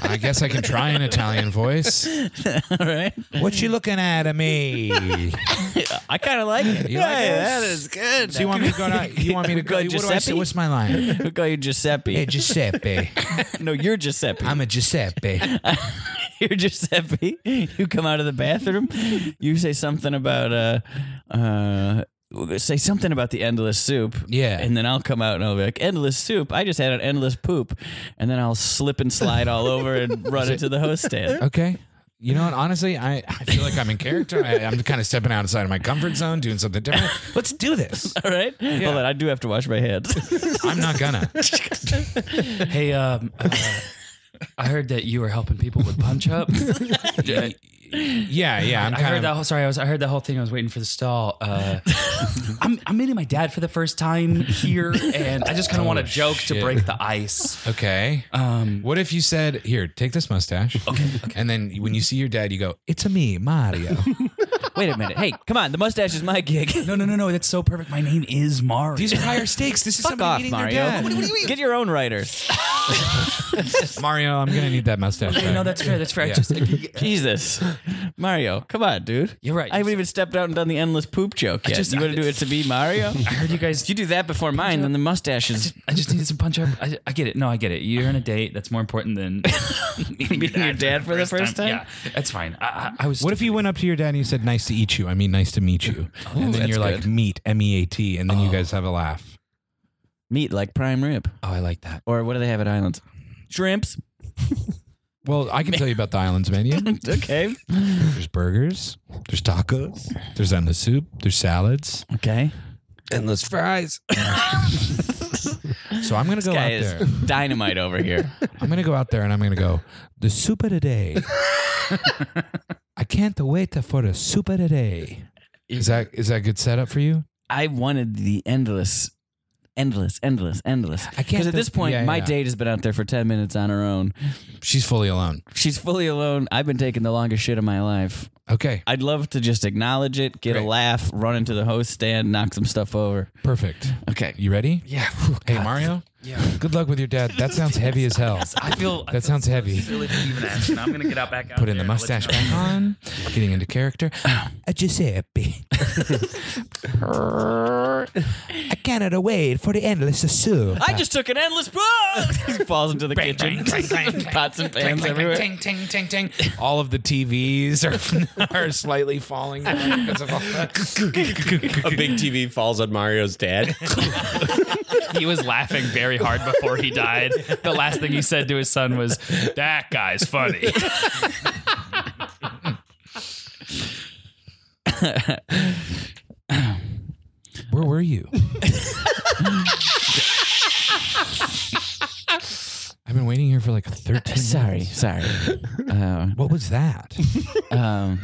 Speaker 4: I guess I can try an Italian voice.
Speaker 1: all right.
Speaker 4: What you looking at at me?
Speaker 1: I kind of like it.
Speaker 4: You like this?
Speaker 1: good.
Speaker 4: So you want me to go? To, you want me to go?
Speaker 1: Go
Speaker 4: What do I say?
Speaker 1: Giuseppe?
Speaker 4: What's my line?
Speaker 1: We'll call you Giuseppe.
Speaker 4: Hey, Giuseppe.
Speaker 1: no, you're Giuseppe.
Speaker 4: I'm a Giuseppe.
Speaker 1: you're Giuseppe. You come out of the bathroom. You say something about uh, uh, say something about the endless soup.
Speaker 4: Yeah.
Speaker 1: and then I'll come out and I'll be like, endless soup. I just had an endless poop, and then I'll slip and slide all over and run into the host stand.
Speaker 4: Okay. You know what? Honestly, I, I feel like I'm in character. I, I'm kind of stepping outside of my comfort zone, doing something different. Let's do this.
Speaker 1: All right. Hold on. I do have to wash my hands.
Speaker 4: I'm not gonna.
Speaker 3: Hey, um, uh, I heard that you were helping people with punch up.
Speaker 4: Yeah, yeah. I'm
Speaker 3: I
Speaker 4: kind
Speaker 3: heard
Speaker 4: of,
Speaker 3: that. Whole, sorry, I was. I heard that whole thing. I was waiting for the stall. Uh, I'm, I'm meeting my dad for the first time here, and I just kind of want a joke to
Speaker 4: shit.
Speaker 3: break the ice.
Speaker 4: Okay.
Speaker 3: Um,
Speaker 4: What if you said, "Here, take this mustache," okay, and then when you see your dad, you go, "It's a me, Mario."
Speaker 1: Wait a minute. Hey, come on. The mustache is my gig.
Speaker 3: no, no, no, no. That's so perfect. My name is Mario.
Speaker 4: These are higher stakes. This is
Speaker 1: Fuck
Speaker 4: somebody
Speaker 1: off,
Speaker 4: meeting
Speaker 1: Mario.
Speaker 4: their dad.
Speaker 1: Get your own writer.
Speaker 4: Mario, I'm gonna need that mustache.
Speaker 3: Okay, no,
Speaker 4: back.
Speaker 3: that's fair. That's fair. I
Speaker 4: Yeah.
Speaker 3: just,
Speaker 1: Jesus. Mario, come on, dude.
Speaker 3: You're right.
Speaker 1: I haven't even stepped out and done the endless poop joke yet.
Speaker 3: just-
Speaker 1: you want to do it to be Mario?
Speaker 3: I heard you guys.
Speaker 1: If you do that before mine, then the mustache is
Speaker 3: I just needed some punch up. I, I get it. No, I get it. You're on a date. That's more important than meeting
Speaker 1: Meeting your dad for the first time?
Speaker 3: Yeah, that's fine. I, I, I was.
Speaker 4: What if you went up to your dad and you said, "Nice to eat you." I mean, nice to meet you. and then
Speaker 1: that's
Speaker 4: you're like,
Speaker 1: good.
Speaker 4: "Meat," M E A T, and then you guys have a laugh.
Speaker 1: meat like prime rib.
Speaker 3: Oh, I like that.
Speaker 1: Or what do they have at Islands? Shrimps.
Speaker 4: Well, I can tell you about the islands menu.
Speaker 1: Okay.
Speaker 4: There's burgers. There's tacos. There's endless soup. There's salads.
Speaker 1: Okay.
Speaker 2: Endless fries.
Speaker 4: So I'm gonna go out
Speaker 1: Guy is
Speaker 4: there.
Speaker 1: dynamite over here.
Speaker 4: I'm gonna go out there and I'm gonna go the super today. I can't wait for the super today. Is that is that good setup for you?
Speaker 1: I wanted the endless, endless, endless, endless.
Speaker 4: I can't
Speaker 1: Because at
Speaker 4: do-
Speaker 1: this point,
Speaker 4: yeah,
Speaker 1: my
Speaker 4: yeah.
Speaker 1: date has been out there for 10 minutes on her own.
Speaker 4: She's fully alone.
Speaker 1: She's fully alone. I've been taking the longest shit of my life.
Speaker 4: Okay,
Speaker 1: I'd love to just acknowledge it, get a
Speaker 4: Great.
Speaker 1: laugh, run into the host stand, knock some stuff over.
Speaker 4: perfect.
Speaker 1: Okay.
Speaker 4: You ready?
Speaker 3: Yeah.
Speaker 4: Hey Mario. Yeah. Good luck with your dad. That sounds heavy as hell.
Speaker 3: I feel I
Speaker 4: That sounds heavy.
Speaker 3: feel silly for even asking. I'm gonna get out back out.
Speaker 4: Putting the
Speaker 3: there and let
Speaker 4: mustache
Speaker 3: you know.
Speaker 4: back on, getting into character. A Giuseppe. I cannot wait for the endless soup.
Speaker 1: I just took an endless. Falls into the kitchen. Pots and pans everywhere.
Speaker 8: ting, ting, ting.
Speaker 4: all of the TVs are, are slightly falling down because of all that.
Speaker 2: A big TV falls on Mario's dad.
Speaker 3: He was laughing very hard before he died. The last thing he said to his son was, "That guy's funny."
Speaker 4: Where were you? I've been waiting here for like 13
Speaker 1: Sorry,
Speaker 4: minutes.
Speaker 1: sorry. Uh,
Speaker 4: What was that?
Speaker 1: um,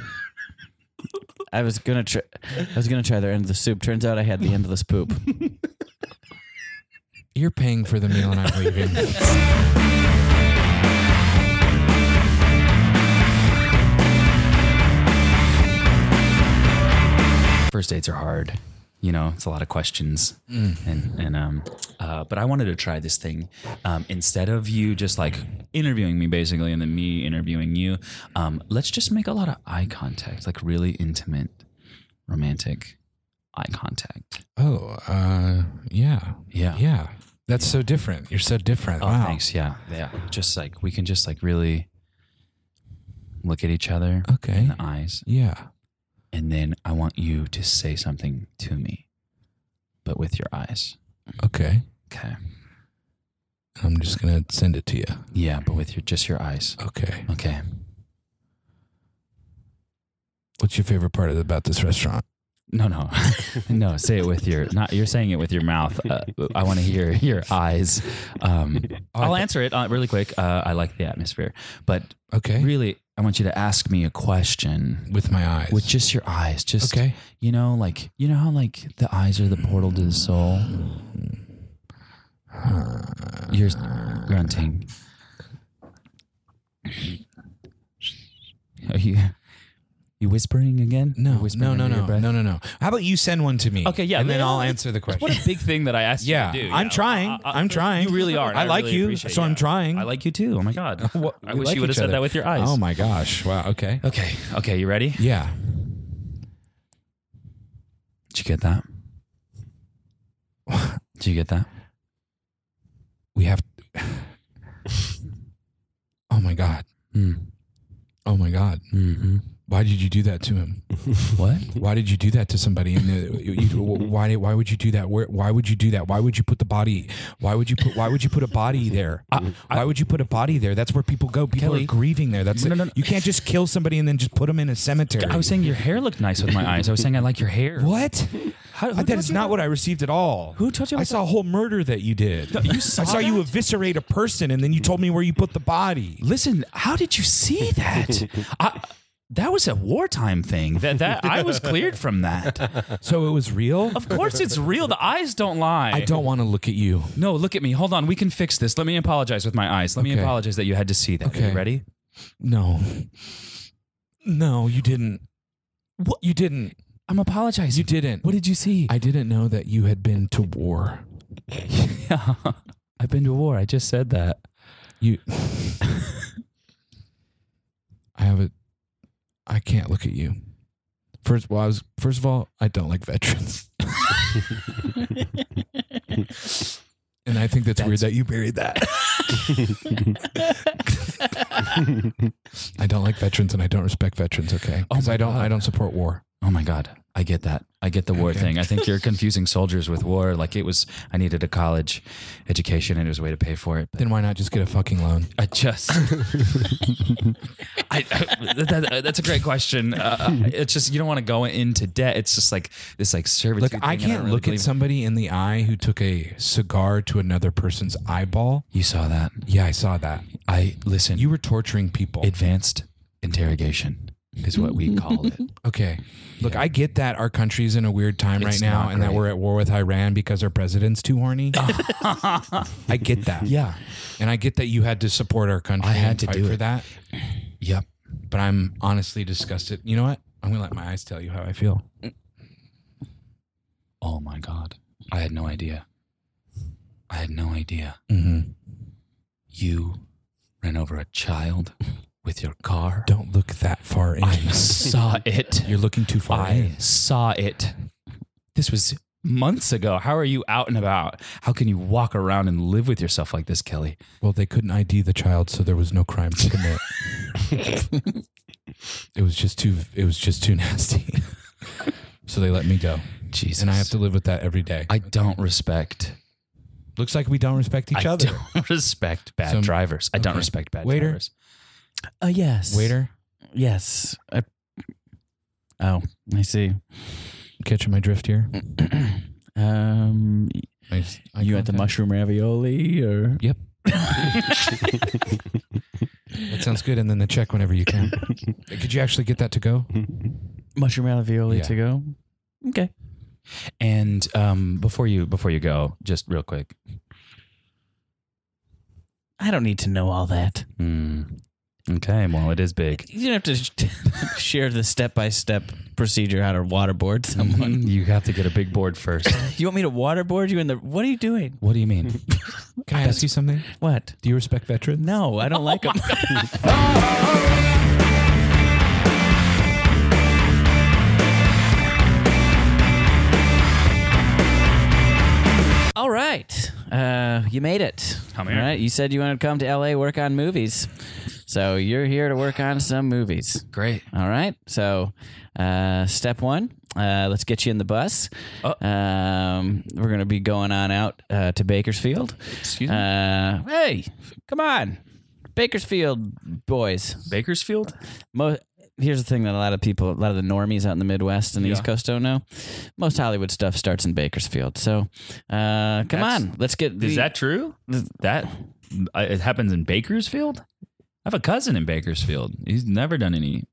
Speaker 1: I was gonna try. I was gonna try their end of the soup. Turns out I had the endless poop.
Speaker 4: You're paying for the meal and I'm leaving.
Speaker 3: First dates are hard. You know, it's a lot of questions,
Speaker 4: Mm.
Speaker 3: and and um, uh, but I wanted to try this thing um, instead of you just like interviewing me basically, and then me interviewing you. Um, let's just make a lot of eye contact, like really intimate, romantic eye contact.
Speaker 4: Oh, uh, yeah.
Speaker 3: Yeah.
Speaker 4: Yeah. That's so different. You're so different.
Speaker 3: Oh,
Speaker 4: wow.
Speaker 3: thanks. Yeah. Yeah. Just like we can just like really look at each other in
Speaker 4: Okay.
Speaker 3: the eyes.
Speaker 4: Yeah.
Speaker 3: And then I want you to say something to me, but with your eyes.
Speaker 4: Okay.
Speaker 3: Okay.
Speaker 4: I'm just going to send it to you.
Speaker 3: Yeah. But with your, just your eyes.
Speaker 4: Okay.
Speaker 3: Okay.
Speaker 4: What's your favorite part about this restaurant?
Speaker 3: No, no, no. Say it with your, not, you're saying it with your mouth. Uh, I want to hear your eyes. Um, I'll answer it uh, really quick. Uh, I like the atmosphere, but
Speaker 4: Okay.
Speaker 3: really, I want you to ask me a question
Speaker 4: With my eyes.
Speaker 3: with just your eyes. Just,
Speaker 4: okay.
Speaker 3: You know, like you know how like the eyes are the portal to the soul. You're grunting. Are you you whispering again? You're
Speaker 4: No,
Speaker 3: whispering
Speaker 4: no, no,
Speaker 3: under your
Speaker 4: no,
Speaker 3: breath?
Speaker 4: no, no, no. How about you send one to me?
Speaker 3: Okay, yeah,
Speaker 4: and then
Speaker 3: yeah.
Speaker 4: I'll answer the question.
Speaker 3: What a big thing that I asked
Speaker 4: yeah,
Speaker 3: you to do.
Speaker 4: I'm
Speaker 3: Yeah,
Speaker 4: trying.
Speaker 3: I- I-
Speaker 4: I'm trying.
Speaker 3: You really are. and
Speaker 4: I,
Speaker 3: I
Speaker 4: like
Speaker 3: really
Speaker 4: you,
Speaker 3: appreciate
Speaker 4: so
Speaker 3: it.
Speaker 4: I'm trying.
Speaker 3: I like you too. Oh my god.
Speaker 4: What-
Speaker 3: I
Speaker 4: we
Speaker 3: wish
Speaker 4: like
Speaker 3: you would have
Speaker 4: each
Speaker 3: said
Speaker 4: other.
Speaker 3: that with your eyes.
Speaker 4: Oh my gosh! Wow. Okay.
Speaker 3: Okay. Okay. You ready?
Speaker 4: Yeah.
Speaker 3: Did you get that? Did you get that?
Speaker 4: We have. oh my god.
Speaker 3: Mm. Hmm.
Speaker 4: Oh my god.
Speaker 3: Mm-hmm.
Speaker 4: why did you do that to him?
Speaker 3: What?
Speaker 4: Why did you do that to somebody? And the, you, you- why did- why would you do that? Where, why would you do that? Why would you put the body? Why would you put Why would you put a body there? why would you put a body there? That's where people go. People
Speaker 3: Kelly.
Speaker 4: are grieving there. That's
Speaker 3: No, no, no.
Speaker 4: you can't just kill somebody and then just put them in a cemetery.
Speaker 3: I was saying your hair looked nice with my eyes. I was saying I like your hair.
Speaker 4: what?
Speaker 3: How- who
Speaker 4: I- that
Speaker 3: told
Speaker 4: is
Speaker 3: you
Speaker 4: not
Speaker 3: about-
Speaker 4: what I received at all.
Speaker 3: Who told you
Speaker 4: I
Speaker 3: about
Speaker 4: saw a whole murder that you did.
Speaker 3: you
Speaker 4: I
Speaker 3: saw
Speaker 4: saw you
Speaker 3: that?
Speaker 4: eviscerate a person, and then you told me where you put the body.
Speaker 3: Listen, how did you see that? I, that was a wartime thing. That that I was cleared from that.
Speaker 4: So it was real.
Speaker 3: Of course, it's real. The eyes don't lie.
Speaker 4: I don't want to look at you.
Speaker 3: No, look at me. Hold on. We can fix this. Let me apologize with my eyes. Let me
Speaker 4: Okay.
Speaker 3: apologize that you had to see that. Are
Speaker 4: Okay.
Speaker 3: you ready?
Speaker 4: No. No, you didn't. What? You didn't.
Speaker 3: I'm apologizing.
Speaker 4: You didn't.
Speaker 3: What did you see?
Speaker 4: I didn't know that you had been to war.
Speaker 3: I've been to war. I just said that.
Speaker 4: You. I have a. I can't look at you. First, well, I was. First of all, I don't like veterans. and I think that's, weird that you buried that. I don't like veterans, and I don't respect veterans. Okay, because I don't. I don't support war.
Speaker 3: Oh my God. I get that. I get the war thing. I think you're confusing soldiers with war. Like it was, I needed a college education and it was a way to pay for it. But
Speaker 4: Then why not just get a fucking loan?
Speaker 3: I just, I, I- that, that's a great question. Uh, it's just, you don't want to go into debt. It's just like this like servitude.
Speaker 4: Look,
Speaker 3: thing,
Speaker 4: I
Speaker 3: and
Speaker 4: can't
Speaker 3: don't really
Speaker 4: look
Speaker 3: believe
Speaker 4: at
Speaker 3: it.
Speaker 4: somebody in the eye who took a cigar to another person's eyeball.
Speaker 3: You saw that.
Speaker 4: Yeah, I saw that.
Speaker 3: I listen.
Speaker 4: You were torturing people.
Speaker 3: advanced interrogation is what we call it.
Speaker 4: okay. Look, I get that our country's in a weird time
Speaker 3: It's
Speaker 4: right now
Speaker 3: not
Speaker 4: and that
Speaker 3: great. Ah.
Speaker 4: we're at war with Iran because our president's too horny. I get that.
Speaker 3: Yeah.
Speaker 4: And I get that you had to support our country.
Speaker 3: I had
Speaker 4: and
Speaker 3: to
Speaker 4: fight
Speaker 3: do
Speaker 4: for
Speaker 3: it.
Speaker 4: that.
Speaker 3: Yep.
Speaker 4: But I'm honestly disgusted. You know what? I'm going to let my eyes tell you how I feel.
Speaker 3: Oh my god. I had no idea. I had no idea.
Speaker 4: Mm-hmm.
Speaker 3: You ran over a child with your car.
Speaker 4: Don't look that far in.
Speaker 3: I saw it.
Speaker 4: You're looking too far
Speaker 3: I
Speaker 4: in.
Speaker 3: saw it. This was months ago. How are you out and about? How can you walk around and live with yourself like this, Kelly?
Speaker 4: Well, they couldn't ID the child, so there was no crime to commit. it was just too. It was just too nasty. so they let me go,
Speaker 3: Jesus.
Speaker 4: and I have to live with that every day.
Speaker 3: I don't respect
Speaker 4: Looks like we don't respect each
Speaker 3: I
Speaker 4: other.
Speaker 3: don't respect bad
Speaker 4: So-
Speaker 3: drivers. I don't
Speaker 4: okay.
Speaker 3: respect bad
Speaker 4: Waiter?
Speaker 3: drivers.
Speaker 1: Uh, yes.
Speaker 4: Waiter,
Speaker 1: Yes. I, oh, I see.
Speaker 4: catching my drift here.
Speaker 1: Um,
Speaker 4: I, I
Speaker 1: Mm. you at the
Speaker 4: contact-
Speaker 1: mushroom ravioli or?
Speaker 4: Yep. That sounds good. And then the check whenever you can. Could you actually get that to go?
Speaker 1: Mushroom ravioli
Speaker 4: Yeah.
Speaker 1: to go. Okay.
Speaker 3: And um, before you before you go, just real quick,
Speaker 1: I don't need to know all that.
Speaker 3: Mm. Okay, well, it is big.
Speaker 1: You don't have to sh- share the step by step procedure how to waterboard someone.
Speaker 3: you have to get a big board first.
Speaker 1: You want me to waterboard you in the? What are you doing?
Speaker 3: What do you mean?
Speaker 4: Can I ask you something?
Speaker 1: What?
Speaker 4: Do you respect veterans?
Speaker 1: No, I don't like them. All right, uh, you made it.
Speaker 3: I'm here.
Speaker 1: All right, you said you wanted to come to LA work on movies, so you're here to work on some movies.
Speaker 3: Great.
Speaker 1: All right. So, uh, step one, uh, let's get you in the bus.
Speaker 3: Oh.
Speaker 1: Um, we're going to be going on out uh, to Bakersfield.
Speaker 3: Excuse me?
Speaker 1: Uh, hey, come on. Bakersfield boys.
Speaker 3: Bakersfield?
Speaker 1: Mo- Here's the thing that a lot of people, a lot of the normies out in the Midwest and the East Coast don't know. Most Hollywood stuff starts in Bakersfield. So, uh, come
Speaker 3: That's-
Speaker 1: on. Let's get.
Speaker 3: Is that true? That I- it happens in Bakersfield? I have a cousin in Bakersfield. He's never done any.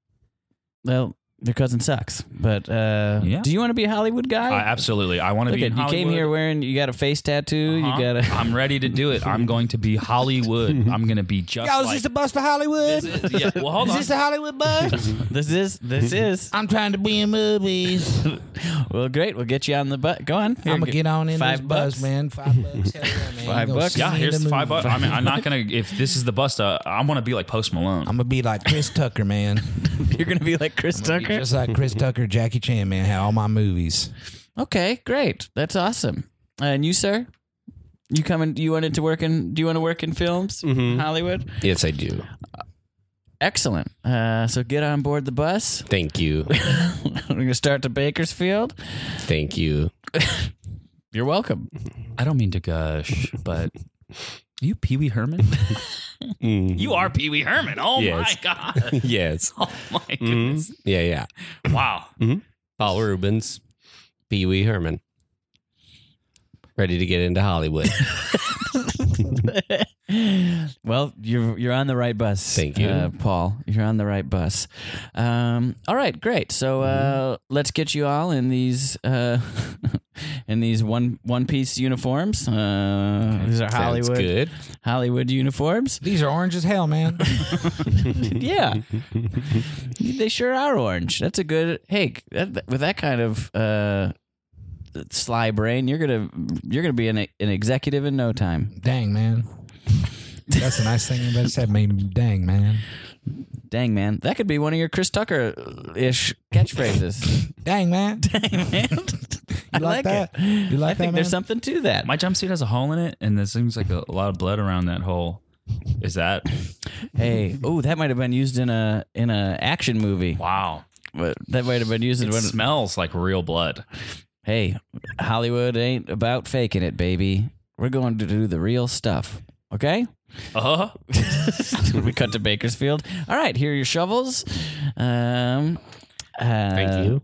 Speaker 1: Well, your cousin sucks. But uh,
Speaker 3: Yeah.
Speaker 1: do you want to be a Hollywood guy?
Speaker 3: I, absolutely. I want to
Speaker 1: Look
Speaker 3: be.
Speaker 1: at
Speaker 3: in
Speaker 1: you came
Speaker 3: Hollywood. Uh-huh.
Speaker 1: here wearing you got a face tattoo.
Speaker 3: Huh?
Speaker 1: You got a
Speaker 3: I'm ready to do it. I'm going to be Hollywood. I'm going to be just.
Speaker 7: Yo, is
Speaker 3: like,
Speaker 7: this the bus for Hollywood? Is
Speaker 3: yeah, well, hold on.
Speaker 7: this the Hollywood bus?
Speaker 1: this is this is
Speaker 7: I'm trying to be in movies.
Speaker 1: well great. We'll get you on the butt. Go on. Here,
Speaker 7: I'm gonna get on in
Speaker 1: five
Speaker 7: this bus,
Speaker 1: bucks.
Speaker 7: man. Five bucks, hell yeah, man.
Speaker 1: Five bucks?
Speaker 3: yeah, here's the five bucks. I mean, I'm
Speaker 7: I'm
Speaker 3: not gonna. If this is the bust, uh, I want to be like Post Malone.
Speaker 7: gonna be like Chris Tucker, man.
Speaker 1: You're gonna be like Chris Tucker.
Speaker 7: Just like Chris Tucker, Jackie Chan, man. Had all my movies.
Speaker 1: Okay, great. That's awesome. And you, sir, you
Speaker 2: Mm-hmm.
Speaker 8: Mm-hmm.
Speaker 1: coming? You wanted to work in? Do you want to work in films, Hollywood?
Speaker 2: Yes, I do.
Speaker 1: Excellent. Uh, so get on board the bus.
Speaker 2: Thank you.
Speaker 1: We're going to start to Bakersfield.
Speaker 2: Thank you.
Speaker 1: You're welcome.
Speaker 3: I don't mean to gush, but you Pee Wee Herman?
Speaker 8: Mm.
Speaker 3: you are Pee Wee Herman. Oh
Speaker 2: Yes.
Speaker 3: my god.
Speaker 2: Yes.
Speaker 3: Oh my
Speaker 2: Mm-hmm.
Speaker 8: Mm-hmm.
Speaker 3: goodness.
Speaker 2: Yeah, yeah.
Speaker 3: Wow.
Speaker 2: Paul Rubens, Pee Wee Herman. Ready to get into Hollywood.
Speaker 1: well, you're you're on the right bus.
Speaker 2: Thank you.
Speaker 1: uh, Paul. You're on the right bus. Um, all right, great. So uh,
Speaker 2: Mm-hmm.
Speaker 1: let's get you all in these uh, in these one one piece uniforms. Uh, these are
Speaker 2: Sounds
Speaker 1: Hollywood
Speaker 2: good.
Speaker 1: Hollywood uniforms.
Speaker 4: These are orange as hell, man.
Speaker 1: yeah, they sure are orange. That's a good. Hey, that, with that kind of uh, sly brain, you're gonna you're gonna be an an executive in no time.
Speaker 4: Dang, man. That's the nice thing about said, man. Dang, man.
Speaker 1: Dang man, that could be one of your Chris Tucker ish catchphrases.
Speaker 4: Dang, man.
Speaker 1: Dang man, I
Speaker 4: like that?
Speaker 1: It.
Speaker 4: You like
Speaker 1: I think
Speaker 4: that,
Speaker 1: there's
Speaker 4: man?
Speaker 1: something to that.
Speaker 3: My jumpsuit has a hole in it, and there seems like a, lot of blood around that hole. Is that
Speaker 1: hey, oh, that might have been used in a in a action movie.
Speaker 3: wow?
Speaker 1: But that might have been used in
Speaker 3: It
Speaker 1: one.
Speaker 3: smells like real blood.
Speaker 1: hey, Hollywood ain't about faking it, baby. We're going to do the real stuff. Okay.
Speaker 3: Uh huh.
Speaker 1: we cut to Bakersfield. All right, here are your shovels. Um, uh, Thank
Speaker 2: you.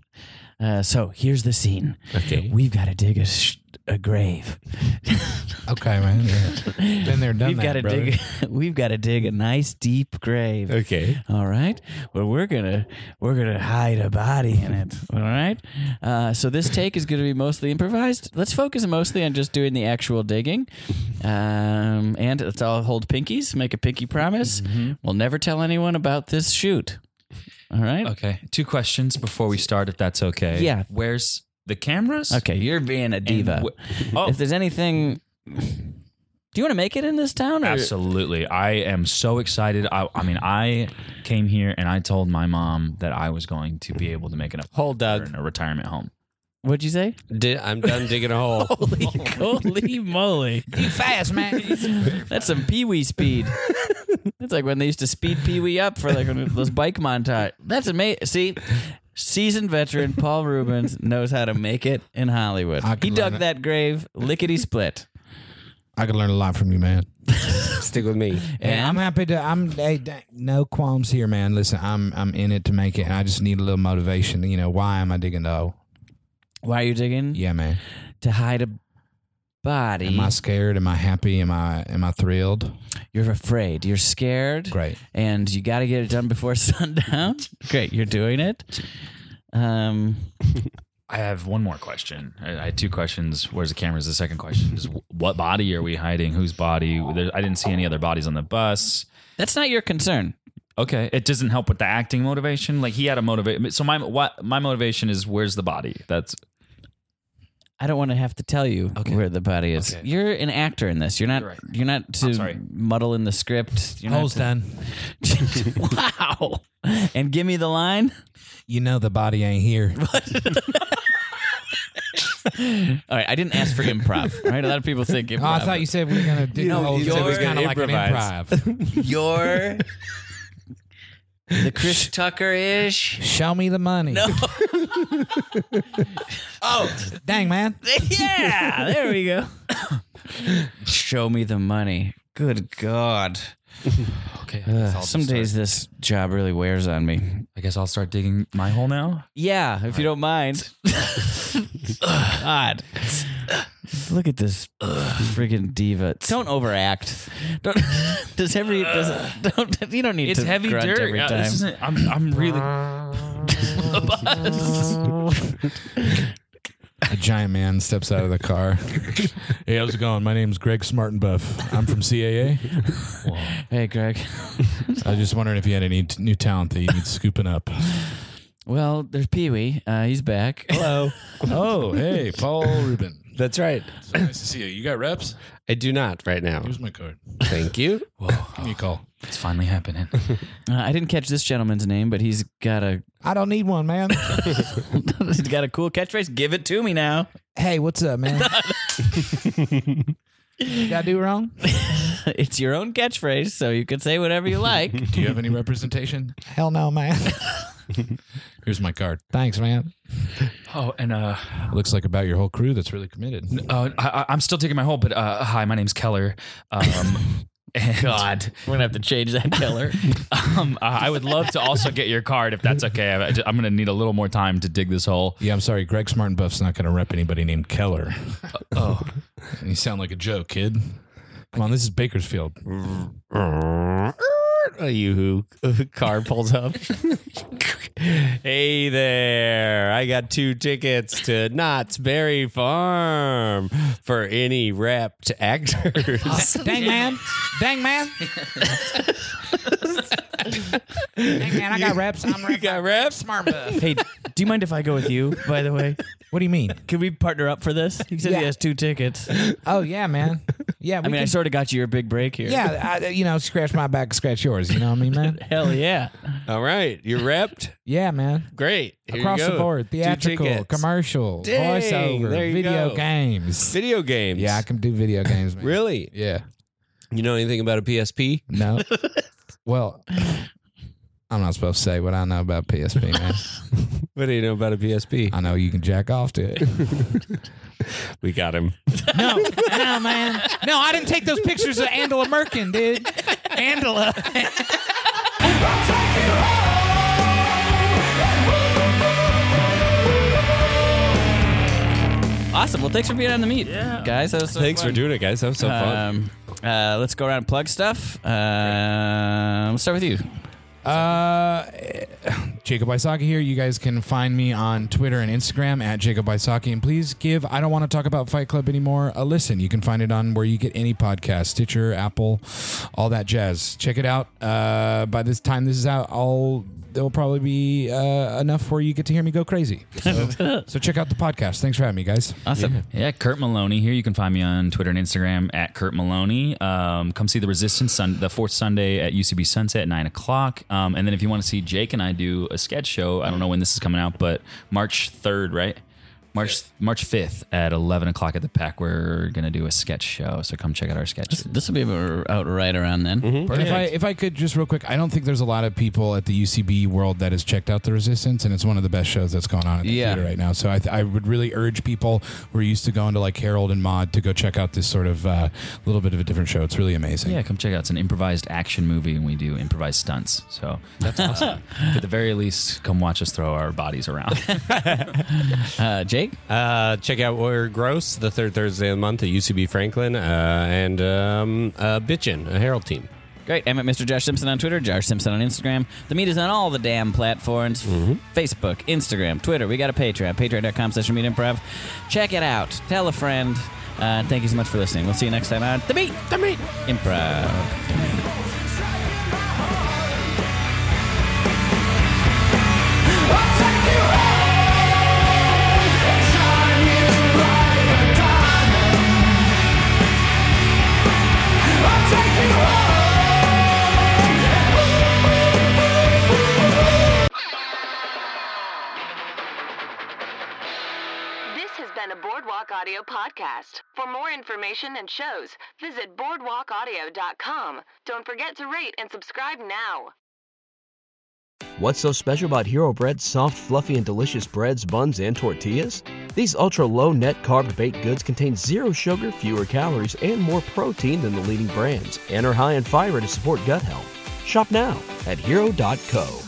Speaker 1: Uh, so here's the scene.
Speaker 2: Okay.
Speaker 1: We've got to dig a, sh- a grave.
Speaker 4: Okay, man. Yeah. Been there, done
Speaker 1: we've
Speaker 4: that,
Speaker 1: got to
Speaker 4: brother.
Speaker 1: dig. We've got to dig a nice deep grave.
Speaker 2: Okay.
Speaker 1: All right. Well, we're gonna we're gonna hide a body in it. All right. Uh, so this take is gonna be mostly improvised. Let's focus mostly on just doing the actual digging, um, and let's all hold pinkies. Make a pinky promise. We'll never tell anyone about this shoot. All right. Okay.
Speaker 3: Okay. Two questions before we start, if that's okay.
Speaker 1: Yeah.
Speaker 3: Where's the cameras?
Speaker 1: you're being a diva.
Speaker 3: wh- oh.
Speaker 1: If there's anything, do you want to make it in this town? Or?
Speaker 3: Absolutely. I am so excited. I, I mean, I came here and I told my mom that I was going to be able to make an
Speaker 2: Hold,
Speaker 3: apartment
Speaker 2: Doug.
Speaker 3: in a retirement home.
Speaker 1: What'd you say?
Speaker 2: Di- I'm done digging a hole.
Speaker 1: Holy moly!
Speaker 7: You fast, man.
Speaker 1: That's some Pee Wee speed. That's like when they used to speed Pee Wee up for like those bike montage. That's amazing. See, seasoned veteran Paul Rubens knows how to make it in Hollywood.
Speaker 4: I could
Speaker 1: He dug
Speaker 4: learn it.
Speaker 1: that grave lickety split.
Speaker 4: I could learn a lot from you, man.
Speaker 2: Stick with me.
Speaker 4: Hey, I'm
Speaker 1: And
Speaker 4: happy to. I'm hey, dang, no qualms here, man. Listen, I'm I'm in it to make it, and I just need a little motivation. You know, why am I digging the hole?
Speaker 1: why are you digging?
Speaker 4: Yeah, man.
Speaker 1: To hide a body.
Speaker 4: Am I scared? Am I happy? Am I am I thrilled?
Speaker 1: You're afraid. You're scared.
Speaker 4: Great.
Speaker 1: And you got to get it done before sundown. Great. You're doing it. Um,
Speaker 3: I have one more question. I I had two questions. Where's the cameras? The second question is wh- what body are we hiding? Whose body? There, I didn't see any other bodies on the bus.
Speaker 1: that's not your concern.
Speaker 3: Okay, it doesn't help with the acting motivation. Like he had a motivation. So my what my motivation is where's the body? That's
Speaker 1: I don't want to have to tell you where the body is.
Speaker 3: Okay.
Speaker 1: You're an actor in this. You're not. You're,
Speaker 3: right.
Speaker 1: not to
Speaker 3: sorry.
Speaker 1: muddle in the script. You're not
Speaker 4: done.
Speaker 1: to- wow. And give me the line.
Speaker 4: You know the body ain't here.
Speaker 1: All right. I didn't ask for improv. Right. A lot of people think improv.
Speaker 4: Oh, I thought you said we were gonna dig the hole.
Speaker 2: you
Speaker 4: so It was
Speaker 2: said
Speaker 4: kind of like an
Speaker 2: improvise.
Speaker 4: improv.
Speaker 1: you're the Chris Tucker ish.
Speaker 4: Show me the money. No.
Speaker 1: Oh,
Speaker 4: Dang, man.
Speaker 1: yeah. There we go. Show me the money. Good God.
Speaker 3: okay.
Speaker 1: Some days this job really wears on me.
Speaker 3: Uh, I guess I'll start digging my hole now.
Speaker 1: Yeah, if you don't mind. God. Look at this friggin' diva. Don't overact. Don't does every does, don't you don't need
Speaker 3: It's
Speaker 1: to
Speaker 3: heavy
Speaker 1: grunt
Speaker 3: dirt.
Speaker 1: every
Speaker 3: Uh,
Speaker 1: time.
Speaker 3: this isn't- I'm, I'm really.
Speaker 4: A giant man steps out of the car. hey, how's it going? My name's Greg Smartenbuff. I'm from CAA.
Speaker 1: Hey Greg.
Speaker 4: I was just wondering if you had any t- new talent that you need scooping up.
Speaker 1: Well, there's Pee Wee. Uh, he's back.
Speaker 4: Hello. oh, hey, Paul Rubin.
Speaker 2: That's right.
Speaker 4: So nice to see you. You got reps?
Speaker 2: I do not right now.
Speaker 4: Here's my card.
Speaker 2: Thank you.
Speaker 4: Give me a call.
Speaker 3: It's finally happening.
Speaker 1: Uh, I didn't catch this gentleman's name, but he's got a
Speaker 4: I don't need one, man.
Speaker 1: he's got a cool catchphrase. Give it to me now.
Speaker 4: hey, what's up, man? Did I do wrong?
Speaker 1: it's your own catchphrase, so you could say whatever you like.
Speaker 4: Do you have any representation? Hell no, man. Here's my card. Thanks, man.
Speaker 3: Oh, and uh,
Speaker 4: Looks like about your whole crew that's really committed.
Speaker 3: uh I, I- I'm still digging my hole, but uh, hi, my name's Keller. Um, and,
Speaker 1: God, we're gonna have to change that killer.
Speaker 3: um, uh, I would love to also get your card if that's okay. I, am going to need a little more time to dig this hole.
Speaker 4: Yeah, I'm sorry. Greg Smart and Buff's not going to rep anybody named Keller.
Speaker 3: Oh,
Speaker 4: You sound like a joke, kid. Come on, this is Bakersfield.
Speaker 1: A yoo-hoo car pulls up.
Speaker 2: Hey there. I got two tickets to Knott's Berry Farm for any rapt actors.
Speaker 4: Dang, man. Dang, man. Dang, man, I got reps. I'm
Speaker 2: you got raps?
Speaker 4: Smart Buff.
Speaker 1: hey, do you mind if I go with you? By the way,
Speaker 4: What do you mean?
Speaker 1: can we partner up for this? He said
Speaker 4: Yeah.
Speaker 1: he has two tickets.
Speaker 4: Oh, yeah, man. Yeah, we
Speaker 1: I mean, I
Speaker 4: can-
Speaker 1: sort of got you your big break here.
Speaker 4: yeah, I, you know, scratch my back, scratch yours. You know what I mean, man?
Speaker 1: Hell yeah.
Speaker 2: All right. You're repped?
Speaker 4: Yeah, man.
Speaker 2: Great. Here you
Speaker 4: Across the
Speaker 2: go.
Speaker 4: board,
Speaker 2: Two
Speaker 4: theatrical,
Speaker 2: tickets.
Speaker 4: commercial,
Speaker 2: Dang,
Speaker 4: voiceover,
Speaker 2: there you
Speaker 4: video
Speaker 2: go.
Speaker 4: games.
Speaker 2: Video games.
Speaker 4: Yeah, I can do video games, man.
Speaker 2: Really?
Speaker 4: Yeah.
Speaker 2: You know anything about a PSP?
Speaker 4: No. well, I'm not supposed to say what I know about PSP, man.
Speaker 2: What do you know about a PSP?
Speaker 4: I know you can jack off to it.
Speaker 2: We got him.
Speaker 4: No, no, man. No, I didn't take those pictures of Angela Merkin, dude. Angela.
Speaker 1: Awesome. Well, thanks for being on the meet, yeah. guys. That was so
Speaker 2: Thanks
Speaker 1: fun.
Speaker 2: for doing it, guys. That was so fun.
Speaker 1: Um, uh, let's go around and plug stuff. Uh, let's start with you.
Speaker 4: Uh, Jacob Isaki here. You guys can find me on Twitter and Instagram at Jacob Isaki. And please give I Don't Want to Talk About Fight Club Anymore a listen. You can find it on where you get any podcast, Stitcher, Apple, all that jazz. Check it out. Uh, by this time this is out, I'll, there'll probably be uh, enough where you get to hear me go crazy. So, so check out the podcast. Thanks for having me, guys.
Speaker 1: Awesome.
Speaker 3: yeah, Kurt Maloney here. You can find me on Twitter and Instagram at Kurt Maloney. Um, come see the Resistance Sun, the fourth Sunday at UCB Sunset at nine o'clock. Um, and then if you want to see Jake and I do a sketch show, I don't know when this is coming out, but March third, right? March March fifth at eleven o'clock at the Pack. We're gonna do a sketch show, so come check out our sketches.
Speaker 1: This will be out right around then.
Speaker 4: And if I if I could just real quick, I don't think there's a lot of people at the UCB world that has checked out the Resistance, and it's one of the best shows that's going on in the
Speaker 1: Yeah.
Speaker 4: theater right now. So I, th- I would really urge people who are used to going to like Harold and Maude to go check out this sort of uh, little bit of a different show. It's really amazing.
Speaker 3: Yeah, come check it out. It's an improvised action movie, and we do improvised stunts. So that's awesome. At the very least, come watch us throw our bodies around.
Speaker 1: Uh, Jake?
Speaker 2: Uh, check out Warrior Gross the third Thursday of the month at UCB Franklin uh, and um, uh, Bitchin, a Herald team.
Speaker 1: Great. I'm at Mr. Josh Simpson on Twitter, Josh Simpson on Instagram. The meet is on all the damn platforms
Speaker 3: Mm-hmm.
Speaker 1: Facebook, Instagram, Twitter. We got a Patreon, patreon.com slash meet improv. Check it out. Tell a friend. Uh, thank you so much for listening. We'll see you next time on The Meet, The Meet Improv.
Speaker 9: This has been a Boardwalk Audio podcast. For more information and shows, visit boardwalkaudio.com. Don't forget to rate and subscribe now.
Speaker 10: What's so special about Hero Bread's soft, fluffy, and delicious breads, buns, and tortillas? These ultra low net carb baked goods contain zero sugar, fewer calories, and more protein than the leading brands, and are high in fiber to support gut health. Shop now at hero.co.